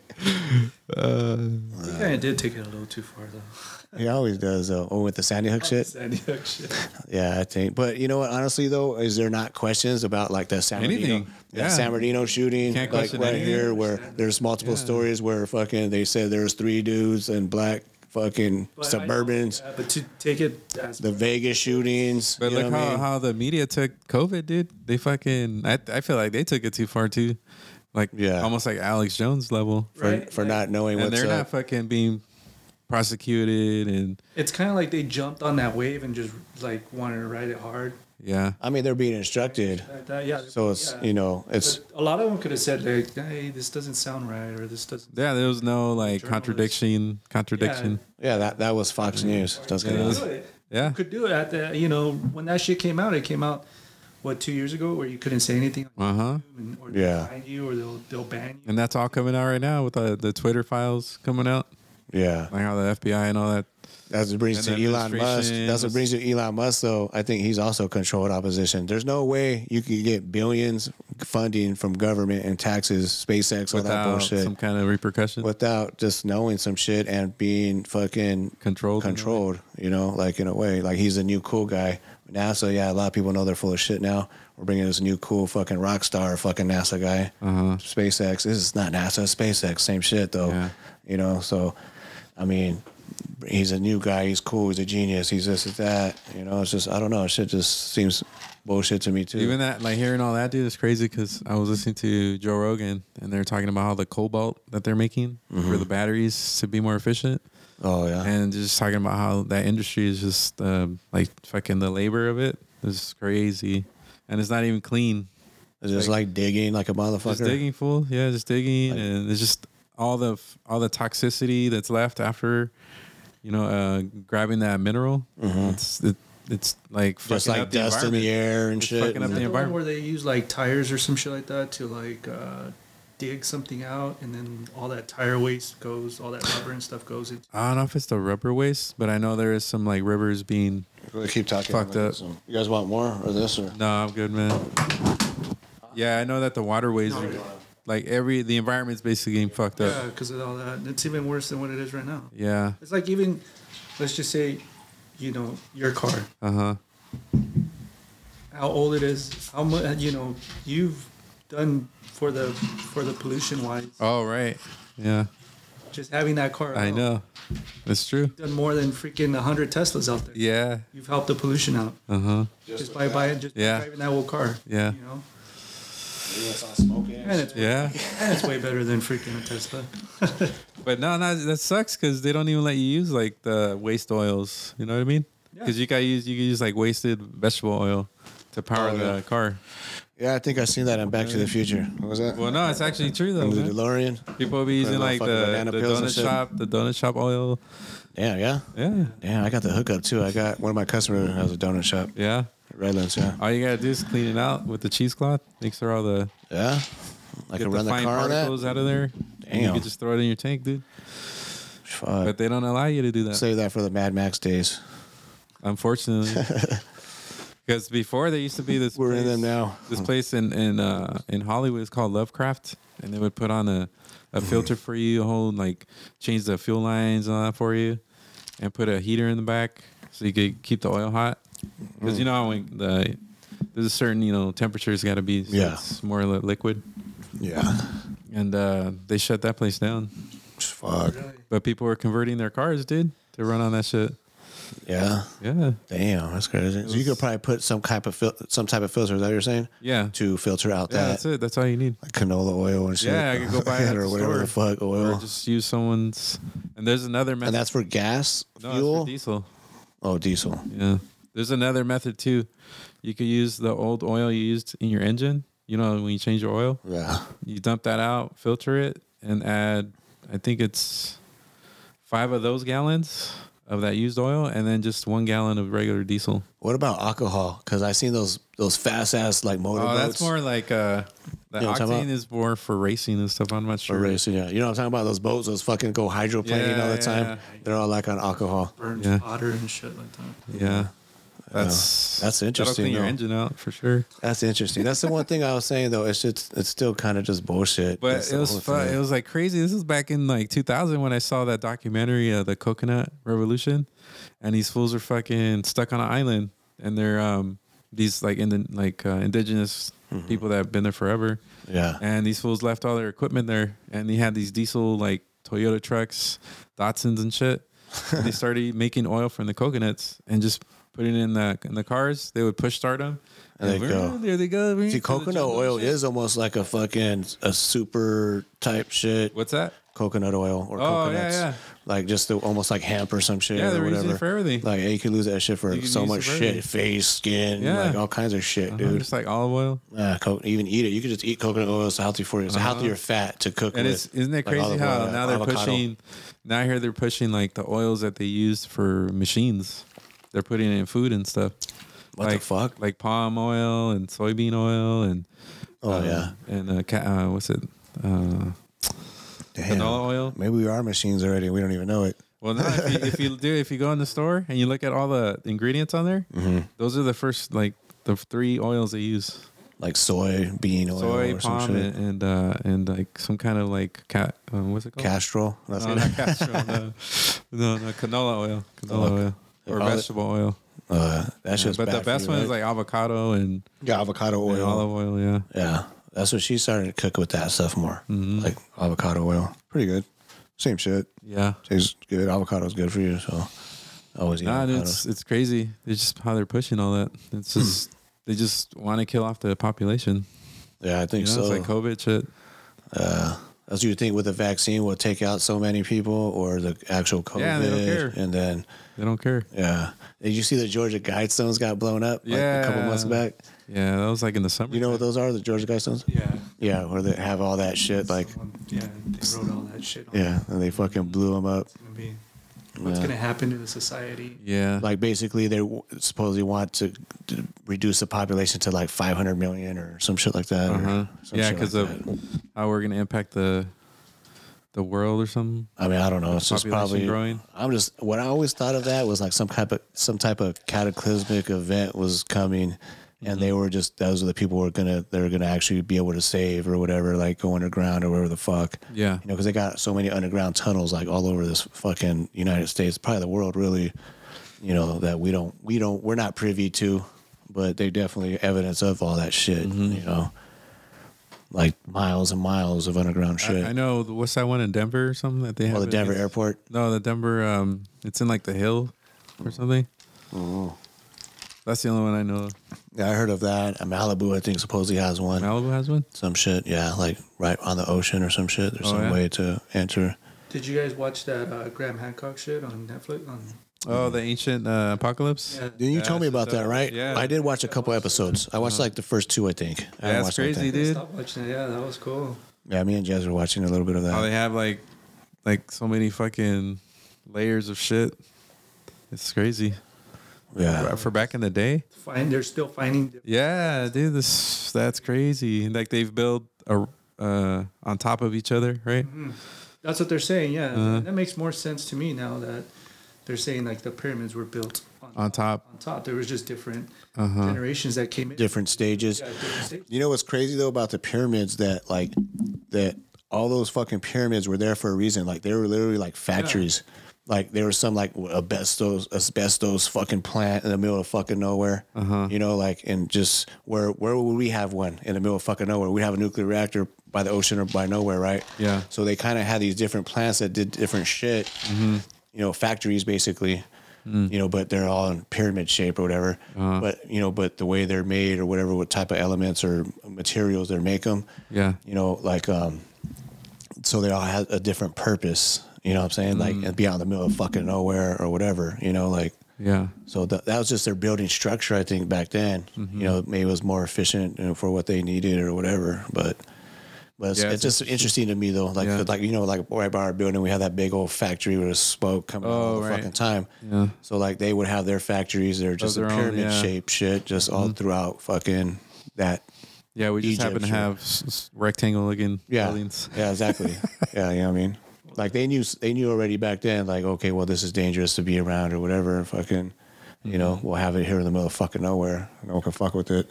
Speaker 4: I think I did take it a little too far though.
Speaker 3: he always does though. Oh, with the Sandy Hook shit.
Speaker 4: Sandy Hook shit.
Speaker 3: Yeah, I think. But you know what? Honestly though, is there not questions about like the San Bernardino,
Speaker 2: Anything.
Speaker 3: the
Speaker 2: Yeah.
Speaker 3: San Bernardino shooting,
Speaker 2: Can't
Speaker 3: like
Speaker 2: question
Speaker 3: right
Speaker 2: anything.
Speaker 3: here, where there's multiple stories where fucking they said there's three dudes and black fucking
Speaker 4: But I-
Speaker 3: Suburbans.
Speaker 4: yeah, but to take it as
Speaker 3: the Vegas shootings.
Speaker 2: But
Speaker 3: you know
Speaker 2: look
Speaker 3: what I
Speaker 2: how,
Speaker 3: mean?
Speaker 2: how the media took COVID, dude. They fucking, I, I feel like they took it too far, too. Like,
Speaker 3: Yeah.
Speaker 2: almost like Alex Jones level.
Speaker 3: for,
Speaker 4: right?
Speaker 3: for
Speaker 4: Like-
Speaker 3: not knowing
Speaker 2: and
Speaker 3: what's
Speaker 2: they're
Speaker 3: up.
Speaker 2: not fucking being prosecuted and
Speaker 4: It's kind of like they jumped on that wave and just like wanted to ride it hard.
Speaker 2: yeah.
Speaker 3: I mean, they're being instructed.
Speaker 4: Like that, yeah.
Speaker 3: So it's
Speaker 4: yeah.
Speaker 3: you know it's
Speaker 4: But a lot of them could have said like, "Hey, this doesn't sound right," or "This doesn't."
Speaker 2: Yeah, there was no like contradiction. Contradiction.
Speaker 3: Yeah, that that was Fox News. That's
Speaker 2: Yeah, that was- yeah.
Speaker 4: You could do it at the. You know, when that shit came out, it came out what two years ago, where you couldn't say anything.
Speaker 2: Uh huh.
Speaker 4: Or they'll
Speaker 2: Yeah.
Speaker 4: find you, or they'll they'll ban
Speaker 2: And that's all coming out right now with uh, the, the Twitter files coming out.
Speaker 3: Yeah.
Speaker 2: Like how the FBI and all that.
Speaker 3: That's what brings to Elon Musk. That's what brings you to Elon Musk. Though I think he's also controlled opposition. There's no way you can get billions funding from government and taxes, SpaceX, all that
Speaker 2: Without
Speaker 3: bullshit.
Speaker 2: some kind of repercussion.
Speaker 3: Without just knowing some shit and being fucking
Speaker 2: controlled.
Speaker 3: Controlled, you know, like in a way, like he's a new cool guy. NASA, yeah, a lot of people know they're full of shit now. We're bringing this new cool fucking rock star, fucking NASA guy.
Speaker 2: Uh-huh.
Speaker 3: SpaceX. This is not NASA, it's SpaceX. Same shit though. You know, so I mean, he's a new guy. He's cool. He's a genius. He's this, he's that. You know, it's just I don't know. Shit just seems bullshit to me too.
Speaker 2: Even that, like hearing all that, dude, is crazy because I was listening to Joe Rogan and they're talking about how the cobalt that they're making for
Speaker 3: Mhm.
Speaker 2: the batteries to be more efficient.
Speaker 3: Oh, yeah.
Speaker 2: And just talking about how that industry is just um, like fucking the labor of it is crazy. And it's not even clean.
Speaker 3: It's just like digging like a motherfucker.
Speaker 2: Just digging, fool. Yeah, just digging. and it's just all the all the toxicity that's left after, you know, uh, grabbing that mineral. It's, it, it's like
Speaker 3: Mm-hmm. Just
Speaker 2: fucking
Speaker 3: like
Speaker 2: up the
Speaker 3: dust in the
Speaker 2: environment.
Speaker 3: air and
Speaker 2: It's
Speaker 3: shit.
Speaker 2: Fucking up
Speaker 4: Is
Speaker 2: the
Speaker 4: that the one
Speaker 2: environment.
Speaker 4: where they use like tires or some shit like that to like uh, dig something out, and then all that tire waste goes, all that rubber and stuff goes into.
Speaker 2: I don't know if it's the rubber waste, but I know there is some like rivers being
Speaker 3: keep talking.
Speaker 2: fucked up.
Speaker 3: You guys want more or this or?
Speaker 2: No, I'm good, man. Yeah, I know that the waterways are like every the environment's basically getting fucked up.
Speaker 4: Yeah, because of all that, and it's even worse than what it is right now.
Speaker 2: Yeah.
Speaker 4: It's like even, let's just say, you know, your car,
Speaker 2: Uh huh.
Speaker 4: how old it is, how much you know you've done for the for the pollution wise.
Speaker 2: All right. Yeah.
Speaker 4: Just having that car,
Speaker 2: I
Speaker 4: alone,
Speaker 2: know. That's true.
Speaker 4: you've done more than freaking hundred Teslas out there.
Speaker 2: Yeah.
Speaker 4: You've helped the pollution out
Speaker 2: Uh huh.
Speaker 4: just, by buying, just
Speaker 2: Yeah.
Speaker 4: driving that old car.
Speaker 2: Yeah.
Speaker 4: you know.
Speaker 3: smoking.
Speaker 4: And it's
Speaker 2: Yeah.
Speaker 4: and it's way better than freaking a Tesla.
Speaker 2: But no, no, that sucks because they don't even let you use like the waste oils. You know what I mean? Because you got to use you can use like wasted vegetable oil to power
Speaker 3: Oh,
Speaker 2: the
Speaker 3: yeah.
Speaker 2: car.
Speaker 3: Yeah, I think I seen that on Back to the Future. What was that?
Speaker 2: Well, no, it's actually true though.
Speaker 3: And the
Speaker 2: man.
Speaker 3: DeLorean.
Speaker 2: People will be using like
Speaker 3: Fucking
Speaker 2: the,
Speaker 3: banana
Speaker 2: the
Speaker 3: peels and
Speaker 2: donut
Speaker 3: shit.
Speaker 2: shop, the donut shop oil.
Speaker 3: Yeah, yeah,
Speaker 2: yeah,
Speaker 3: yeah. I got the hookup too. I got one of my customers has a donut shop.
Speaker 2: Yeah,
Speaker 3: Redlands. Yeah,
Speaker 2: All you gotta do is clean it out with the cheesecloth. Make sure all the
Speaker 3: yeah, I
Speaker 2: get
Speaker 3: can
Speaker 2: the
Speaker 3: run the
Speaker 2: fine
Speaker 3: car on that.
Speaker 2: particles out of there. And you
Speaker 3: Damn.
Speaker 2: can just throw it in your tank, dude. But they don't allow you to do that.
Speaker 3: Save that for the Mad Max days.
Speaker 2: Unfortunately. Because before there used to be this. We're place, in them now. This place in in uh, in Hollywood is called Lovecraft, and they would put on a, a filter for you, hold like change the fuel lines and all that for you, and put a heater in the back so you could keep the oil hot. Because you know how when the there's a certain you know temperature's got to be so
Speaker 3: Yeah.
Speaker 2: it's more li- liquid.
Speaker 3: Yeah.
Speaker 2: And uh, they shut that place down.
Speaker 3: Fuck.
Speaker 2: But people were converting their cars, dude, to run on that shit.
Speaker 3: Yeah.
Speaker 2: Yeah.
Speaker 3: Damn, that's crazy. So you could probably put some type of fil- some type of filter. Is that what you're saying?
Speaker 2: Yeah.
Speaker 3: To filter out
Speaker 2: Yeah,
Speaker 3: that
Speaker 2: that's it. That's all you need.
Speaker 3: like canola oil and shit.
Speaker 2: Yeah, I could go buy it at
Speaker 3: or
Speaker 2: the
Speaker 3: whatever the
Speaker 2: store.
Speaker 3: fuck oil.
Speaker 2: Or just use someone's. And there's another method.
Speaker 3: and that's for gas,
Speaker 2: No, it's for
Speaker 3: fuel,
Speaker 2: diesel.
Speaker 3: Oh, diesel.
Speaker 2: Yeah. There's another method too. You could use the old oil you used in your engine. You know when you change your oil.
Speaker 3: Yeah.
Speaker 2: You dump that out, filter it, and add. I think it's five of those gallons of that used oil, and then just one gallon of regular diesel.
Speaker 3: What about alcohol? Because I seen those those fast ass like
Speaker 2: Oh,
Speaker 3: motorboats.
Speaker 2: that's more like uh, the
Speaker 3: You know what I'm talking
Speaker 2: octane
Speaker 3: about?
Speaker 2: is more for racing and stuff. I'm not sure.
Speaker 3: For racing, yeah. You know what I'm talking about? Those boats, those fucking go hydroplaning
Speaker 2: Yeah,
Speaker 3: all the
Speaker 2: yeah,
Speaker 3: time.
Speaker 2: yeah.
Speaker 3: They're all like on alcohol.
Speaker 4: Burns
Speaker 2: Yeah.
Speaker 4: hotter and shit like that.
Speaker 2: Yeah, that's
Speaker 3: That's
Speaker 2: That'll
Speaker 3: interesting,
Speaker 2: clean your
Speaker 3: though.
Speaker 2: engine out for sure.
Speaker 3: That's interesting. That's the one thing I was saying though. It's just it's still kind of just bullshit.
Speaker 2: But
Speaker 3: That's
Speaker 2: it
Speaker 3: the
Speaker 2: was
Speaker 3: whole
Speaker 2: fun.
Speaker 3: thing.
Speaker 2: It was like crazy. This was back in like 2000 when I saw that documentary, uh, the Coconut Revolution, and these fools are fucking stuck on an island, and they're um these like in the like uh, indigenous
Speaker 3: Mm-hmm.
Speaker 2: people that have been there forever.
Speaker 3: Yeah.
Speaker 2: And these fools left all their equipment there, and they had these diesel like Toyota trucks, Datsuns and shit. And they started making oil from the coconuts and just putting it in the in the cars. They would push start them.
Speaker 3: There you go.
Speaker 2: There they go.
Speaker 3: See, coconut oil is almost like a fucking a super type shit.
Speaker 2: What's that?
Speaker 3: coconut oil or
Speaker 2: Oh,
Speaker 3: coconuts,
Speaker 2: yeah, yeah.
Speaker 3: like just the, almost like hemp or some shit
Speaker 2: Yeah,
Speaker 3: or
Speaker 2: they're using it
Speaker 3: whatever.
Speaker 2: for everything.
Speaker 3: Like yeah, you could lose that shit for
Speaker 2: You can
Speaker 3: so
Speaker 2: use it
Speaker 3: much
Speaker 2: for
Speaker 3: shit,
Speaker 2: everything.
Speaker 3: face, skin,
Speaker 2: Yeah.
Speaker 3: like all kinds of shit,
Speaker 2: Uh-huh,
Speaker 3: dude.
Speaker 2: just like olive oil.
Speaker 3: Yeah, uh, co- even eat it. You could just eat coconut oil. It's healthy for you. It's a
Speaker 2: Uh-huh.
Speaker 3: healthier fat to cook
Speaker 2: And
Speaker 3: with.
Speaker 2: it's isn't it
Speaker 3: like
Speaker 2: crazy
Speaker 3: olive
Speaker 2: how
Speaker 3: oil,
Speaker 2: now they're
Speaker 3: avocado.
Speaker 2: pushing? Now I hear they're pushing like the oils that they use for machines. They're putting it in food and stuff.
Speaker 3: What
Speaker 2: like,
Speaker 3: the fuck?
Speaker 2: Like palm oil and soybean oil and
Speaker 3: Oh,
Speaker 2: uh,
Speaker 3: yeah.
Speaker 2: and uh, ca- uh, what's it? Uh,
Speaker 3: Damn.
Speaker 2: canola oil.
Speaker 3: Maybe we are machines already. We don't even know it.
Speaker 2: Well, no, if, you, if you do, if you go in the store and you look at all the ingredients on there,
Speaker 3: Mhm.
Speaker 2: those are the first like the three oils they use:
Speaker 3: Like soy bean oil
Speaker 2: soy,
Speaker 3: or some
Speaker 2: palm,
Speaker 3: shit.
Speaker 2: and and, uh, and like some kind of like cat. Um, what's it called?
Speaker 3: Castrol. That's
Speaker 2: no,
Speaker 3: it.
Speaker 2: not castrol. No. no, no, canola oil, canola
Speaker 3: Oh,
Speaker 2: oil,
Speaker 3: they
Speaker 2: or
Speaker 3: call it-
Speaker 2: vegetable oil.
Speaker 3: Uh, that
Speaker 2: Yeah,
Speaker 3: shit's
Speaker 2: but
Speaker 3: bad
Speaker 2: the
Speaker 3: for
Speaker 2: best
Speaker 3: you,
Speaker 2: one is
Speaker 3: right?
Speaker 2: like avocado and
Speaker 3: yeah, avocado
Speaker 2: and
Speaker 3: oil.
Speaker 2: olive oil. Yeah,
Speaker 3: Yeah, that's what she started to cook with that stuff more,
Speaker 2: Mm-hmm.
Speaker 3: like avocado oil. Pretty good. Same shit.
Speaker 2: Yeah,
Speaker 3: tastes good. Avocado's good for you, so I Hmm. always eat
Speaker 2: Nah,
Speaker 3: avocados.
Speaker 2: it's it's crazy. It's just how they're pushing all that. It's just they just want to kill off the population.
Speaker 3: yeah, I think
Speaker 2: you know,
Speaker 3: so.
Speaker 2: It's like COVID shit.
Speaker 3: uh, that's what you think with the vaccine will take out so many people, or the actual COVID,
Speaker 2: Yeah, they don't care.
Speaker 3: and then
Speaker 2: They don't care.
Speaker 3: yeah. Did you see the Georgia Guidestones got blown up like a couple
Speaker 2: Yeah.
Speaker 3: months back?
Speaker 2: Yeah, that was like in the summer.
Speaker 3: You know what those are, the Georgia Guidestones?
Speaker 4: Yeah.
Speaker 3: Yeah, where they have all that shit, like
Speaker 4: Yeah, they wrote all that shit. On
Speaker 3: yeah, and they fucking blew them up.
Speaker 4: gonna be- What's
Speaker 3: Yeah.
Speaker 4: gonna happen to the society?
Speaker 2: Yeah.
Speaker 3: Like basically, they w- supposedly want to, to reduce the population to like 500 million or some shit like that. or
Speaker 2: Uh-huh.
Speaker 3: some
Speaker 2: Yeah,
Speaker 3: shit
Speaker 2: because
Speaker 3: like that.
Speaker 2: of how we're gonna impact the the world or something.
Speaker 3: I mean, I don't know.
Speaker 2: The
Speaker 3: It's just
Speaker 2: population
Speaker 3: probably
Speaker 2: growing.
Speaker 3: I'm just what I always thought of that was like some type of some type of cataclysmic event was coming,
Speaker 2: Mm-hmm.
Speaker 3: and they were just those are the people who are gonna they're gonna actually be able to save or whatever, like go underground or whatever the fuck.
Speaker 2: Yeah.
Speaker 3: you know, because they got so many underground tunnels like all over this fucking United States, probably the world, really. You know that we don't we don't we're not privy to, but they definitely evidence of all that shit.
Speaker 2: Mm-hmm.
Speaker 3: You know, like miles and miles of underground shit. Oh,
Speaker 2: I, I know the- what's that one in Denver or something that they have.
Speaker 3: the
Speaker 2: it?
Speaker 3: Denver
Speaker 2: It's-
Speaker 3: airport?
Speaker 2: No, the Denver. Um, it's in like the hill or something. Oh. That's the only one I know. of.
Speaker 3: Yeah, I heard of that. Uh, Malibu, I think, supposedly has one.
Speaker 2: Malibu has one.
Speaker 3: Some shit, yeah, like right on the ocean or some shit. There's
Speaker 2: Oh,
Speaker 3: some
Speaker 2: yeah?
Speaker 3: way to enter.
Speaker 4: Did you guys watch that uh, Graham Hancock shit on Netflix? On
Speaker 2: Oh, the ancient uh, apocalypse.
Speaker 4: Yeah.
Speaker 3: Didn't you
Speaker 2: Yeah,
Speaker 3: tell me
Speaker 2: it's
Speaker 3: about
Speaker 2: just
Speaker 3: that,
Speaker 2: a-
Speaker 3: right?
Speaker 2: Yeah, Uh-huh.
Speaker 3: I did watch a couple episodes. I watched like the first two, I think. I
Speaker 2: That's
Speaker 3: watched the whole
Speaker 2: crazy,
Speaker 3: thing.
Speaker 2: dude.
Speaker 4: Stop watching it. Yeah, that was cool.
Speaker 3: Yeah, me and Jazz were watching a little bit of that.
Speaker 2: How they have like, like so many fucking layers of shit. It's crazy.
Speaker 3: Yeah.
Speaker 2: For- For back in the day.
Speaker 4: Find they're still finding.
Speaker 2: Yeah, dude, this that's crazy. Like they've built a uh, on top of each other, right?
Speaker 4: That's what they're saying. Yeah,
Speaker 2: Uh-huh.
Speaker 4: that makes more sense to me now that they're saying like the pyramids were built on,
Speaker 2: On top.
Speaker 4: on top. There was just different
Speaker 3: Uh-huh.
Speaker 4: generations that came in.
Speaker 3: different stages.
Speaker 4: Yeah, different stages.
Speaker 3: You know what's crazy though about the pyramids that like that all those fucking pyramids were there for a reason. Like they were literally like factories. Like there was some like asbestos asbestos fucking plant in the middle of fucking nowhere. You know, like and just where where would we have one in the middle of fucking nowhere? We have a nuclear reactor by the ocean or by nowhere, right?
Speaker 2: Yeah.
Speaker 3: So they kind of had these different plants that did different shit. You know, factories basically. You know, but they're all in pyramid shape or whatever. But you know, but the way they're made or whatever, what type of elements or materials they make them.
Speaker 2: Yeah.
Speaker 3: You know, like um, so they all had a different purpose. You know what I'm saying? Like and be out in the middle of fucking nowhere or whatever. You know, like
Speaker 2: Yeah.
Speaker 3: so th- that was just their building structure. I think back then,
Speaker 2: Mm-hmm.
Speaker 3: you know, maybe it was more efficient you know, for what they needed or whatever. But but it's,
Speaker 2: Yeah,
Speaker 3: it's,
Speaker 2: it's
Speaker 3: just interesting to me though. Like
Speaker 2: Yeah.
Speaker 3: like you know, like right by our building, we have that big old factory with smoke coming out all
Speaker 2: Oh,
Speaker 3: the
Speaker 2: right.
Speaker 3: fucking time.
Speaker 2: Yeah.
Speaker 3: So like they would have their factories. They're just a
Speaker 2: their own,
Speaker 3: pyramid
Speaker 2: yeah. Mm-hmm.
Speaker 3: shaped shit, just all throughout fucking that.
Speaker 2: Yeah, we just happen to
Speaker 3: Egypt, sure.
Speaker 2: have s- s- rectangle looking
Speaker 3: Yeah.
Speaker 2: buildings.
Speaker 3: Yeah, exactly. yeah, you know what I mean. Like they knew they knew already back then. Like okay, well this is dangerous to be around or whatever. Fucking, you know, we'll have it here in the middle of fucking nowhere. No one can fuck with it.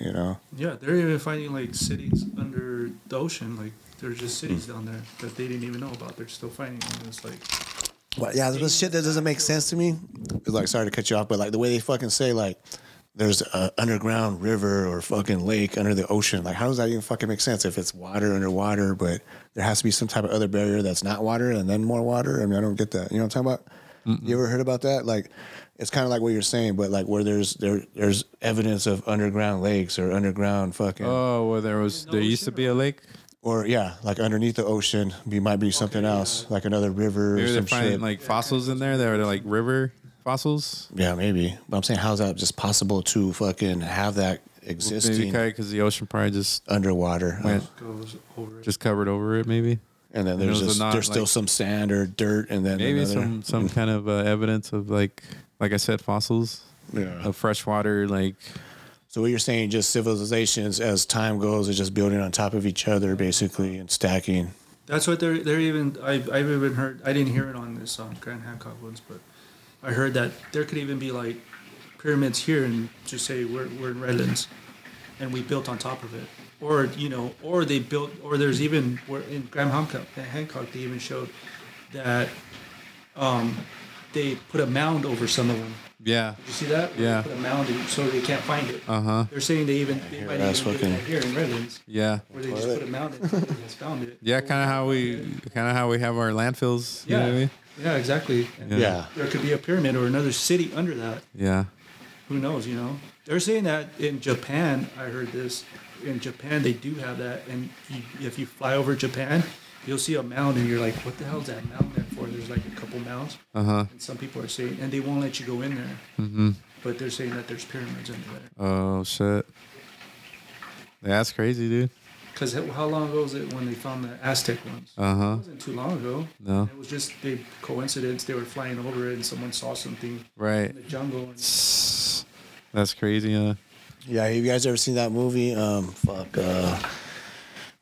Speaker 3: You know.
Speaker 4: Yeah, they're even finding like cities under the ocean. Like there's just cities down there that they didn't even know about. They're still finding them. It's like
Speaker 3: Well, yeah, there's shit that doesn't make sense to me. It's like sorry to cut you off, but like the way they fucking say like there's a underground river or fucking lake under the ocean. Like how does that even fucking make sense if it's water underwater, but there has to be some type of other barrier that's not water and then more water? I mean, I don't get that. You know what I'm talking about? You ever heard about that? Like it's kind of like what you're saying, but like where there's there there's evidence of underground lakes or underground fucking
Speaker 2: Oh, well, there was there used to be a lake.
Speaker 3: Or yeah, like underneath the ocean, be might be something else, like another river or
Speaker 2: Maybe they're
Speaker 3: some
Speaker 2: finding
Speaker 3: shit.
Speaker 2: like fossils in there that are like river fossils.
Speaker 3: yeah, maybe. But I'm saying, how's that just possible to fucking have that
Speaker 2: Maybe
Speaker 3: existing
Speaker 2: because the ocean probably just
Speaker 3: underwater? Oh.
Speaker 2: went
Speaker 4: Oh, Goes over it.
Speaker 2: just covered over it, maybe.
Speaker 3: and then there's
Speaker 2: those are
Speaker 3: this,
Speaker 2: not,
Speaker 3: there's still
Speaker 2: like-
Speaker 3: some sand or dirt, and then
Speaker 2: Maybe
Speaker 3: another-
Speaker 2: some some kind of uh, evidence of like like I said fossils
Speaker 3: Yeah.
Speaker 2: of freshwater like
Speaker 3: So what you're saying, just civilizations as time goes, is just building on top of each other, basically, and stacking.
Speaker 4: That's what they're they're even. I I've even heard. I didn't hear it on this um, Grand Hancock ones, but I heard that there could even be like pyramids here, and just say we're we're in Redlands, and we built on top of it, or you know, or they built, or there's even where in Graham Hancock, Hancock they even showed that um, they put a mound over some of them.
Speaker 2: yeah
Speaker 4: You see that? Where they
Speaker 2: Yeah.
Speaker 4: Put a mound in so they can't find it.
Speaker 2: uh huh
Speaker 4: They're saying they even they might
Speaker 3: that's
Speaker 4: even do
Speaker 3: fucking-
Speaker 4: that here in Redlands,
Speaker 2: yeah
Speaker 4: where they just put a mound in and nobody has found it.
Speaker 2: yeah kind of how we kind of how we have our landfills. You know what I mean?
Speaker 4: Yeah, exactly. And
Speaker 2: Yeah.
Speaker 3: Yeah.
Speaker 4: There could be a pyramid or another city under that.
Speaker 2: Yeah.
Speaker 4: Who knows, you know? They're saying that in Japan, I heard this. In Japan, they do have that. And you, if you fly over Japan, you'll see a mound and you're like, what the hell's that mound there for? There's like a couple mounds.
Speaker 2: Uh huh.
Speaker 4: And some people are saying, and they won't let you go in there.
Speaker 2: Mm-hmm.
Speaker 4: But they're saying that there's pyramids under there.
Speaker 2: Oh shit. Yeah, that's crazy, dude.
Speaker 4: Because how long ago was it when they found the Aztec ones?
Speaker 2: Uh huh.
Speaker 4: It wasn't too long ago.
Speaker 2: No.
Speaker 4: It was just a coincidence. They were flying over it and someone saw something
Speaker 2: Right.
Speaker 4: in the jungle. And
Speaker 2: That's crazy, huh?
Speaker 3: Yeah, have you guys ever seen that movie? Um, fuck, uh,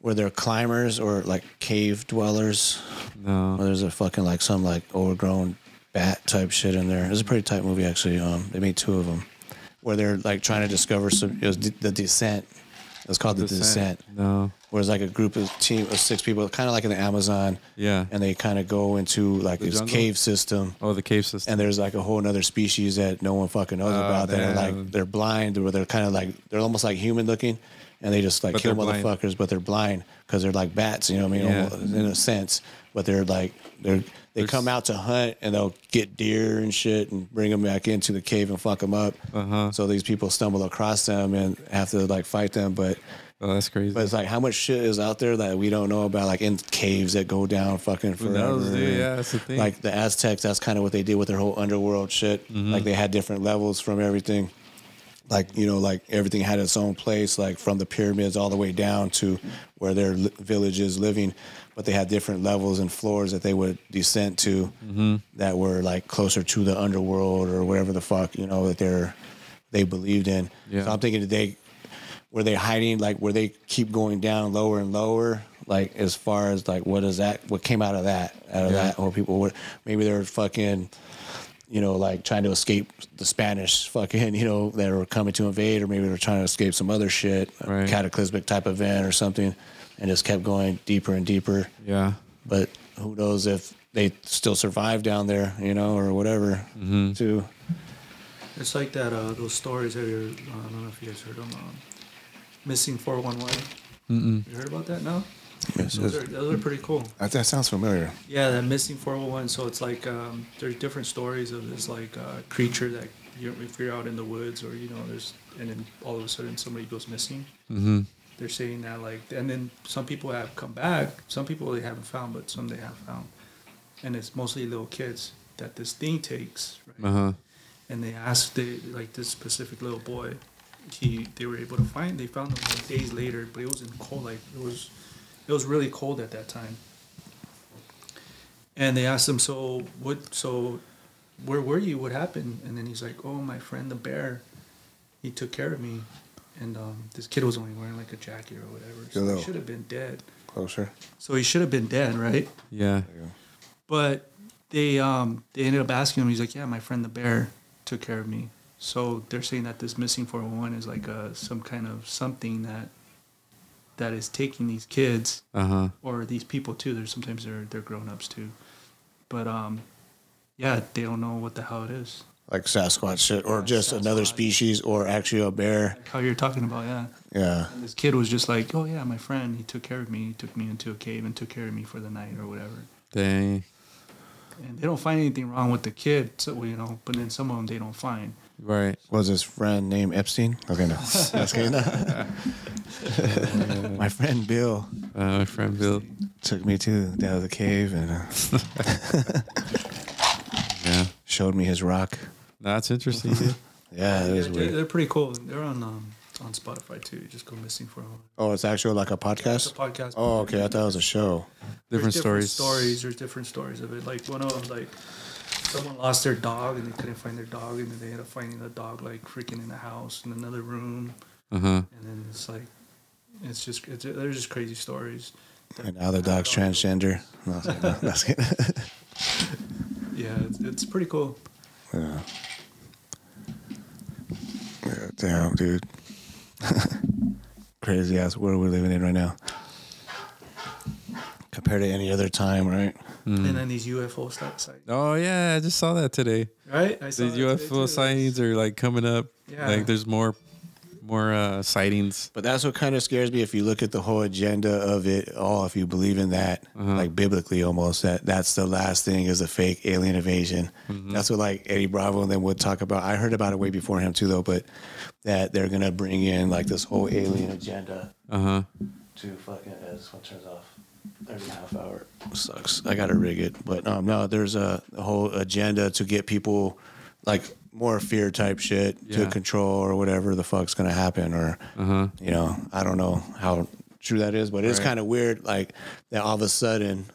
Speaker 3: where they're climbers or like cave dwellers.
Speaker 2: No.
Speaker 3: Or there's a fucking like some like overgrown bat type shit in there. It's a pretty tight movie actually. Um, they made two of them where they're like trying to discover some. It was d- the descent. It's called the descent.
Speaker 2: No.
Speaker 3: Where it's like a group of team of six people, kind of like in the Amazon,
Speaker 2: Yeah.
Speaker 3: and they kind of go into like this
Speaker 2: jungle?
Speaker 3: cave system.
Speaker 2: Oh, the cave system.
Speaker 3: and there's like a whole other species that no one fucking knows
Speaker 2: Oh,
Speaker 3: about that are
Speaker 2: damn.
Speaker 3: like they're blind or they're kind of like they're almost like human looking and they just like
Speaker 2: But
Speaker 3: kill
Speaker 2: they're blind.
Speaker 3: motherfuckers but they're blind because they're like bats you know what i mean
Speaker 2: Yeah.
Speaker 3: almost, in a sense but they're like they're they
Speaker 2: There's-
Speaker 3: come out to hunt and they'll get deer and shit and bring them back into the cave and fuck them up
Speaker 2: Uh-huh.
Speaker 3: so these people stumble across them and have to like fight them but
Speaker 2: Oh, that's crazy.
Speaker 3: but it's like how much shit is out there that we don't know about, like in caves that go down fucking forever.
Speaker 2: knows, dude?
Speaker 3: and,
Speaker 2: Yeah, that's the thing.
Speaker 3: Like the Aztecs, that's kind of what they did with their whole underworld shit.
Speaker 2: Mm-hmm.
Speaker 3: Like they had different levels from everything. Like you know, like everything had its own place, like from the pyramids all the way down to where their li- villages living. But they had different levels and floors that they would descend to
Speaker 2: Mm-hmm.
Speaker 3: that were like closer to the underworld or whatever the fuck you know that they're they believed in.
Speaker 2: Yeah.
Speaker 3: So I'm thinking today were they hiding like where they keep going down lower and lower like as far as like what is that what came out of that out of
Speaker 2: Yeah.
Speaker 3: that or people were maybe they're fucking you know like trying to escape the spanish fucking you know that were coming to invade or maybe they're trying to escape some other shit a
Speaker 2: Right.
Speaker 3: cataclysmic type event or something and just kept going deeper and deeper
Speaker 2: yeah.
Speaker 3: but who knows if they still survive down there you know or whatever
Speaker 2: Mm-hmm.
Speaker 3: too
Speaker 4: It's like that. Uh, those stories. Have you? I don't know if you guys heard them. Um, missing four one one. You heard about that? No. Those are, those are pretty cool.
Speaker 3: that, that sounds familiar
Speaker 4: Yeah, that missing four oh one one. So it's like um, there's different stories of this like uh, creature that you know, if you're out in the woods or you know there's and then all of a sudden somebody goes missing.
Speaker 2: Mm-hmm.
Speaker 4: They're saying that like and then some people have come back. Some people they haven't found, but some they have found. And it's mostly little kids that this thing takes. Right?
Speaker 2: Uh huh.
Speaker 4: and they asked the like this specific little boy he they were able to find they found him like days later but it was in cold like it was it was really cold at that time and they asked him so what so where were you what happened and then he's like oh my friend the bear he took care of me and um, this kid was only wearing like a jacket or whatever so
Speaker 3: Hello.
Speaker 4: he should have been dead
Speaker 3: closer
Speaker 4: so he should have been dead right
Speaker 2: Yeah.
Speaker 4: but they um they ended up asking him. He's like, yeah, my friend the bear took care of me. So they're saying that this missing 411 is like a, some kind of something that that is taking these kids
Speaker 2: Uh huh.
Speaker 4: or these people too. There's sometimes they're they're grown ups too, but um, yeah, they don't know what the hell it is.
Speaker 3: like Sasquatch shit, or just another
Speaker 4: Sasquatch.
Speaker 3: species, or actually a bear.
Speaker 4: Like how you're talking about, yeah.
Speaker 3: Yeah,
Speaker 4: And this kid was just like, oh yeah, my friend, he took care of me. He took me into a cave and took care of me for the night or whatever.
Speaker 2: Dang.
Speaker 4: And they don't find anything wrong with the kid, so you know. But then some of them they don't find.
Speaker 2: Right.
Speaker 3: was his friend named Epstein? Okay, no, that's good. No. My friend Bill.
Speaker 2: Uh, Friendville.
Speaker 3: Took me to down to the cave and uh,
Speaker 2: yeah,
Speaker 3: showed me his rock.
Speaker 2: That's interesting. dude.
Speaker 3: yeah, it is
Speaker 4: They're,
Speaker 3: weird.
Speaker 4: they're pretty cool. They're on um, on Spotify too. You just go missing for a while.
Speaker 3: Oh, it's actually like a podcast.
Speaker 4: It's a podcast.
Speaker 3: Oh, okay. I thought it was a show.
Speaker 4: There's Stories. There's different stories of it. Like one of them, like someone lost their dog and they couldn't find their dog, and then they ended up finding the dog like freaking in a house in another room.
Speaker 2: Uh-huh.
Speaker 4: And then it's like, it's just it's, they're just crazy stories.
Speaker 3: And now the dog's transgender. No, no, that's good.
Speaker 4: Yeah, it's, it's pretty cool.
Speaker 3: yeah. Yeah, Damn, dude. Crazy ass world we're living in right now. Compared to any other time, right?
Speaker 4: And then these UFO stuff. It's like,
Speaker 2: Oh yeah, I just saw that today.
Speaker 4: Right? I saw
Speaker 2: the
Speaker 4: that today,
Speaker 2: UFO sightings are like coming up.
Speaker 4: Yeah.
Speaker 2: Like there's more, more uh, sightings.
Speaker 3: But that's what kind of scares me if you look at the whole agenda of it all. If you believe in that, like biblically almost, that that's the last thing is a fake alien invasion. That's what like Eddie Bravo and then would talk about. I heard about it way before him too, though. But that they're gonna bring in like this whole alien agenda
Speaker 2: Uh huh.
Speaker 3: to fucking uh, this one turns off every half hour. Sucks. I gotta rig it, but um, no, there's a, a whole agenda to get people like more fear type shit
Speaker 2: Yeah.
Speaker 3: to control or whatever the fuck's gonna happen or
Speaker 2: Uh-huh.
Speaker 3: you know, I don't know how true that is, but it's
Speaker 2: Right.
Speaker 3: kind of weird, like that all of a sudden,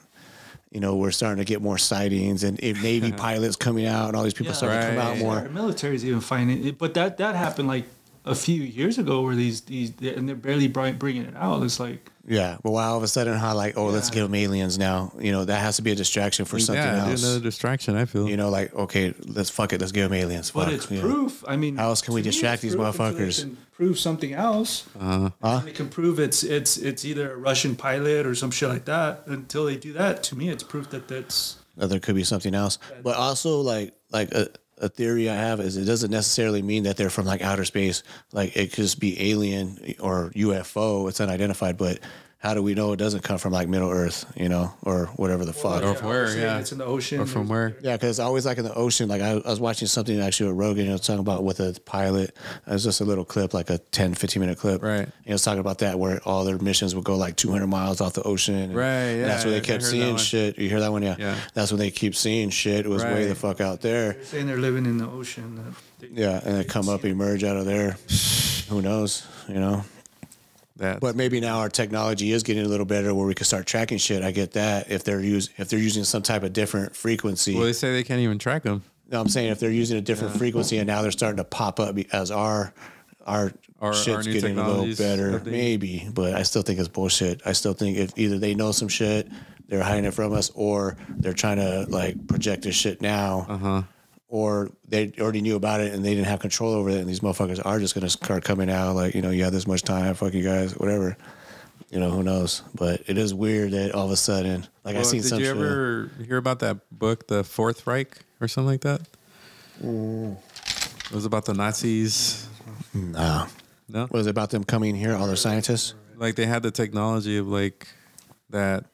Speaker 3: you know, we're starting to get more sightings and if Navy pilots coming out and all these people starting to come out more.
Speaker 4: Our military's even finding it, but that that happened like a few years ago, where these these and they're barely bri- bringing it out. It's like
Speaker 3: Yeah, but why all of a sudden, how like, oh, let's give them aliens now? You know, that has to be a distraction for something
Speaker 2: yeah, dude,
Speaker 3: else.
Speaker 2: another distraction. I feel.
Speaker 3: You know, like okay, let's fuck it, let's give them aliens.
Speaker 4: But
Speaker 3: fuck,
Speaker 4: it's
Speaker 3: you know.
Speaker 4: proof. I mean,
Speaker 3: how else can we
Speaker 4: to me,
Speaker 3: distract
Speaker 4: it's
Speaker 3: these
Speaker 4: proof until they
Speaker 3: motherfuckers? Uh-huh.
Speaker 4: can Prove something else.
Speaker 2: Uh,
Speaker 3: Huh?
Speaker 4: And They can prove it's it's it's either a Russian pilot or some shit like that. Until they do that, to me, it's proof that that's
Speaker 3: That there could be something else. But also, like like a, a theory I have is it doesn't necessarily mean that they're from like outer space. Like it could just be alien or UFO. It's unidentified, but. How do we know it doesn't come from like Middle Earth, you know, or whatever the fuck?
Speaker 2: Or where,
Speaker 4: saying
Speaker 2: yeah.
Speaker 4: it's in the ocean.
Speaker 2: Or from where?
Speaker 3: Yeah, because it's always like in the ocean. Like I, I was watching something actually with Rogan, and it was talking about with a pilot. It was just a little clip, like a 10, 15 minute clip.
Speaker 2: Right.
Speaker 3: And it was talking about that where all their missions would go like 200 miles off the ocean. and
Speaker 2: Right,
Speaker 3: that's
Speaker 2: yeah,
Speaker 3: where they
Speaker 2: I
Speaker 3: kept
Speaker 2: heard that
Speaker 3: seeing
Speaker 2: one.
Speaker 3: shit. You hear that one? Yeah.
Speaker 2: Yeah.
Speaker 3: That's when they keep seeing shit. It was way the
Speaker 2: Right.
Speaker 3: fuck out there.
Speaker 4: They're saying they're living in the ocean. that they-
Speaker 3: Yeah. And they come up, emerge out of there. Who knows? You know?
Speaker 2: that.
Speaker 3: But maybe now our technology is getting a little better where we can start tracking shit. I get that. If they're use if they're using some type of different frequency.
Speaker 2: Well, they say they can't even track them.
Speaker 3: No, I'm saying if they're using a different frequency and now they're starting to pop up as our our,
Speaker 2: Our-
Speaker 3: shit's
Speaker 2: our new
Speaker 3: getting a little
Speaker 2: technologies
Speaker 3: better,
Speaker 2: update.
Speaker 3: maybe. But I still think it's bullshit. I still think if either they know some shit, they're hiding it from us, or they're trying to like project this shit now,
Speaker 2: Uh-huh.
Speaker 3: or they already knew about it and they didn't have control over it, and these motherfuckers are just gonna start coming out like you know you have this much time, fuck you guys, whatever. You know who knows, but it is weird that all of a sudden, like I
Speaker 2: Well,
Speaker 3: seen
Speaker 2: did
Speaker 3: some
Speaker 2: you
Speaker 3: shit.
Speaker 2: ever hear about that book, The Fourth Reich, or something like that? It was about the Nazis.
Speaker 3: Nah.
Speaker 2: No?
Speaker 3: Was it about them coming here, all their scientists?
Speaker 2: Like they had the technology of like that.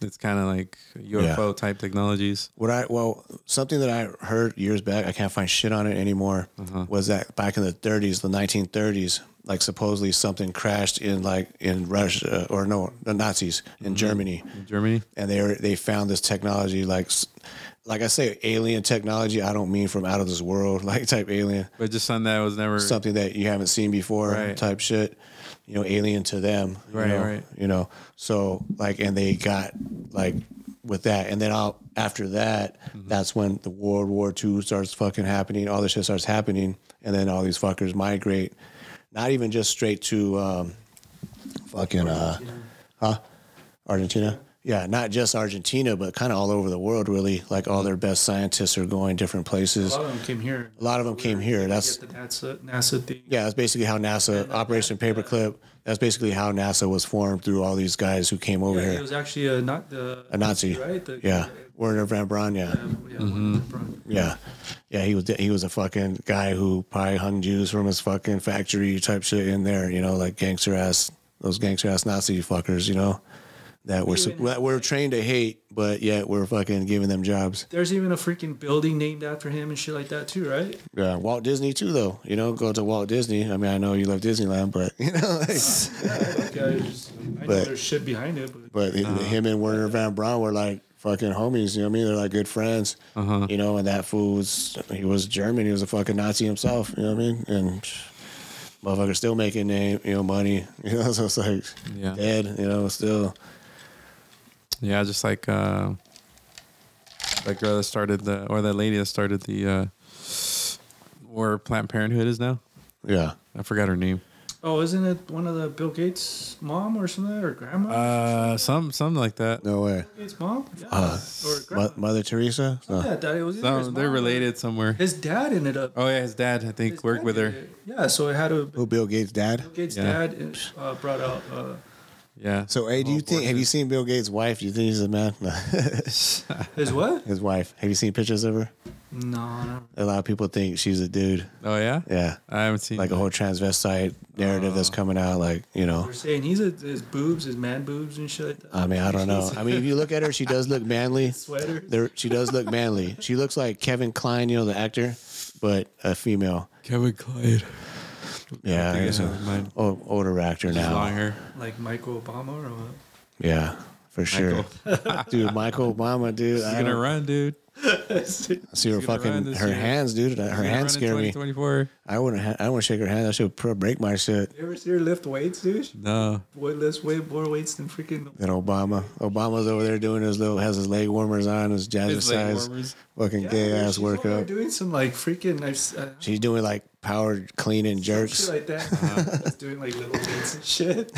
Speaker 2: It's kind of like UFO type technologies.
Speaker 3: What I well, something that I heard years back, I can't find shit on it anymore. Was that back in the 30s, the 1930s, like supposedly something crashed in like in Russia or no, the Nazis in Germany,
Speaker 2: Germany.
Speaker 3: and they were, they found this technology like. s- Like I say, alien technology. I don't mean from out of this world, like type alien,
Speaker 2: But just something that was never
Speaker 3: something that you haven't seen before,
Speaker 2: Right.
Speaker 3: type shit. You know, alien to them. you
Speaker 2: Right,
Speaker 3: know,
Speaker 2: right.
Speaker 3: You know, so like, and they got like with that, and then I'll, after that,
Speaker 2: Mm-hmm.
Speaker 3: that's when the World War II starts fucking happening. All this shit starts happening, and then all these fuckers migrate, not even just straight to um, fucking uh, huh, Argentina. Yeah, not just Argentina, but kind of all over the world, really. Like all their best scientists are going different
Speaker 4: A
Speaker 3: places.
Speaker 4: lot of them came here.
Speaker 3: A lot of them came here. That's
Speaker 4: Get the NASA NASA thing.
Speaker 3: yeah, that's basically how NASA Operation Paperclip. That's basically how NASA was formed through all these guys who came over
Speaker 4: Yeah, it
Speaker 3: here.
Speaker 4: was actually a not the
Speaker 3: A Nazi,
Speaker 4: right? The,
Speaker 3: yeah, Werner von Braun, yeah,
Speaker 4: um, yeah,
Speaker 2: Mm-hmm.
Speaker 4: one of the bro-
Speaker 3: yeah, yeah. He was he was a fucking guy who probably hung Jews from his fucking factory type shit in there. You know, like gangster ass those gangster ass Nazi fuckers. You know, that we're
Speaker 4: Even-
Speaker 3: that we're trained to hate, but yet we're fucking giving them jobs.
Speaker 4: There's even a freaking building named after him and shit like that too, right?
Speaker 3: Yeah, Walt Disney too, though. You know, go to Walt Disney. I mean, I know you love Disneyland, but you know,
Speaker 4: Yeah, okay, I just- I know
Speaker 3: But-
Speaker 4: there's shit behind it, but
Speaker 3: but
Speaker 2: Uh-huh.
Speaker 3: hi- him and Werner Van Braun were like fucking homies. You know what I mean? They're like good friends.
Speaker 2: Uh-huh.
Speaker 3: You know, and that fool was he was German. He was a fucking Nazi himself. You know what I mean? And motherfucker still making name, you know, money. You know, so it's like
Speaker 2: Yeah.
Speaker 3: dead. You know, still.
Speaker 2: Yeah, just like uh, that girl that started the, or that lady that started the, uh, where Planned Parenthood is now.
Speaker 3: Yeah,
Speaker 2: I forgot her name.
Speaker 4: oh, isn't it one of the Bill Gates' mom or something or grandma?
Speaker 2: Uh, some something like that.
Speaker 3: No way.
Speaker 4: Bill Gates' mom? Yeah.
Speaker 3: Uh,
Speaker 4: or grandma.
Speaker 3: Mo- Mother Teresa. No.
Speaker 4: yeah, that it was either his
Speaker 2: Some, they're
Speaker 4: mom or-
Speaker 2: related somewhere.
Speaker 4: His dad ended up.
Speaker 2: Oh yeah, his dad I think worked with her.
Speaker 4: Yeah, so it had to.
Speaker 3: Who Bill Gates' dad?
Speaker 4: Bill Gates'
Speaker 2: Yeah.
Speaker 4: dad uh, brought out. Uh,
Speaker 2: Oh, Yeah.
Speaker 3: So, hey, do you think? Have you seen Bill Gates' wife? Do you think he's a man? No.
Speaker 4: his what?
Speaker 3: His wife. Have you seen pictures of her?
Speaker 4: No, no.
Speaker 3: A lot of people think she's a dude.
Speaker 2: Oh yeah.
Speaker 3: Yeah,
Speaker 2: I haven't seen
Speaker 3: like a whole transvestite narrative that's
Speaker 2: Oh.
Speaker 3: coming out. Like you know,
Speaker 4: They're saying he's a, his boobs, his man boobs and shit like that.
Speaker 3: I mean, I don't know. I mean, if you look at her, she does look manly.
Speaker 4: Sweaters.
Speaker 3: There, she does look manly. She looks like Kevin Klein, you know, the actor, but a female.
Speaker 2: Kevin Clyde.
Speaker 3: Yeah,
Speaker 2: I
Speaker 3: I
Speaker 2: think
Speaker 3: guess
Speaker 2: I
Speaker 3: a
Speaker 2: have mine.
Speaker 3: o- older actor
Speaker 2: Long
Speaker 3: now.
Speaker 2: hair.
Speaker 4: Like Michael Obama or what?
Speaker 3: Yeah, for sure. dude, Michael Obama, dude.
Speaker 2: She's
Speaker 3: I
Speaker 2: gonna
Speaker 3: don't-
Speaker 2: run, dude.
Speaker 3: I see her
Speaker 2: she's gonna run
Speaker 3: fucking
Speaker 2: this
Speaker 3: her
Speaker 2: year.
Speaker 3: hands, dude.
Speaker 2: She's
Speaker 3: Her
Speaker 2: gonna
Speaker 3: hands
Speaker 2: run in
Speaker 3: scare me.
Speaker 2: 2024.
Speaker 3: I wouldn't. Ha- I wouldn't shake her hand. That should pro- break my shit.
Speaker 4: You ever see her lift weights, dude?
Speaker 2: No.
Speaker 4: Boy lifts way more weights than freaking.
Speaker 3: Than Obama. Obama's over there doing his little has his leg warmers on, his
Speaker 2: His leg
Speaker 3: jazzercise,
Speaker 2: warmers.
Speaker 3: fucking
Speaker 4: Yeah,
Speaker 3: gay
Speaker 4: dude,
Speaker 3: ass
Speaker 4: she's over there
Speaker 3: workout.
Speaker 4: Doing some like freaking. I've, s- uh,
Speaker 3: She's doing like power cleaning
Speaker 4: shit
Speaker 3: jerks. Uh-huh.
Speaker 4: like that. Just doing like little weights and shit.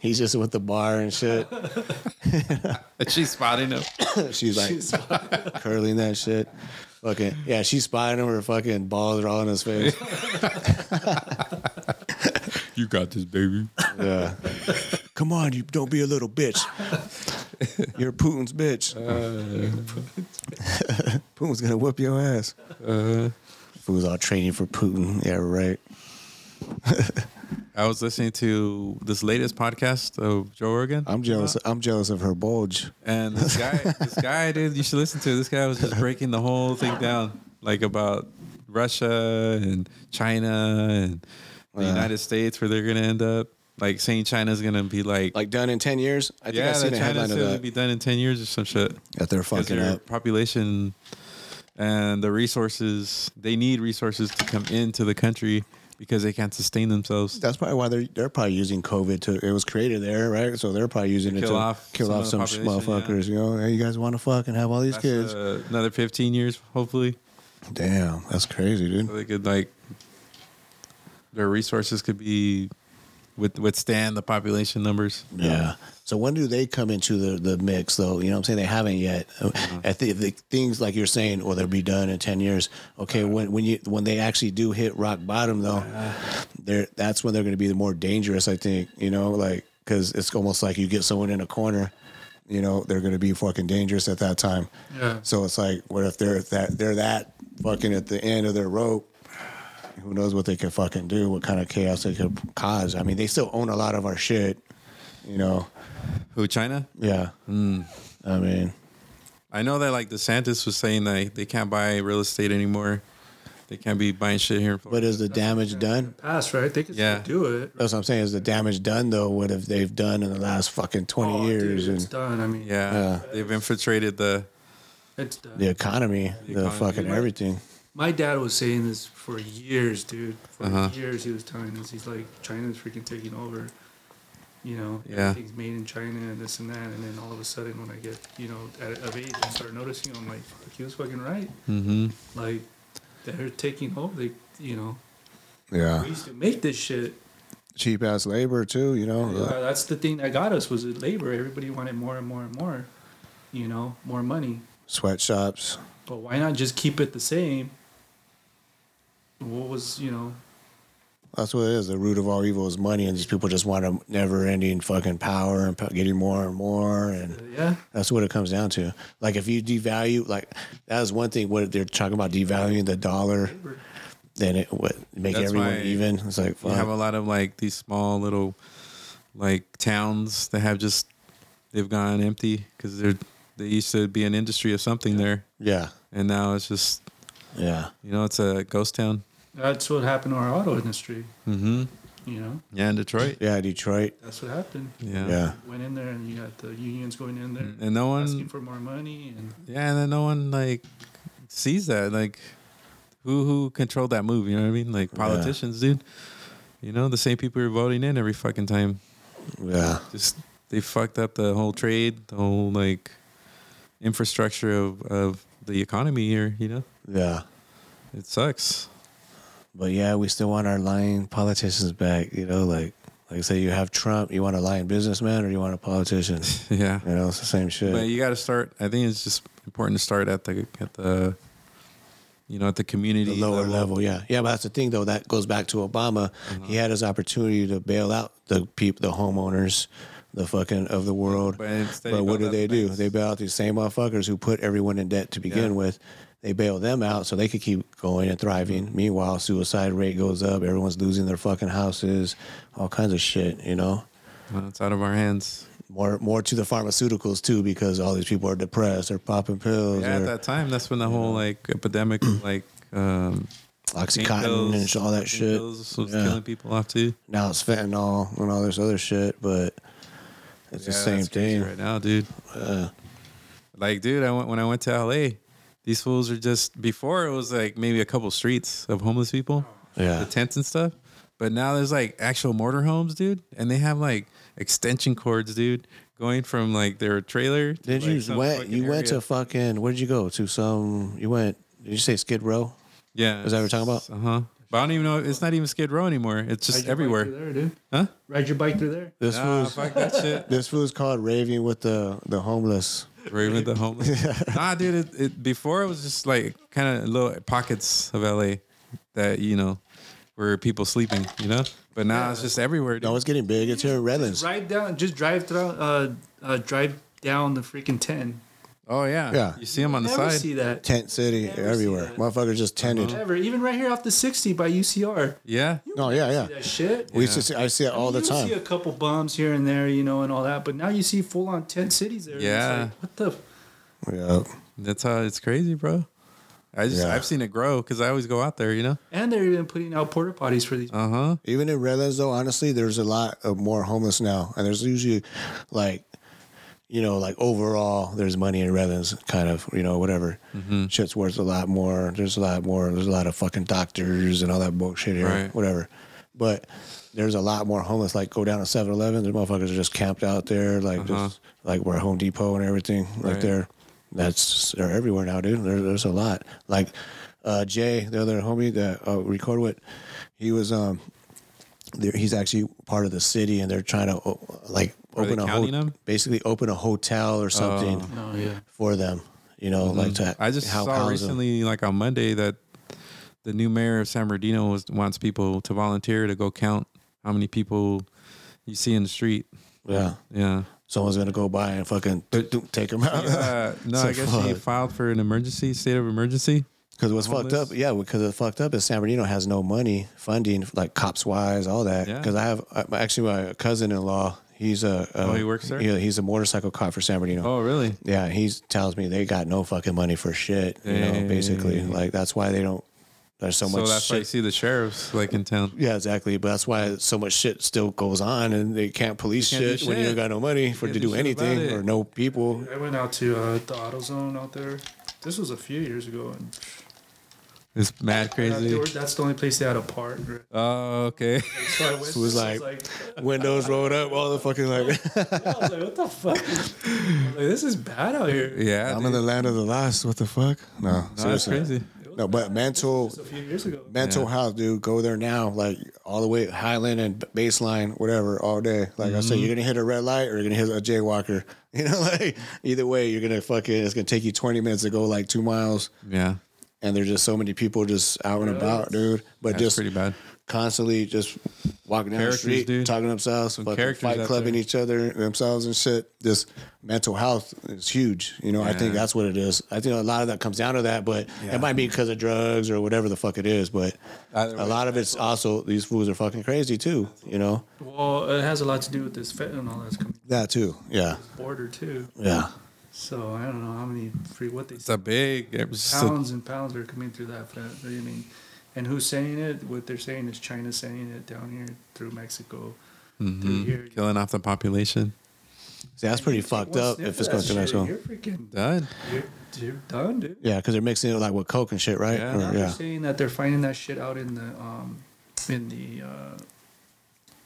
Speaker 3: He's just with the bar and shit.
Speaker 2: And she's spotting him.
Speaker 3: She's like
Speaker 4: She's
Speaker 3: curling that shit. Fucking yeah, she's spying him. Her fucking balls are all in his face.
Speaker 2: You got this, baby.
Speaker 3: Yeah. Come on, you don't be a little bitch. You're Putin's bitch. Uh, Putin's gonna whoop your ass. Uh-huh. Fool's all training for Putin. Yeah, right.
Speaker 2: I was listening to this latest podcast of Joe Rogan. Uh,
Speaker 3: I'm jealous. I'm jealous of her bulge.
Speaker 2: And this guy, this guy, dude, you should listen to. it. This guy was just breaking the whole thing down, like about Russia and China and the United States, where they're gonna end up. Like saying China's gonna be like,
Speaker 3: Like done in ten years. I think I
Speaker 2: yeah,
Speaker 3: seen
Speaker 2: that
Speaker 3: a
Speaker 2: China's
Speaker 3: headline of
Speaker 2: gonna
Speaker 3: that.
Speaker 2: be done in ten years or some shit.
Speaker 3: that they're
Speaker 2: 'Cause
Speaker 3: fucking
Speaker 2: their
Speaker 3: up.
Speaker 2: population and the resources they need resources to come into the country because they can't sustain themselves.
Speaker 3: That's probably why they're they're probably using COVID to. It was created there, right? So they're probably using it
Speaker 2: kill
Speaker 3: to
Speaker 2: off
Speaker 3: kill
Speaker 2: some
Speaker 3: off
Speaker 2: of
Speaker 3: some
Speaker 2: the
Speaker 3: sh-
Speaker 2: population,
Speaker 3: motherfuckers. You know, hey, you guys want to fucking have all these
Speaker 2: That's,
Speaker 3: kids?
Speaker 2: uh, another fifteen years, hopefully.
Speaker 3: Damn, that's crazy,
Speaker 2: So
Speaker 3: dude.
Speaker 2: they could like their resources could be with withstand the population numbers.
Speaker 3: Yeah. So when do they come into the, the mix though? You know what I'm saying? They haven't yet.
Speaker 2: Mm-hmm.
Speaker 3: I think the things like you're saying, well, they'll be done in ten years. Okay, when when you when they actually do hit rock bottom though, they're that's when they're going to be the more dangerous. I think you know, like because it's almost like you get someone in a corner, you know, they're going to be fucking dangerous at that time.
Speaker 4: Yeah.
Speaker 3: So it's like, what if they're that they're that fucking at the end of their rope? Who knows what they could fucking do? What kind of chaos they could cause? I mean, they still own a lot of our shit, you know.
Speaker 2: Who China?
Speaker 3: Yeah.
Speaker 4: Mm.
Speaker 3: I mean,
Speaker 2: I know that like DeSantis was saying that they can't buy real estate anymore. They can't be buying shit here. in Florida.
Speaker 3: but is the damage done?
Speaker 4: Pass right. They could still
Speaker 2: Yeah.
Speaker 4: do it.
Speaker 3: That's what I'm saying. Is the damage done though? What if they've done in the last fucking 20
Speaker 4: Oh,
Speaker 3: years
Speaker 4: dude, it's
Speaker 3: and
Speaker 4: done. I mean,
Speaker 2: Yeah, they've infiltrated the.
Speaker 4: it's done.
Speaker 3: the economy, the,
Speaker 2: economy.
Speaker 3: fucking everything?
Speaker 4: My dad was saying this for years, dude. For
Speaker 2: Uh-huh.
Speaker 4: years, he was telling us he's like, China's freaking taking over. You know,
Speaker 2: Yeah.
Speaker 4: everything's made in China and this and that. And then all of a sudden, when I get you know at, of age and start noticing, I'm like, Fuck, he was fucking right.
Speaker 2: Mm-hmm.
Speaker 4: Like they're taking over. They, you know,
Speaker 3: Yeah.
Speaker 4: we used to make this shit.
Speaker 3: Cheap ass labor too. You know.
Speaker 4: Uh, that's the thing that got us was the labor. Everybody wanted more and more and more. You know, more money.
Speaker 3: Sweatshops.
Speaker 4: But why not just keep it the same? What was you know?
Speaker 3: That's what it is. The root of all evil is money, and these people just want a never-ending fucking power and po- getting more and more, and
Speaker 4: Yeah.
Speaker 3: that's what it comes down to. Like if you devalue, like that is one thing. What they're talking about devaluing the dollar, then it would make
Speaker 2: That's
Speaker 3: everyone
Speaker 2: why
Speaker 3: even. It's like
Speaker 2: You have a
Speaker 3: fuck.
Speaker 2: lot of like these small little like towns that have just they've gone empty because they're they used to be an industry of something there.
Speaker 3: Yeah.
Speaker 2: And now it's just.
Speaker 3: Yeah.
Speaker 2: You know, it's a ghost town.
Speaker 4: That's what happened to our auto industry.
Speaker 2: Mm-hmm.
Speaker 4: You know,
Speaker 2: Yeah, in Detroit.
Speaker 3: Yeah, Detroit.
Speaker 4: that's what happened.
Speaker 2: Yeah. Yeah.
Speaker 4: Went in there and you got the unions going in there
Speaker 2: And no one-
Speaker 4: asking for more money and
Speaker 2: Yeah, and then no one like sees that. Like, who who controlled that move? You know what I mean? Like politicians, dude. You know the same people you're voting in every fucking time.
Speaker 3: Yeah.
Speaker 2: Just they fucked up the whole trade, the whole like infrastructure of of the economy here. You know.
Speaker 3: Yeah.
Speaker 2: It sucks.
Speaker 3: But yeah, we still want our lying politicians back. You know, like like I say, you have Trump. You want a lying businessman or you want a politician?
Speaker 2: yeah.
Speaker 3: You know, it's the same shit.
Speaker 2: But you got to start. I think it's just important to start at the at the you know at the community
Speaker 3: lower level. yeah, yeah. But that's the thing, though. That goes back to Obama.
Speaker 2: Mm-hmm.
Speaker 3: He had his opportunity to bail out the people, the homeowners, the fucking of the world.
Speaker 2: But
Speaker 3: But,
Speaker 2: instead he
Speaker 3: what
Speaker 2: bailed
Speaker 3: do
Speaker 2: out
Speaker 3: they
Speaker 2: the
Speaker 3: do? They bail out these same motherfuckers who put everyone in debt to begin
Speaker 2: Yeah.
Speaker 3: with. They bail them out so they could keep going and thriving. Meanwhile, suicide rate goes up. Everyone's losing their fucking houses. All kinds of shit. You know.
Speaker 2: Well, it's out of our hands.
Speaker 3: More, more to the pharmaceuticals too, because all these people are depressed. They're popping pills.
Speaker 2: Yeah, at
Speaker 3: they're-
Speaker 2: that time, that's when the whole like epidemic of like um,
Speaker 3: Oxycontin
Speaker 2: pain pills-
Speaker 3: and sh- all that
Speaker 2: pain
Speaker 3: shit.
Speaker 2: pills was
Speaker 3: Yeah.
Speaker 2: killing people off too.
Speaker 3: now it's fentanyl and all this other shit, but it's the
Speaker 2: Yeah,
Speaker 3: same
Speaker 2: that's crazy
Speaker 3: thing.
Speaker 2: right now, dude. Like, dude, I went when I went to LA. These fools are just before it was like maybe a couple streets of homeless people,
Speaker 3: Yeah.
Speaker 2: the tents and stuff. But now there's like actual mortar homes, dude, and they have like extension cords, dude, going from like their trailer. To,
Speaker 3: Did
Speaker 2: like,
Speaker 3: you
Speaker 2: some
Speaker 3: went?
Speaker 2: fucking
Speaker 3: You went
Speaker 2: area.
Speaker 3: to fucking. Where did you go to? Some. You went. Did you say Skid Row?
Speaker 2: yeah?
Speaker 3: Is that what we're talking about?
Speaker 2: Uh huh. But I don't even know. It's not even Skid Row anymore. It's just
Speaker 4: Ride your bike
Speaker 2: everywhere.
Speaker 4: through there, dude.
Speaker 2: Huh?
Speaker 4: Ride your bike through there.
Speaker 3: This
Speaker 2: Nah,
Speaker 3: was.
Speaker 2: fuck that shit.
Speaker 3: This fool's called raving with the the homeless.
Speaker 2: Raven the homeless. nah, dude. It, it, before it was just like kind of little pockets of LA that you know were people sleeping, you know. But now it's just everywhere. Dude.
Speaker 3: No, it's getting big. It's here in Redlands.
Speaker 4: Drive down, just drive through, uh, uh, drive down the freaking ten.
Speaker 2: Oh yeah,
Speaker 3: Yeah.
Speaker 2: You see them on the
Speaker 4: Never
Speaker 2: side.
Speaker 4: see that.
Speaker 3: Tent city everywhere. Motherfuckers just tented.
Speaker 4: Never. Even right here off the sixty by UCR.
Speaker 2: yeah,
Speaker 3: No, Oh, yeah, yeah.
Speaker 4: That shit.
Speaker 3: We used to see. I see it all the
Speaker 4: you
Speaker 3: time.
Speaker 4: see a couple bums here and there, you know, and all that, but now you see full on ten cities there. and it's
Speaker 2: Yeah.
Speaker 4: like, what the?
Speaker 3: Yeah.
Speaker 2: that's how it's crazy, bro. I just
Speaker 3: Yeah.
Speaker 2: I've seen it grow because I always go out there, you know.
Speaker 4: And they're even putting out porta potties for these.
Speaker 2: Uh huh.
Speaker 3: Even in Redlands, though, honestly, there's a lot of more homeless now, and there's usually like, you know, like overall, there's money in Redlands, kind of, you know, whatever.
Speaker 2: Mm-hmm.
Speaker 3: Shit's worth a lot more. There's a lot more. There's a lot of fucking doctors and all that bullshit here,
Speaker 2: Right.
Speaker 3: whatever. But there's a lot more homeless. Like, go down to 7 Eleven, there's motherfuckers are just camped out there, like, just like we're at Home Depot and everything, right,
Speaker 2: Uh-huh. Right.
Speaker 3: there. That's they're everywhere now, dude. There, there's a lot. Like, uh, Jay, the other homie that uh, record with, he was um there, he's actually part of the city, and they're trying to o- like
Speaker 2: Are they
Speaker 3: open a ho-
Speaker 2: counting them?
Speaker 3: basically open a hotel or something
Speaker 4: Oh yeah.
Speaker 3: for them. You know, like to
Speaker 2: Mm-hmm. I just
Speaker 3: help
Speaker 2: saw
Speaker 3: house them.
Speaker 2: recently, like on Monday, that the new mayor of San Bernardino was, wants people to volunteer to go count how many people you see in the street.
Speaker 3: Yeah,
Speaker 2: Yeah.
Speaker 3: someone's gonna go by and fucking do- do- take them out.
Speaker 2: Uh, no, I guess she filed for an emergency state of emergency.
Speaker 3: because what's fucked up.
Speaker 2: homeless.
Speaker 3: Yeah, because it's fucked up is San Bernardino has no money funding, like cops wise, all that.
Speaker 2: Yeah.
Speaker 3: Because I have I- actually my cousin in law. He's a, a
Speaker 2: Oh, he works there?
Speaker 3: Yeah, he's a motorcycle cop for San Bernardino.
Speaker 2: Oh, really?
Speaker 3: Yeah, he tells me they got no fucking money for shit. You know, basically,
Speaker 2: Dang.
Speaker 3: like that's why they don't. There's so,
Speaker 2: so
Speaker 3: much
Speaker 2: that's why you
Speaker 3: shit.
Speaker 2: see the sheriffs like in town.
Speaker 3: Yeah, exactly. But that's why so much shit still goes on, and they can't police
Speaker 2: You can't do
Speaker 3: shit, when you
Speaker 2: shit.
Speaker 3: don't got no money for
Speaker 2: can't
Speaker 3: to
Speaker 2: do
Speaker 3: do
Speaker 2: shit about
Speaker 3: anything
Speaker 2: it.
Speaker 3: or no people.
Speaker 4: I went out to uh, the AutoZone out there. This was a few years ago, and
Speaker 2: It's mad
Speaker 4: they
Speaker 2: crazy.
Speaker 4: were- that's the only place they had a park. right?
Speaker 2: Oh, okay.
Speaker 4: So I went.
Speaker 3: It was like windows rolled up, all the fucking like.
Speaker 4: I was like, what the fuck? I was like, this is bad out here.
Speaker 2: Yeah.
Speaker 3: I'm
Speaker 2: dude.
Speaker 3: in the land of the lost. What the fuck? No,
Speaker 2: No, that's
Speaker 3: seriously.
Speaker 2: crazy.
Speaker 3: No, but mental,
Speaker 4: Just a few years ago.
Speaker 3: mental health, dude. Go there now, like all the way Highland and Baseline, whatever, all day. Like I
Speaker 2: Mm-hmm.
Speaker 3: said, you're gonna hit a red light or you're gonna hit a jaywalker. You know, like either way, you're gonna fucking. It's gonna take you 20 minutes to go like two miles.
Speaker 2: Yeah.
Speaker 3: and there's just so many people just out and about, dude. But
Speaker 2: That's
Speaker 3: just
Speaker 2: pretty bad.
Speaker 3: constantly just walking down
Speaker 2: Characters,
Speaker 3: the street,
Speaker 2: dude.
Speaker 3: talking to themselves, fucking
Speaker 2: characters
Speaker 3: fight
Speaker 2: out
Speaker 3: clubbing
Speaker 2: there.
Speaker 3: each other themselves and shit. This mental health is huge. You know, I think
Speaker 2: Yeah.
Speaker 3: that's what it is. I think a lot of that comes down to that, but it might be because of drugs or whatever the fuck it is. But a lot of it's also these fools are fucking crazy too. You know
Speaker 4: Well, it has a lot to do with this fentanyl that's coming
Speaker 3: that too. Yeah,
Speaker 4: border too.
Speaker 3: Yeah.
Speaker 4: So I don't know how many free what they
Speaker 2: It's a big. It was just a-
Speaker 4: pounds and pounds are coming through that. fent- I mean, and who's saying it? What they're saying is China saying it down here through Mexico.
Speaker 2: Mhm.
Speaker 4: here.
Speaker 2: killing off the population.
Speaker 3: See, that's pretty fucked
Speaker 4: One
Speaker 3: up
Speaker 4: sniff
Speaker 3: if
Speaker 4: of
Speaker 3: it's
Speaker 4: that
Speaker 3: going to
Speaker 4: shit,
Speaker 3: Mexico.
Speaker 4: You're freaking
Speaker 2: done.
Speaker 4: You're, you're done, dude.
Speaker 3: Yeah, because they're mixing it like with coke and shit, right?
Speaker 4: Yeah.
Speaker 3: Or-
Speaker 4: Now they're
Speaker 3: Oh, yeah.
Speaker 4: saying that they're finding that shit out in the um, in the uh,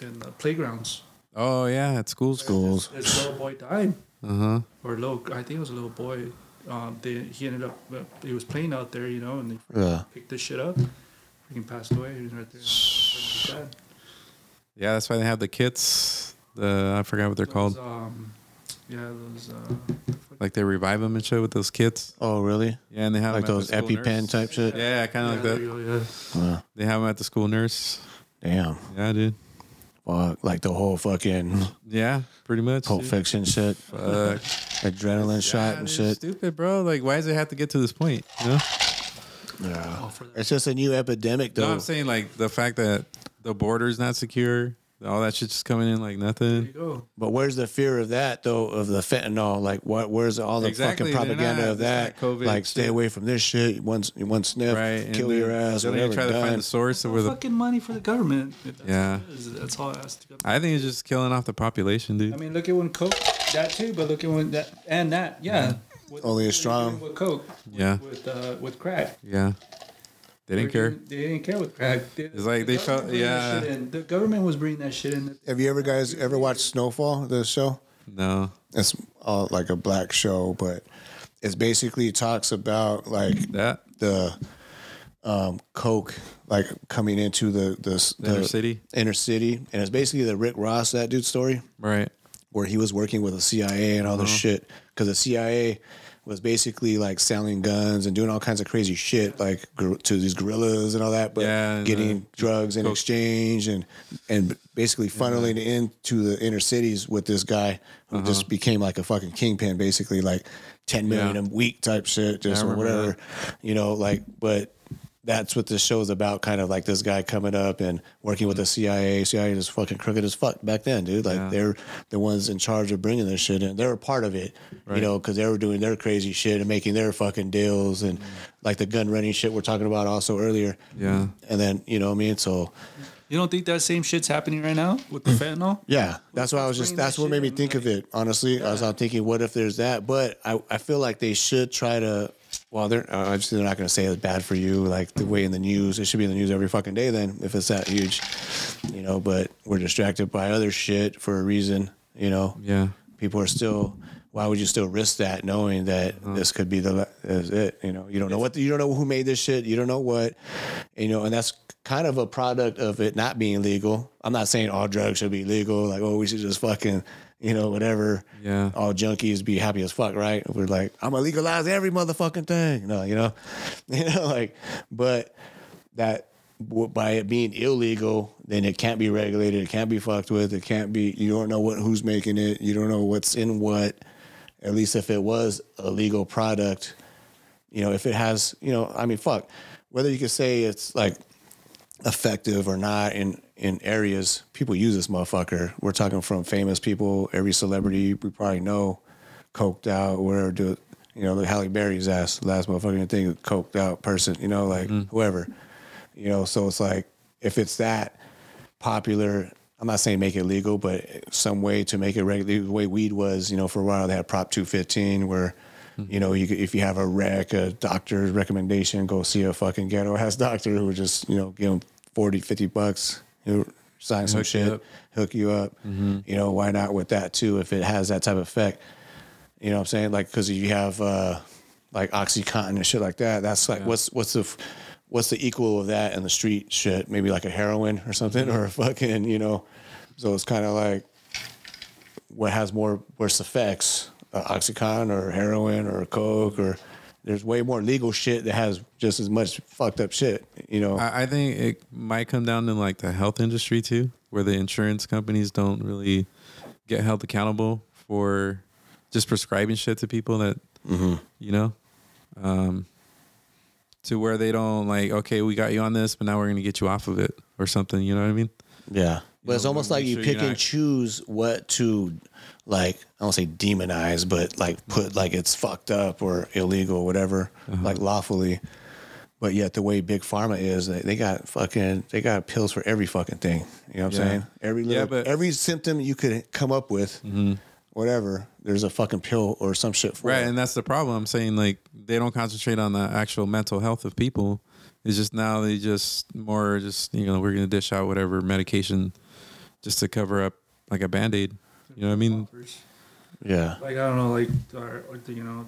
Speaker 4: in the playgrounds.
Speaker 2: Oh yeah, at schools. Schools.
Speaker 4: This little boy died,
Speaker 2: Uh huh.
Speaker 4: or a little I think it was a little boy. Um, they, he ended up uh, he was playing out there, you know, and they
Speaker 2: Yeah.
Speaker 4: picked this shit up. Freaking passed away. He was right there. His dad.
Speaker 2: Yeah, that's why they have the kits. The I forgot what they're
Speaker 4: Those,
Speaker 2: called.
Speaker 4: um, yeah, those. Uh,
Speaker 2: Like they revive them and shit with those kits.
Speaker 3: Oh really?
Speaker 2: Yeah, and they have
Speaker 3: Like
Speaker 2: 'em at
Speaker 3: those
Speaker 2: the school
Speaker 3: EpiPen
Speaker 2: nurse.
Speaker 3: type shit?
Speaker 2: Yeah, kind
Speaker 4: Yeah,
Speaker 2: of
Speaker 4: there
Speaker 2: like
Speaker 4: you go,
Speaker 2: that.
Speaker 4: yeah.
Speaker 3: Wow.
Speaker 2: They have them at the school nurse.
Speaker 3: Damn.
Speaker 2: Yeah, dude.
Speaker 3: Fuck, like the whole fucking
Speaker 2: Yeah, pretty much.
Speaker 3: Pulp
Speaker 2: dude.
Speaker 3: Fiction shit.
Speaker 2: Fuck.
Speaker 3: Adrenaline shot and shit.
Speaker 2: Stupid, bro. Like, why does it have to get to this point? You know?
Speaker 3: Yeah. It's just a new epidemic,
Speaker 2: No,
Speaker 3: though.
Speaker 2: I'm saying like the fact that the border's not secure, all that shit's just coming in like nothing.
Speaker 3: But where's the fear of that though? Of the fentanyl, like what? Where's all the
Speaker 2: Exactly,
Speaker 3: fucking
Speaker 2: they're
Speaker 3: propaganda
Speaker 2: not-
Speaker 3: of
Speaker 2: it's
Speaker 3: that?
Speaker 2: not COVID
Speaker 3: like, stay
Speaker 2: shit.
Speaker 3: away from this shit. One, s- one sniff,
Speaker 2: Right, and
Speaker 3: kill
Speaker 2: then
Speaker 3: your ass.
Speaker 2: they'll even
Speaker 3: Whatever.
Speaker 2: try to find
Speaker 3: done.
Speaker 2: the source of
Speaker 4: No
Speaker 2: where the.
Speaker 4: fucking money for the government. If that's
Speaker 2: Yeah.
Speaker 4: what it is, That's all it has to go.
Speaker 2: I think it's just killing off the population, dude.
Speaker 4: I mean, look at when Coke that too, but look at when that and that, yeah. What-
Speaker 3: Only as
Speaker 4: what they're doing
Speaker 3: strong.
Speaker 4: with Coke.
Speaker 2: Yeah.
Speaker 4: With uh, with crack.
Speaker 2: yeah, they didn't care.
Speaker 4: They didn't care with crack.
Speaker 2: It's like they felt, yeah.
Speaker 4: The government was bringing that shit in.
Speaker 3: Have you ever guys ever watched Snowfall? The show?
Speaker 2: No.
Speaker 3: It's all like a black show, but it's basically talks about like
Speaker 2: that
Speaker 3: the um, coke like coming into the the,
Speaker 2: The inner city?
Speaker 3: inner city, and it's basically the Rick Ross that dude story,
Speaker 2: right?
Speaker 3: Where he was working with the CIA and all this
Speaker 2: Uh-huh.
Speaker 3: shit because the CIA was basically like selling guns and doing all kinds of crazy shit like gr- to these guerrillas and all that, but
Speaker 2: Yeah, and uh,
Speaker 3: getting
Speaker 2: the
Speaker 3: drugs in
Speaker 2: coke.
Speaker 3: exchange and and basically funneling into the inner cities with this guy who just became like a fucking kingpin, basically like ten million
Speaker 2: Uh-huh. Yeah.
Speaker 3: a week type shit, just or
Speaker 2: remember
Speaker 3: whatever, you know, like but. That's what this show's about, kind of like this guy coming up and working with the CIA. CIA is fucking crooked as fuck back then, dude. Like
Speaker 2: Yeah.
Speaker 3: they're the ones in charge of bringing this shit in. They were a part of it, you
Speaker 2: Right.
Speaker 3: know, because they were doing their crazy shit and making their fucking deals and like the gun running shit we're talking about also earlier.
Speaker 2: Yeah.
Speaker 3: And then you know what I mean. So
Speaker 4: You don't think that same shit's happening right now with the fentanyl?
Speaker 3: yeah, that's why I was just
Speaker 4: bringing that
Speaker 3: that's what
Speaker 4: shit
Speaker 3: made me think of it. Honestly, I was I'm thinking, what if there's that? But I, I feel like they should try to. Well, they're uh, obviously they're not going to say it's bad for you, like the way in the news. It should be in the news every fucking day then, if it's that huge, you know. But we're distracted by other shit for a reason, you know.
Speaker 2: Yeah.
Speaker 3: People are still. Why would you still risk that, knowing that this could be the la- is it? You know, you don't know what you don't know who made this shit. You don't know what, you know, and that's kind of a product of it not being legal. I'm not saying all drugs should be legal. Like, oh, we should just fucking, you know, whatever.
Speaker 2: Yeah.
Speaker 3: All junkies be happy as fuck, right? We're like, I'm gonna legalize every motherfucking thing. No, you know, you know, like, but that w- by it being illegal, then it can't be regulated. It can't be fucked with. It can't be. You don't know what who's making it. You don't know what's in what. At least if it was a legal product, you know, if it has, you know, I mean, fuck, whether you could say it's like effective or not in in areas people use this motherfucker we're talking from famous people every celebrity we probably know coked out whatever do it you know the Halle Berry's ass last motherfucking thing coked out person you know like whoever you know so it's like if it's that popular I'm not saying make it legal but some way to make it regular the way weed was you know for a while they had prop 215 where
Speaker 2: Mm-hmm.
Speaker 3: you know, you, could- if you have a wreck, a doctor's recommendation, go see a fucking ghetto ass doctor who would just, you know, give him 40, 50 bucks, you know, sign some
Speaker 2: Hook you
Speaker 3: shit,
Speaker 2: up. Mm-hmm.
Speaker 3: hook you up. You know, why not with that too if it has that type of effect? You know what I'm saying? Like, because you have uh, like Oxycontin and shit like that. That's like, what's what's the f- what's the equal of that in the street shit? Maybe like a heroin or something, or a fucking, you know. So it's kind of like what has more worse effects, uh, Oxycontin or heroin or coke or There's way more legal shit that has just as much fucked up shit. You know,
Speaker 2: I, I think it might come down to like the health industry too, where the insurance companies don't really get held accountable for just prescribing shit to people that
Speaker 3: Mhm.
Speaker 2: you know, um, to where they don't like, okay, we got you on this, but now we're gonna get you off of it or something. You know what I mean?
Speaker 3: Yeah, but it's
Speaker 2: know,
Speaker 3: almost
Speaker 2: wanna
Speaker 3: like
Speaker 2: make
Speaker 3: you
Speaker 2: sure
Speaker 3: pick
Speaker 2: you're
Speaker 3: and
Speaker 2: not-
Speaker 3: choose what to like. I don't say demonize, but like put like it's fucked up or illegal, or whatever,
Speaker 2: Uh-huh.
Speaker 3: like lawfully. But yet the way big pharma is, they, they got fucking they got pills for every fucking thing. You know what I'm
Speaker 2: Yeah.
Speaker 3: saying? Every
Speaker 2: Yeah,
Speaker 3: little,
Speaker 2: but- Mm-hmm.
Speaker 3: every symptom you could come up with, whatever. There's a fucking pill or some shit for
Speaker 2: Right,
Speaker 3: it.
Speaker 2: and that's the problem. I'm saying like they don't concentrate on the actual mental health of people. It's just now they just more just you know we're gonna dish out whatever medication just to cover up like a band aid. You know what I mean?
Speaker 3: Yeah.
Speaker 4: Like I don't know, like our, or the, you know,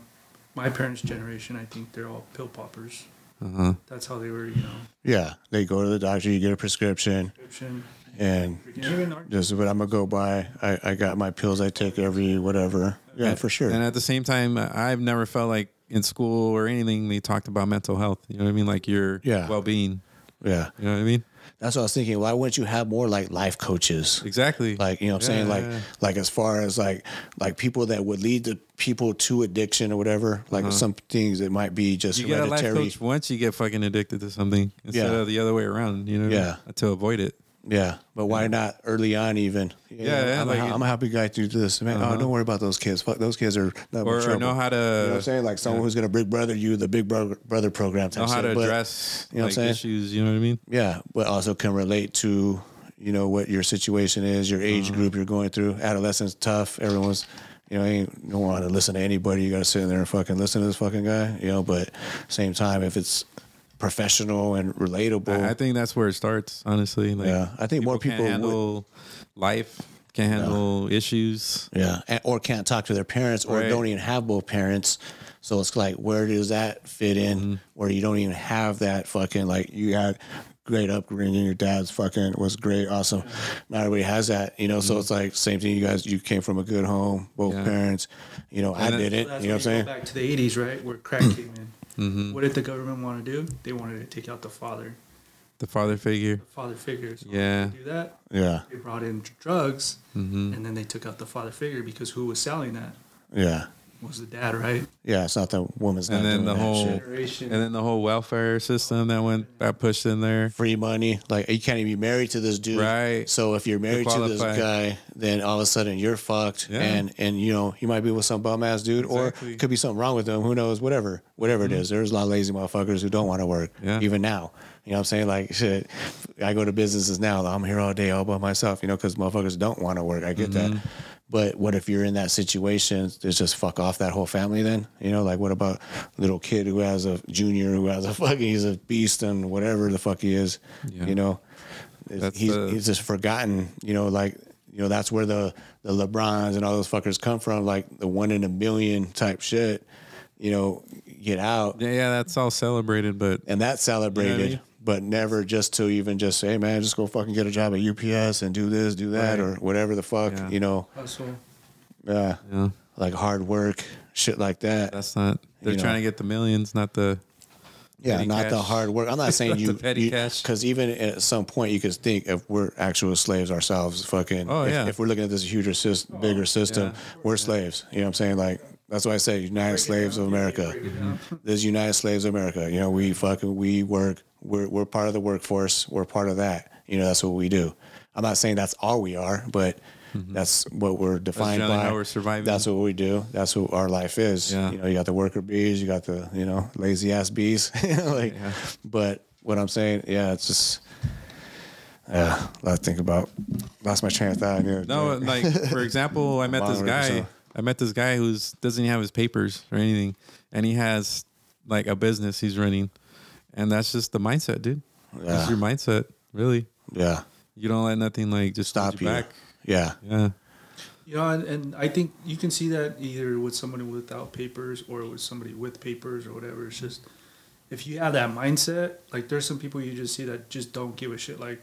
Speaker 4: my parents' generation. I think they're all pill poppers.
Speaker 3: Uh-huh.
Speaker 4: That's how they were, you know.
Speaker 3: Yeah, they go to the doctor, you get a prescription,
Speaker 4: Prescription.
Speaker 3: and
Speaker 4: Freaking-
Speaker 3: this is what I'm gonna go by. I, I got my pills I take every whatever. Yeah,
Speaker 2: And-
Speaker 3: for sure.
Speaker 2: And at the same time, I- I've never felt like in school or anything they talked about mental health. You know what I mean? Like your
Speaker 3: Yeah.
Speaker 2: well being.
Speaker 3: Yeah.
Speaker 2: You know what I mean?
Speaker 3: That's what I was thinking. Why wouldn't you have more like life coaches?
Speaker 2: Exactly.
Speaker 3: Like you know what I'm saying? Like
Speaker 2: Yeah.
Speaker 3: like as far as like like people that would lead the people to addiction or whatever. Like
Speaker 2: Uh-huh.
Speaker 3: some things that might be just
Speaker 2: You get a life
Speaker 3: hereditary.
Speaker 2: coach once you get fucking addicted to something instead
Speaker 3: Yeah.
Speaker 2: of the other way around. You know?
Speaker 3: Yeah.
Speaker 2: To avoid it.
Speaker 3: Yeah, but why not early on even? You
Speaker 2: Yeah,
Speaker 3: know,
Speaker 2: yeah,
Speaker 3: I'm,
Speaker 2: like
Speaker 3: a,
Speaker 2: it-
Speaker 3: I'm a happy guy to do this, man.
Speaker 2: Uh-huh.
Speaker 3: Oh, don't worry about those kids. Fuck, those kids are not
Speaker 2: Or- or
Speaker 3: trouble.
Speaker 2: know how to-
Speaker 3: You know what I'm saying? Like someone who's gonna big brother you, the big brother brother program. Type
Speaker 2: Know how
Speaker 3: shit.
Speaker 2: to
Speaker 3: But,
Speaker 2: address
Speaker 3: you know what I'm
Speaker 2: like,
Speaker 3: saying?
Speaker 2: issues. You know what I mean?
Speaker 3: Yeah, but also can relate to you know what your situation is, your
Speaker 2: Mm-hmm.
Speaker 3: age group you're going through. Adolescence tough. Everyone's you know ain't no want to listen to anybody. You got to sit in there and fucking listen to this fucking guy. You know, but same time if it's professional and relatable.
Speaker 2: I, I think that's where it starts, honestly. Like,
Speaker 3: Yeah, I think more people
Speaker 2: can't
Speaker 3: would-
Speaker 2: handle life, can't handle issues.
Speaker 3: Yeah, and, or can't talk to their parents, or
Speaker 2: Right.
Speaker 3: don't even have both parents. So it's like, where does that fit in?
Speaker 2: Mm-hmm.
Speaker 3: Where you don't even have that fucking like you had great upbringing, your dad's fucking was great, awesome. Not everybody has that, you know.
Speaker 2: Mm-hmm.
Speaker 3: So it's like same thing. You guys, you came from a good home, both
Speaker 4: Yeah.
Speaker 3: parents. You know, I
Speaker 2: And it-
Speaker 3: did it.
Speaker 4: Well, that's
Speaker 3: You know what I'm
Speaker 4: when go
Speaker 3: saying?
Speaker 4: Back to the '80s, right, where crack came in.
Speaker 2: Mhm.
Speaker 4: What did the government want to do? They wanted to take out the father,
Speaker 2: The father figure.
Speaker 4: father figures.
Speaker 2: Yeah.
Speaker 4: do that.
Speaker 3: Yeah.
Speaker 4: They brought in drugs,
Speaker 2: Mhm.
Speaker 4: and then they took out the father figure because who was selling that
Speaker 3: Yeah,
Speaker 4: was the dad, right?
Speaker 3: yeah. It's not the woman's.
Speaker 2: and
Speaker 3: not
Speaker 2: then
Speaker 3: doing
Speaker 2: the
Speaker 3: that
Speaker 2: whole
Speaker 3: shit.
Speaker 4: Generation.
Speaker 2: and then the whole welfare system that went that pushed in there.
Speaker 3: Free money, like you can't even be married to this dude.
Speaker 2: Right.
Speaker 3: So if you're married to this
Speaker 2: qualify.
Speaker 3: guy, then all of a sudden you're fucked,
Speaker 2: Yeah.
Speaker 3: and and you know you might be with some bum ass dude, or
Speaker 2: Exactly.
Speaker 3: it could be something wrong with him. Who knows? Whatever, whatever it is. There's a lot of lazy motherfuckers who don't want to work,
Speaker 2: Mm-hmm. Yeah.
Speaker 3: even now. You know what I'm saying? Like shit, I go to businesses now. I'm here all day all by myself, you know, because motherfuckers don't want to work. I get that.
Speaker 2: Mm-hmm.
Speaker 3: But what if you're in that situation? It's just fuck off that whole family then. You know, like what about little kid who has a junior who has a fucking he's a beast and whatever the fuck he is. You know, It's-
Speaker 2: That's
Speaker 3: he's,
Speaker 2: the-
Speaker 3: he's just forgotten. You know, like you know that's where the the LeBrons and all those fuckers come from, like the one in a million type shit. You know, get out
Speaker 2: Yeah, yeah, that's all celebrated, but
Speaker 3: and that's celebrated.
Speaker 2: mean?
Speaker 3: But never just to even just say, hey man, just go fucking get a job at UPS and do this, do that, or whatever the fuck,
Speaker 2: Yeah.
Speaker 3: you know.
Speaker 4: Hustle.
Speaker 3: Yeah.
Speaker 2: Yeah.
Speaker 3: Like hard work, shit like that.
Speaker 2: that's not. They're
Speaker 3: You know.
Speaker 2: trying to get the millions, not the.
Speaker 3: Yeah,
Speaker 2: petty
Speaker 3: not the
Speaker 2: cash.
Speaker 3: hard work. I'm not saying
Speaker 2: Not
Speaker 3: you,
Speaker 2: the petty cash.
Speaker 3: because even at some point you could think if we're actual slaves ourselves, fucking.
Speaker 2: Oh,
Speaker 3: if,
Speaker 2: yeah.
Speaker 3: if we're looking at this huger system, bigger system, we're slaves. You know what I'm saying? Like that's why I say United Slaves of America. This United Slaves of America. You know, we fucking we work. We're we're part of the workforce. We're part of that. You know, that's what we do. I'm not saying that's all we are, but that's what we're defined
Speaker 2: Mm-hmm. generally
Speaker 3: by.
Speaker 2: how we're surviving.
Speaker 3: That's what we do. That's what our life is.
Speaker 2: Yeah.
Speaker 3: You know, you got the worker bees, you got the you know lazy ass bees. You know, like, but what I'm saying, yeah, it's just. Yeah, a lot to think about. Lost my train of thought. you
Speaker 2: No,
Speaker 3: know.
Speaker 2: like for example, I met this
Speaker 3: Moderate
Speaker 2: guy.
Speaker 3: yourself.
Speaker 2: I met this guy who's doesn't even have his papers or anything, and he has like a business he's running, and that's just the mindset, dude.
Speaker 3: Yeah.
Speaker 2: That's your mindset, really.
Speaker 3: Yeah.
Speaker 2: You don't let nothing like just hold
Speaker 3: Stop
Speaker 2: you
Speaker 3: you.
Speaker 2: back.
Speaker 3: Yeah.
Speaker 2: Yeah.
Speaker 4: You know, and, and I think you can see that either with somebody without papers or with somebody with papers or whatever. It's just if you have that mindset, like there's some people you just see that just don't give a shit. Like,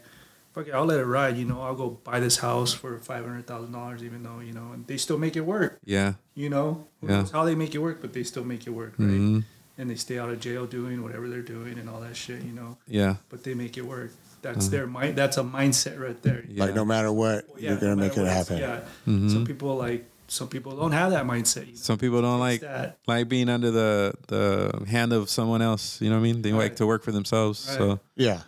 Speaker 4: fuck it, I'll let it ride. You know, I'll go buy this house for five hundred thousand dollars, even though you know, and they still make it work.
Speaker 2: Yeah.
Speaker 4: You know, Who
Speaker 2: Yeah.
Speaker 4: knows how they make it work, but they still make it work, right?
Speaker 2: Mhm.
Speaker 4: and they stay out of jail doing whatever they're doing and all that shit, you know.
Speaker 2: Yeah.
Speaker 4: But they make it work. That's
Speaker 3: Mhm.
Speaker 4: their mind. That's a mindset right there.
Speaker 3: Like no matter what,
Speaker 4: Yeah,
Speaker 3: you're gonna
Speaker 4: no
Speaker 3: make
Speaker 4: matter
Speaker 3: it
Speaker 4: what,
Speaker 3: happen.
Speaker 4: Yeah.
Speaker 2: Mhm.
Speaker 4: Some people like some people don't have that mindset. you
Speaker 2: Some people don't like
Speaker 4: that.
Speaker 2: like being under the the hand of someone else. You know what I mean? They like to work for themselves. So
Speaker 3: Yeah.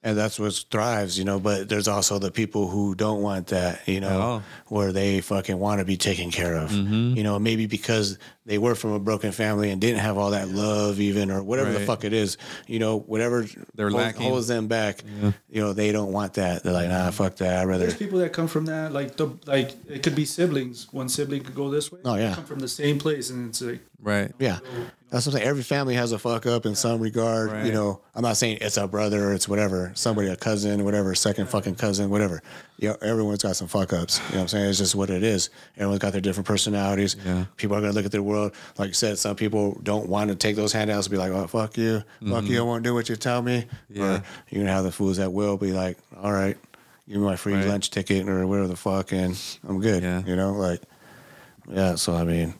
Speaker 3: And that's what thrives, you know. But there's also the people who don't want that, you
Speaker 2: Oh.
Speaker 3: know, where they fucking want to be taken care of,
Speaker 2: Mm-hmm.
Speaker 3: you know, maybe because they were from a broken family and didn't have all that love, even or whatever the
Speaker 2: Right.
Speaker 3: fuck it is, you know, whatever
Speaker 2: They're
Speaker 3: holds,
Speaker 2: lacking.
Speaker 3: holds them back, you know, they don't want that. They're like, nah, fuck that. I'd rather.
Speaker 4: There's people that come from that, like the like it could be siblings. One sibling could go this way.
Speaker 3: Oh, yeah.
Speaker 4: Come from the same place, and it's like
Speaker 2: Right.
Speaker 3: Yeah. That's what I'm saying. Every family has a fuck up in some regard. You
Speaker 4: Right.
Speaker 3: know, I'm not saying it's a brother or it's whatever, somebody, a cousin, whatever, second fucking cousin, whatever. You know, everyone's got some fuck ups. You know what I'm saying? It's just what it is. Everyone's got their different personalities. People are going to look at their world. Like you said, some people don't want to take those handouts and be like, oh, fuck you. Fuck
Speaker 2: Mhm.
Speaker 3: you. I won't do what you tell me.
Speaker 2: Yeah.
Speaker 3: Or you're going to have the fools that will be like, all right, give me my free lunch ticket or whatever the fuck, and I'm good. You know, like, yeah. So, I mean,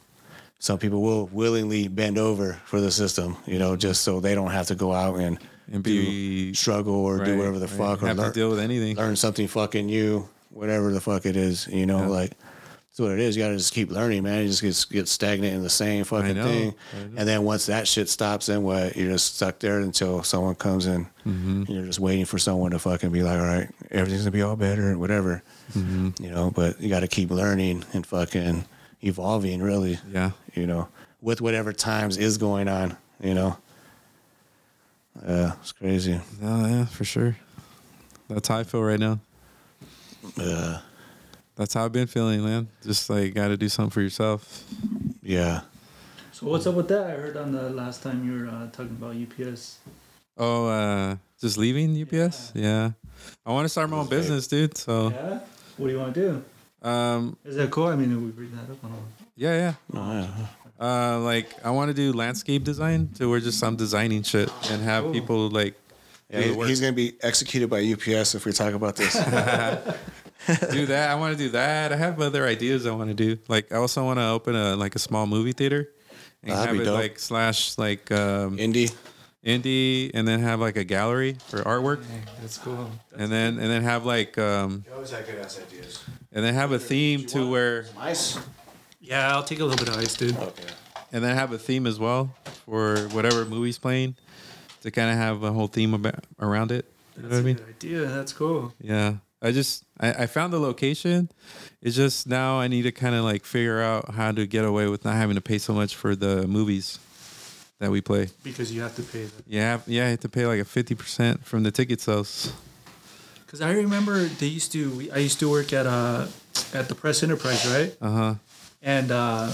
Speaker 3: some people will willingly bend over for the system, you know, just so they don't have to go out and,
Speaker 2: And
Speaker 3: do-
Speaker 2: be-
Speaker 3: struggle or do
Speaker 2: right,
Speaker 3: whatever the
Speaker 2: right.
Speaker 3: fuck or
Speaker 2: Have to deal with anything.
Speaker 3: Learn something fucking new, whatever the fuck it is, you know, like that's what it is. You gotta just keep learning, man. You just gets get stagnant in the same fucking
Speaker 2: know,
Speaker 3: thing.
Speaker 2: I know.
Speaker 3: And then once that shit stops, then what? You're just stuck there until someone comes in.
Speaker 2: Mm-hmm.
Speaker 3: You're just waiting for someone to fucking be like, all right, everything's gonna be all better and whatever.
Speaker 2: Mm-hmm.
Speaker 3: You know, but you gotta keep learning and fucking evolving really.
Speaker 2: Yeah.
Speaker 3: You know, with whatever times is going on, you know. Yeah, it's crazy.
Speaker 2: Oh yeah, for sure. That's how I feel right now.
Speaker 3: Yeah.
Speaker 2: That's how I've been feeling, man. Just like got to do something for yourself.
Speaker 3: Yeah.
Speaker 4: So what's up with that? I heard on the last time you were uh, talking about UPS.
Speaker 2: Oh, uh, just leaving UPS? Yeah. I want to start my own business, dude. So
Speaker 4: Yeah. What do you want to do?
Speaker 2: Um,
Speaker 4: Is that cool? I mean, we bring that up Oh, on.
Speaker 2: yeah, yeah.
Speaker 3: Oh,
Speaker 2: Uh, like I want to do landscape design to where just I'm designing shit and have people like.
Speaker 3: Yeah, he- he's gonna be executed by UPS if we talk about this.
Speaker 2: do that. I want to do that. I have other ideas I want to do. Like I also want to open a like a small movie theater and
Speaker 3: That'd be
Speaker 2: have it
Speaker 3: dope.
Speaker 2: like slash like um,
Speaker 3: indie,
Speaker 2: indie, and then have like a gallery for artwork,
Speaker 4: That's cool.
Speaker 2: and then and then have like um,
Speaker 12: You always have good ass ideas.
Speaker 2: and then have a theme to where
Speaker 12: Ice.
Speaker 4: Yeah, I'll take a little bit of ice, dude. Okay.
Speaker 2: and then have a theme as well for whatever movie's playing to kind of have a whole theme about, around it. You know what
Speaker 4: That's
Speaker 2: I mean?
Speaker 4: a good idea. That's cool.
Speaker 2: Yeah. I just I, I found the location. It's just now I need to kind of like figure out how to get away with not having to pay so much for the movies that we play.
Speaker 4: Because you have to pay that.
Speaker 2: Yeah, yeah, I have to pay like a fifty percent from the ticket sales.
Speaker 4: Because I remember they used to. We, I used to work at uh at the Press Enterprise, right?
Speaker 2: Uh huh.
Speaker 4: and uh,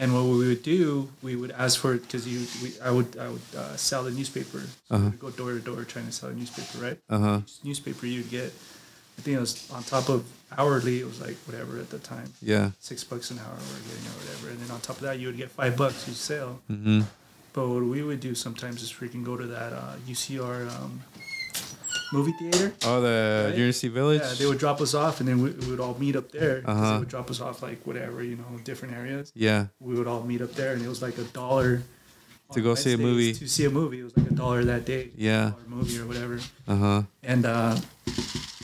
Speaker 4: and what we would do, we would ask for it because you, we, I would, I would uh, sell the newspaper. So
Speaker 2: Uh-huh.
Speaker 4: we would go door to door trying to sell a newspaper, right?
Speaker 2: Uh-huh.
Speaker 4: Each newspaper you'd get, I think it was on top of hourly, it was like whatever at the time.
Speaker 2: Yeah.
Speaker 4: six bucks an hour we're getting or whatever, and then on top of that you would get five bucks you sale.
Speaker 2: Mm-hmm.
Speaker 4: But what we would do sometimes is freaking go to that uh, UCR um, movie theater.
Speaker 2: Oh, the
Speaker 4: Right?
Speaker 2: University Village.
Speaker 4: Yeah, they would drop us off, and then we, we would all meet up there. 'cause
Speaker 2: Uh-huh.
Speaker 4: They would drop us off like whatever, you know, different areas.
Speaker 2: Yeah.
Speaker 4: We would all meet up there, and it was like a dollar
Speaker 2: to go see a
Speaker 4: Wednesdays
Speaker 2: movie.
Speaker 4: To see a movie, it was like a dollar that day.
Speaker 2: Yeah.
Speaker 4: Or movie or whatever.
Speaker 2: Uh huh.
Speaker 4: And uh,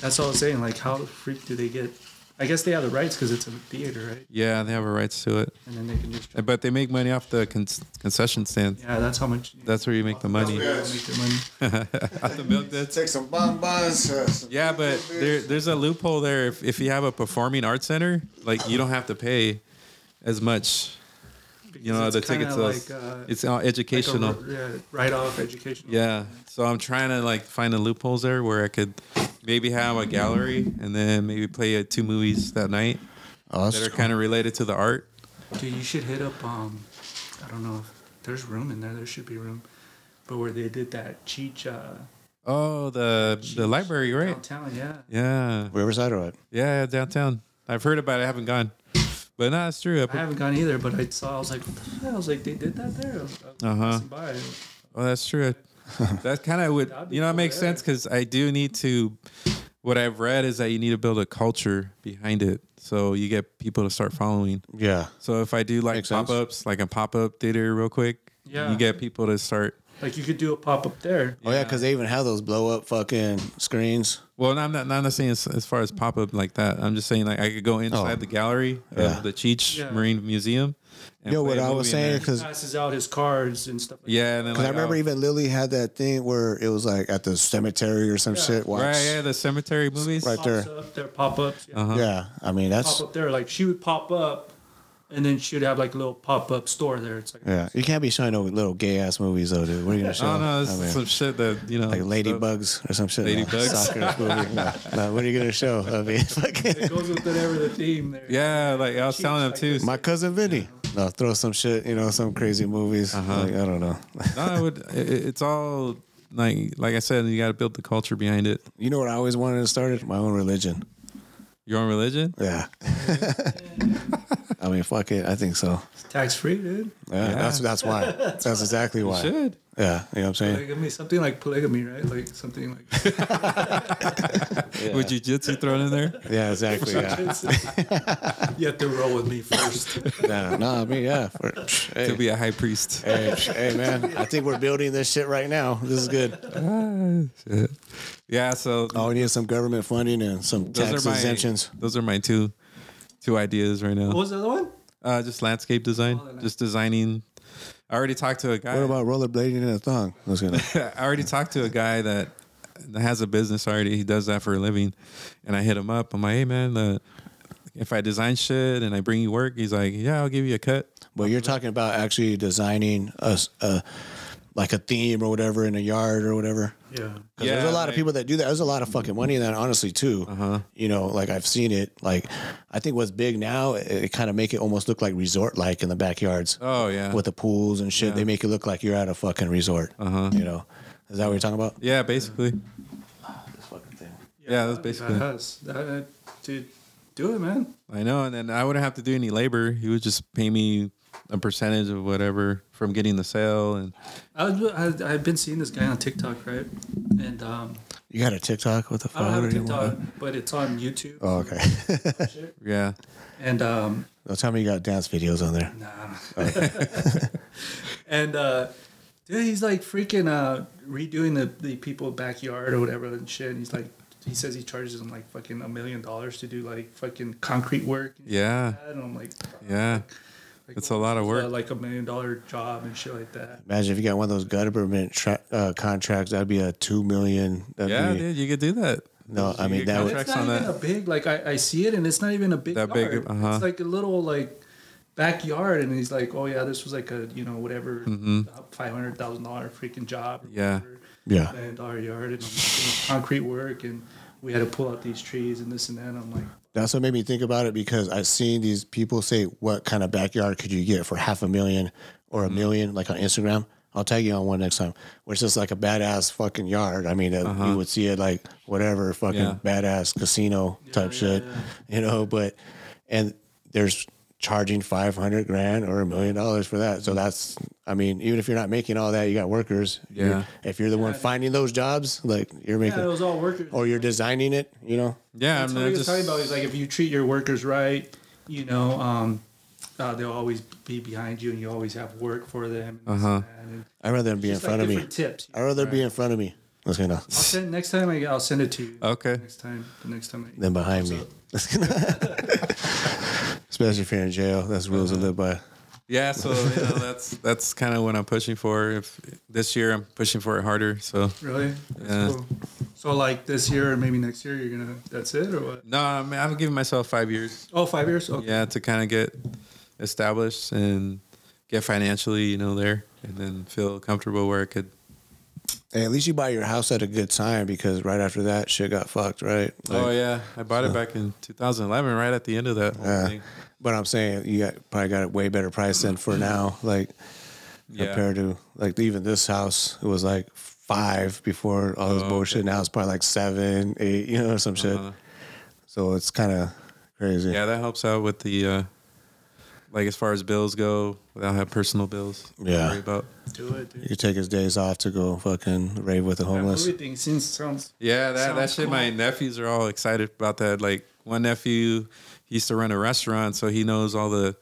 Speaker 4: that's all I was saying. Like, how the freak do they get? I guess they have the rights because it's a theater, right?
Speaker 2: Yeah, they have a rights to it.
Speaker 4: And then they can just-
Speaker 2: But they make money off the con- concession stand.
Speaker 4: Yeah, that's how much.
Speaker 2: That's where you make the money. Off the milk duds.
Speaker 3: Take some bonbons. uh, some-
Speaker 2: Yeah, but there, there's a loophole there. If, if you have a performing arts center, like you don't have to pay as much. you know
Speaker 4: it's
Speaker 2: the ticket
Speaker 4: kinda
Speaker 2: sales.
Speaker 4: like, uh,
Speaker 2: it's all
Speaker 4: like a
Speaker 2: educational.
Speaker 4: yeah, write-off educational.
Speaker 2: Yeah, so I'm trying to like find the loopholes there where I could maybe have a gallery and then maybe play uh, two movies that night
Speaker 3: oh,
Speaker 2: that are kind of related to the art.
Speaker 4: Dude, you should hit up. Um, I don't know. if There's room in there. There should be room. But where they did that Cheech. Uh,
Speaker 2: Oh, the the library, right?
Speaker 4: Downtown, yeah.
Speaker 2: Yeah.
Speaker 3: Riverside or what?
Speaker 2: Yeah, yeah, downtown. I've heard about it. I haven't gone, but no, it's true.
Speaker 4: I haven't gone either, but I saw. I was like, what the hell? I was like, they did that there. I was- I was
Speaker 2: Uh
Speaker 3: Uh-huh.
Speaker 2: huh.
Speaker 4: passing by.
Speaker 2: Well, oh, that's true. that kind of would, you know, it makes sense because I do need to. What I've read is that you need to build a culture behind it, so you get people to start following.
Speaker 3: Yeah.
Speaker 2: So if I do like pop ups, like a pop up theater, real quick,
Speaker 4: Yeah.
Speaker 2: You get people to start.
Speaker 4: Like you could do a pop up there.
Speaker 3: Oh yeah, because they even have those blow up fucking screens.
Speaker 2: Well, no, I'm not. I'm not saying as, as far as pop up like that. I'm just saying like I could go inside the
Speaker 3: Oh.
Speaker 2: gallery
Speaker 3: Yeah.
Speaker 2: of the Cheech
Speaker 4: Yeah.
Speaker 2: Marine Museum. and play a movie in there.
Speaker 4: passes out his cards and stuff. Like
Speaker 2: yeah, and then
Speaker 3: Because
Speaker 2: like,
Speaker 3: I remember
Speaker 2: I'll-
Speaker 3: even Lily had that thing where it was like at the cemetery or some shit. Watch.
Speaker 2: right, yeah, the cemetery movies
Speaker 3: Right there.
Speaker 4: that. Up there, pop ups. Yeah.
Speaker 2: Uh-huh.
Speaker 3: Yeah, I mean that's
Speaker 4: Pop up there, like she would pop up, and then she would have like a little pop up store there. It's like
Speaker 3: yeah. You can't be showing no little gay ass movies though, dude. What are you gonna show?
Speaker 2: Oh no, it's
Speaker 3: I mean,
Speaker 2: some shit that you know,
Speaker 3: like ladybugs or some shit. no.
Speaker 2: Ladybugs.
Speaker 3: Soccer movie. No, no, what are you gonna show? I mean,
Speaker 4: it goes with whatever the theme there.
Speaker 2: Yeah, like I was telling them too.
Speaker 3: my cousin Vinny. No, throw some shit. You know, some crazy movies.
Speaker 2: Uh-huh.
Speaker 3: Like, I don't know.
Speaker 2: no, I would. It, it- it's all like, like I said, you got to build the culture behind it.
Speaker 3: You know what I always wanted to start it? My own religion.
Speaker 2: Your own religion.
Speaker 3: Yeah. I mean, fuck it. I think so.
Speaker 4: Tax free, dude.
Speaker 3: Yeah, That's that's why. That's, exactly
Speaker 4: You
Speaker 3: why.
Speaker 4: should.
Speaker 3: Yeah, you know what I'm saying.
Speaker 4: Like, I mean, something like polygamy, right? Like something like.
Speaker 2: With jujitsu thrown in there.
Speaker 3: Yeah, exactly. Yeah.
Speaker 4: you have to roll with me first.
Speaker 3: yeah, no, I mean, yeah. For, hey,
Speaker 2: To be a high priest.
Speaker 3: hey, hey, man, I think we're building this shit right now. This is good.
Speaker 2: yeah. So
Speaker 3: oh, we need some government funding and some tax
Speaker 2: Those are my
Speaker 3: exemptions.
Speaker 2: those are my two two ideas right now.
Speaker 4: What was the other one?
Speaker 2: Uh, just landscape design, just designing. I already talked to a guy.
Speaker 3: What about rollerblading in a thong? I was gonna.
Speaker 2: I already talked to a guy that that has a business already. He does that for a living, and I hit him up. I'm like, hey man, uh, if I design shit and I bring you work, he's like, yeah, I'll give you a cut.
Speaker 3: But you're talking about actually designing a, s- a- like a theme or whatever in a yard or whatever.
Speaker 4: Yeah.
Speaker 3: 'Cause
Speaker 2: Yeah, Uh-huh.
Speaker 3: there's a lot
Speaker 2: like-
Speaker 3: of people that do that. There's a lot of fucking money in that, honestly, too. You know, like I've seen it. Like, I think what's big now, it, it kind of make it almost look like resort like in the backyards
Speaker 2: Oh yeah,
Speaker 3: with the pools and shit.
Speaker 2: Yeah.
Speaker 3: They make it look like you're at a fucking resort.
Speaker 2: Uh-huh.
Speaker 3: You know, is that what you're talking about?
Speaker 2: yeah, basically.
Speaker 4: Ah,
Speaker 2: Yeah, that's basically.
Speaker 4: That has. That, that, dude, do it, man.
Speaker 2: I know, and then I wouldn't have to do any labor. He would just pay me a percentage of whatever from getting the sale, and
Speaker 4: I was, I, I've been seeing this guy on TikTok, right? And um,
Speaker 3: You got a TikTok? What the fuck?
Speaker 4: I don't have
Speaker 3: are
Speaker 4: a
Speaker 3: you on?
Speaker 4: TikTok, but it's on YouTube.
Speaker 3: Oh, okay.
Speaker 2: yeah,
Speaker 4: And um,
Speaker 3: Don't tell me you got dance videos on there.
Speaker 4: and uh, dude, he's like freaking uh, redoing the the people backyard or whatever and shit. And he's like, he says he charges them like fucking a million dollars to do like fucking concrete work. And shit
Speaker 2: Yeah.
Speaker 4: like that. And I'm like,
Speaker 2: yeah.
Speaker 4: like,
Speaker 2: It's a lot of
Speaker 4: uh,
Speaker 2: work.
Speaker 4: like a million dollar job and shit like that.
Speaker 3: Imagine if you got one of those government tra- uh, contracts. That'd be a two million. That'd
Speaker 2: Yeah,
Speaker 3: be,
Speaker 2: dude, you could do that.
Speaker 3: No, I
Speaker 2: You
Speaker 3: mean
Speaker 2: get
Speaker 3: that would.
Speaker 4: It's
Speaker 2: contracts
Speaker 4: not
Speaker 2: on
Speaker 4: even
Speaker 2: that.
Speaker 4: a big like I, I see it and it's not even a big
Speaker 2: That big,
Speaker 4: yard.
Speaker 2: uh-huh.
Speaker 4: It's like a little like backyard and he's like, oh yeah, this was like a you know whatever five hundred thousand dollar freaking job. or
Speaker 2: Mm-hmm. Yeah.
Speaker 4: whatever,
Speaker 3: Yeah.
Speaker 4: million dollar yard and I'm doing concrete work and we had to pull out these trees and this and that. I'm like,
Speaker 3: That's what made me think about it because I've seen these people say, "What kind of backyard could you get for half a million or a
Speaker 2: Mm-hmm.
Speaker 3: million? Like on Instagram, I'll tag you on one next time. Where it's just like a badass fucking yard. I mean, uh, you would see it like whatever fucking
Speaker 2: Uh-huh. Yeah.
Speaker 3: badass casino type shit, you know. But and there's charging five hundred grand or a million dollars for that. So
Speaker 2: Mm-hmm.
Speaker 3: that's, I mean, even if you're not making all that, you got workers. You're-
Speaker 2: Yeah.
Speaker 3: if you're the one finding those jobs, like you're making,
Speaker 4: yeah, it was all workers.
Speaker 2: Oh,
Speaker 3: or you're designing it, you know.
Speaker 2: Yeah,
Speaker 4: That's
Speaker 2: I'm
Speaker 4: what he
Speaker 2: mean,
Speaker 4: was
Speaker 2: just
Speaker 4: talking about. He's like, if you treat your workers right, you know, um, uh, they'll always be behind you and you always have work for them. And this
Speaker 2: Uh-huh.
Speaker 4: and that. And
Speaker 3: I'd rather them be in
Speaker 4: just like
Speaker 3: front of me.
Speaker 4: different tips.
Speaker 3: I'd rather be in front of me. Let's go now.
Speaker 4: I'll send next time. I, I'll send it to you.
Speaker 2: okay.
Speaker 4: Next time, the next time. I,
Speaker 3: Than behind me. Let's go now. Especially if you're in jail. That's rules
Speaker 2: Uh-huh.
Speaker 3: to live by.
Speaker 2: Yeah, so you know, that's that's kind of what I'm pushing for. If this year I'm pushing for it harder, so
Speaker 4: Really? That's
Speaker 2: Yeah.
Speaker 4: cool. So like this year or maybe next year, you're gonna. That's it or what?
Speaker 2: no, I mean, I'm giving myself five years.
Speaker 4: Oh, five years. Okay.
Speaker 2: Yeah, to kind of get established and get financially, you know, there, and then feel comfortable where I could.
Speaker 3: Hey, at least you buy your house at a good time because right after that shit got fucked, right?
Speaker 2: oh
Speaker 3: Like,
Speaker 2: yeah, I bought it back in 2011, right at the end of that whole
Speaker 3: Yeah.
Speaker 2: thing.
Speaker 3: But I'm saying you got probably got a way better price than for now. Like
Speaker 2: Yeah,
Speaker 3: compared to like even this house, it was like five before all this
Speaker 2: Oh,
Speaker 3: bullshit. Now it's probably like seven, eight, you know, some shit.
Speaker 2: Uh-huh.
Speaker 3: So it's kind of crazy.
Speaker 2: yeah, that helps out with the uh, like as far as bills go. Without have personal bills. to
Speaker 3: Yeah.
Speaker 2: worry about.
Speaker 4: Do it. Dude.
Speaker 3: You could take his days off to go fucking rave with the
Speaker 4: That
Speaker 3: homeless.
Speaker 4: movie thing seems sounds.
Speaker 2: Yeah, that, that
Speaker 4: Sounds
Speaker 2: shit.
Speaker 4: cool.
Speaker 2: My nephews are all excited about that. Like one nephew, he used to run a restaurant, so he knows all the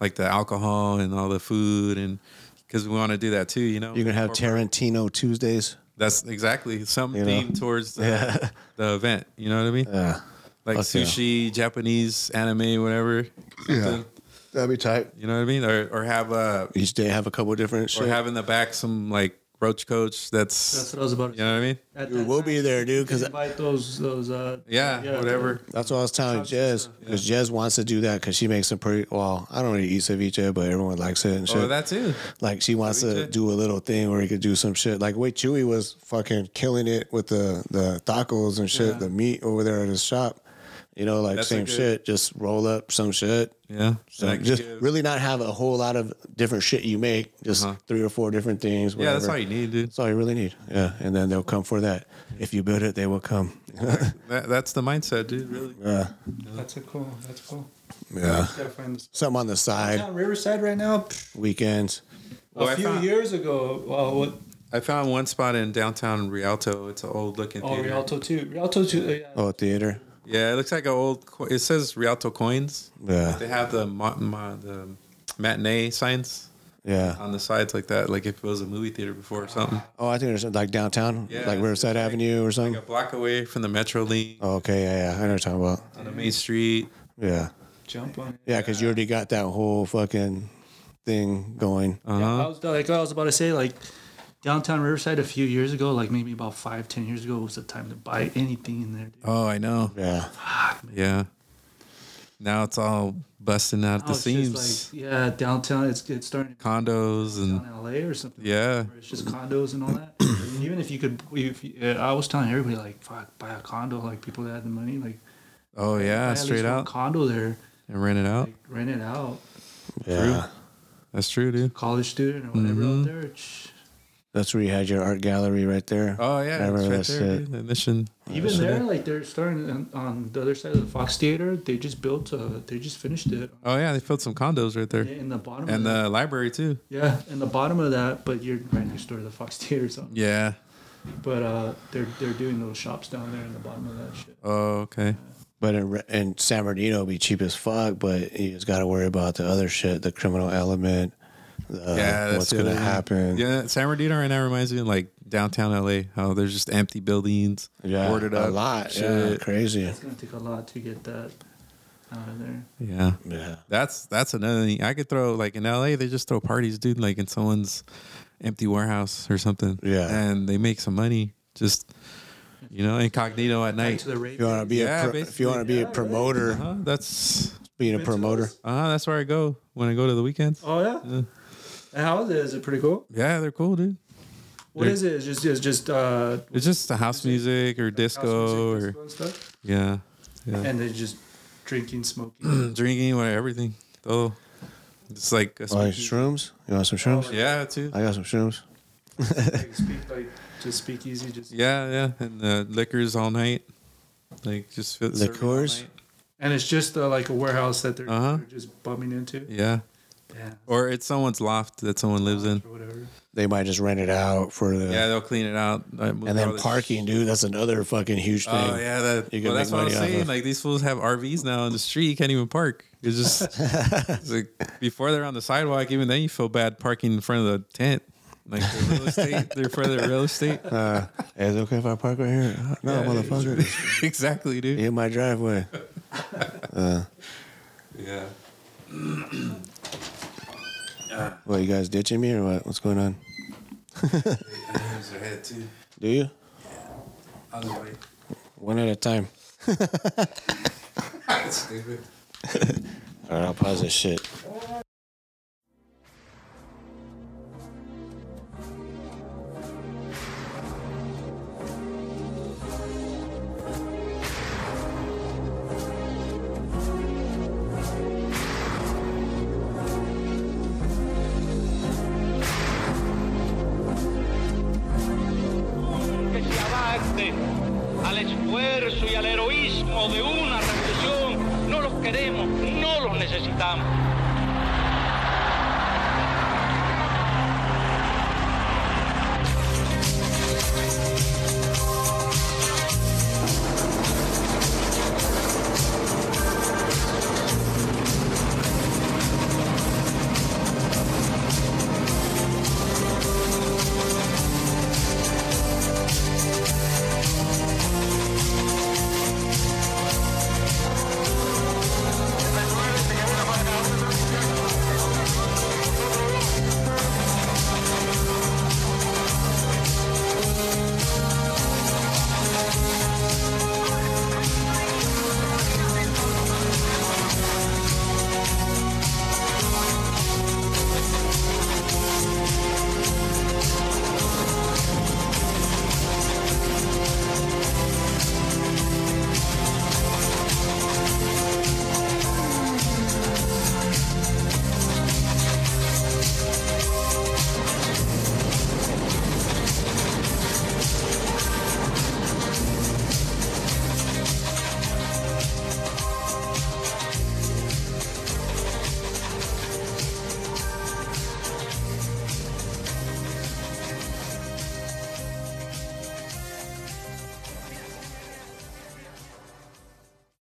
Speaker 2: like the alcohol and all the food and because we want to do that too. You know,
Speaker 3: You're gonna have
Speaker 2: Or-
Speaker 3: Tarantino Tuesdays.
Speaker 2: That's exactly something
Speaker 3: You know?
Speaker 2: themed towards the,
Speaker 3: Yeah.
Speaker 2: the event. You know what I mean?
Speaker 3: Yeah.
Speaker 2: Like
Speaker 3: Fuck yeah.
Speaker 2: sushi, Japanese anime, whatever.
Speaker 3: Yeah.
Speaker 2: something.
Speaker 3: That'd be tight.
Speaker 2: You know what I mean? Or or have a
Speaker 3: Each day have a couple different
Speaker 2: or
Speaker 3: shit.
Speaker 2: have in the back some like roach coach. That's
Speaker 4: That's what I was about to
Speaker 2: You know what I mean?
Speaker 3: Dude, we'll be there, dude. Because
Speaker 4: invite those those. Uh,
Speaker 2: Yeah, whatever.
Speaker 3: That's what I was telling Jez. Because Jez wants to do that because she makes some pretty. Well, I don't really eat ceviche, but everyone likes it and shit.
Speaker 2: Oh, that too.
Speaker 3: Like she wants to
Speaker 2: Ceviche.
Speaker 3: do a little thing where he could do some shit. Like way Chewy was fucking killing it with the the tacos and shit,
Speaker 2: Yeah.
Speaker 3: the meat over there at his shop. You know, like
Speaker 2: That's a
Speaker 3: same
Speaker 2: good-
Speaker 3: shit. Just roll up some shit.
Speaker 2: Yeah.
Speaker 3: So
Speaker 2: Like,
Speaker 3: just
Speaker 2: give-
Speaker 3: really not have a whole lot of different shit you make. Just three or four different things.
Speaker 2: Uh-huh. Yeah,
Speaker 3: Whatever.
Speaker 2: that's all you need, dude.
Speaker 3: That's all you really need. Yeah, and then they'll come for that. If you build it, they will come.
Speaker 2: That, that's the mindset, dude. Really.
Speaker 3: yeah,
Speaker 4: That's a cool. That's cool.
Speaker 3: yeah.
Speaker 4: Just gotta find this.
Speaker 3: Something on the side
Speaker 4: Down Riverside right now. pff,
Speaker 3: weekends.
Speaker 2: Well, Oh, I
Speaker 4: a few
Speaker 2: found-
Speaker 4: years ago. Well, what?
Speaker 2: I found one spot in downtown Rialto. It's an old looking
Speaker 4: Oh,
Speaker 2: theater.
Speaker 4: Rialto too. Rialto too. uh, yeah.
Speaker 3: Oh, theater.
Speaker 2: Yeah, it looks like an old. co- It says Rialto Coins.
Speaker 3: Yeah.
Speaker 2: They have the ma- ma- the matinee signs.
Speaker 3: Yeah.
Speaker 2: On the sides like that, like if it was a movie theater before or something.
Speaker 3: Oh, I think there's like downtown,
Speaker 2: Yeah,
Speaker 3: like
Speaker 2: it's
Speaker 3: Riverside Avenue or something.
Speaker 2: Like a block away from the Metro Link
Speaker 3: Oh, okay, yeah, yeah. I know what you're talking about.
Speaker 2: on the Main Street.
Speaker 3: Yeah.
Speaker 4: Jump on it.
Speaker 3: Yeah, because you already got that whole fucking thing going.
Speaker 2: Uh-huh.
Speaker 4: I was like I was about to say like downtown Riverside a few years ago, like maybe about five ten years ago was the time to buy anything in there. Dude.
Speaker 2: Oh, I know.
Speaker 3: Yeah.
Speaker 2: Yeah. Now it's all busting out at
Speaker 4: Now
Speaker 2: the
Speaker 4: it's just,
Speaker 2: seams.
Speaker 4: like, yeah, downtown. It's it's starting to
Speaker 2: Condos and
Speaker 4: down in LA or something.
Speaker 2: yeah.
Speaker 4: Where it's just condos and all that. And Even if you could, if you, uh, I was telling everybody like, fuck, buy a condo. Like people that had the money, like
Speaker 2: Oh yeah,
Speaker 4: buy at least
Speaker 2: straight
Speaker 4: one
Speaker 2: out
Speaker 4: condo there,
Speaker 2: and rent it out.
Speaker 4: like, rent it out.
Speaker 3: Yeah.
Speaker 2: That's true, dude.
Speaker 4: College student or whatever
Speaker 2: Mm-hmm.
Speaker 4: out there. Shh.
Speaker 3: That's where you had your art gallery right there.
Speaker 2: Oh yeah,
Speaker 3: I
Speaker 2: it's
Speaker 3: remember
Speaker 2: right
Speaker 3: that
Speaker 2: there,
Speaker 3: shit.
Speaker 2: dude. The Mission.
Speaker 4: Even there, like they're starting on, on the other side of the Fox Theater. They just built, uh, they just finished it
Speaker 2: Oh yeah, they filled some condos right there,
Speaker 4: in the bottom.
Speaker 2: and
Speaker 4: of that.
Speaker 2: the library too.
Speaker 4: yeah, in the bottom of that. But you're right next door to the Fox Theater, so.
Speaker 2: Yeah.
Speaker 4: But uh, they're they're doing little shops down there in the bottom of that shit.
Speaker 2: Oh okay.
Speaker 3: But in, Re- in San Bernardino, it'd be cheap as fuck, but you just got to worry about the other shit, the criminal element, the,
Speaker 2: yeah, that's
Speaker 3: what's
Speaker 2: the
Speaker 3: going to
Speaker 2: other thing.
Speaker 3: happen.
Speaker 2: Yeah, San Bernardino right now reminds me of like downtown LA. How there's just empty buildings,
Speaker 3: Yeah,
Speaker 2: boarded up,
Speaker 3: a lot. Yeah,
Speaker 2: shit.
Speaker 3: crazy.
Speaker 4: It's gonna take a lot to get that out of there.
Speaker 2: Yeah.
Speaker 3: Yeah.
Speaker 2: That's that's another thing. I could throw like in LA, they just throw parties, dude, like in someone's empty warehouse or something.
Speaker 3: Yeah.
Speaker 2: and they make some money just you know incognito at
Speaker 4: Back
Speaker 2: night.
Speaker 4: to the
Speaker 3: If
Speaker 4: rape.
Speaker 3: you want to be
Speaker 2: Yeah,
Speaker 3: a pro- if you want to be a promoter,
Speaker 2: Uh-huh, that's
Speaker 3: being a promoter,
Speaker 2: uh that's where I go when I go to the weekends.
Speaker 4: Oh yeah. And how is it? Is it pretty cool?
Speaker 2: Yeah, they're cool, dude.
Speaker 4: What
Speaker 2: They're-
Speaker 4: is it? It's just it's just uh,
Speaker 2: It's just the house music or disco
Speaker 4: house music,
Speaker 2: or
Speaker 4: disco and stuff,
Speaker 2: yeah, yeah,
Speaker 4: and they just drinking, smoking.
Speaker 2: drinking, whatever, everything. Oh, it's like a
Speaker 3: like
Speaker 2: spooky-
Speaker 3: shrooms. You want some shrooms?
Speaker 2: yeah, too.
Speaker 3: I got some shrooms.
Speaker 4: like, speak, like just speak easy. Just
Speaker 2: Yeah, yeah, and uh, liquors all night. Like just fit- serving all
Speaker 3: Liqueurs?
Speaker 2: night.
Speaker 4: and it's just uh, like a warehouse that they're,
Speaker 2: Uh-huh.
Speaker 4: they're just bumming into.
Speaker 2: Yeah,
Speaker 4: Yeah.
Speaker 2: or it's someone's loft that someone lives in.
Speaker 4: Or whatever.
Speaker 3: They might just rent it out for the
Speaker 2: Yeah, they'll clean it out. like, move
Speaker 3: and
Speaker 2: all
Speaker 3: then
Speaker 2: the
Speaker 3: parking, dude. That's another fucking huge thing.
Speaker 2: Oh yeah, that,
Speaker 3: You can
Speaker 2: well, that's
Speaker 3: make
Speaker 2: what I was
Speaker 3: money off
Speaker 2: saying.
Speaker 3: of-
Speaker 2: Like these fools have RVs now in the street. You can't even park. It's just it's like before they're on the sidewalk. Even then, you feel bad parking in front of the tent. Like the real estate, they're for their real estate.
Speaker 3: Uh, is it okay if I park right here? Uh, No,
Speaker 2: Yeah,
Speaker 3: motherfucker.
Speaker 2: exactly, dude.
Speaker 3: In my driveway.
Speaker 2: Yeah.
Speaker 3: What, you guys ditching me or what? What's going on?
Speaker 2: Their head too.
Speaker 3: Do you?
Speaker 2: Other way.
Speaker 3: One at a time.
Speaker 2: Stupid.
Speaker 3: All right, I'll pause this shit.
Speaker 12: que se abate al esfuerzo y al heroísmo de una revolución. No los queremos, no los necesitamos.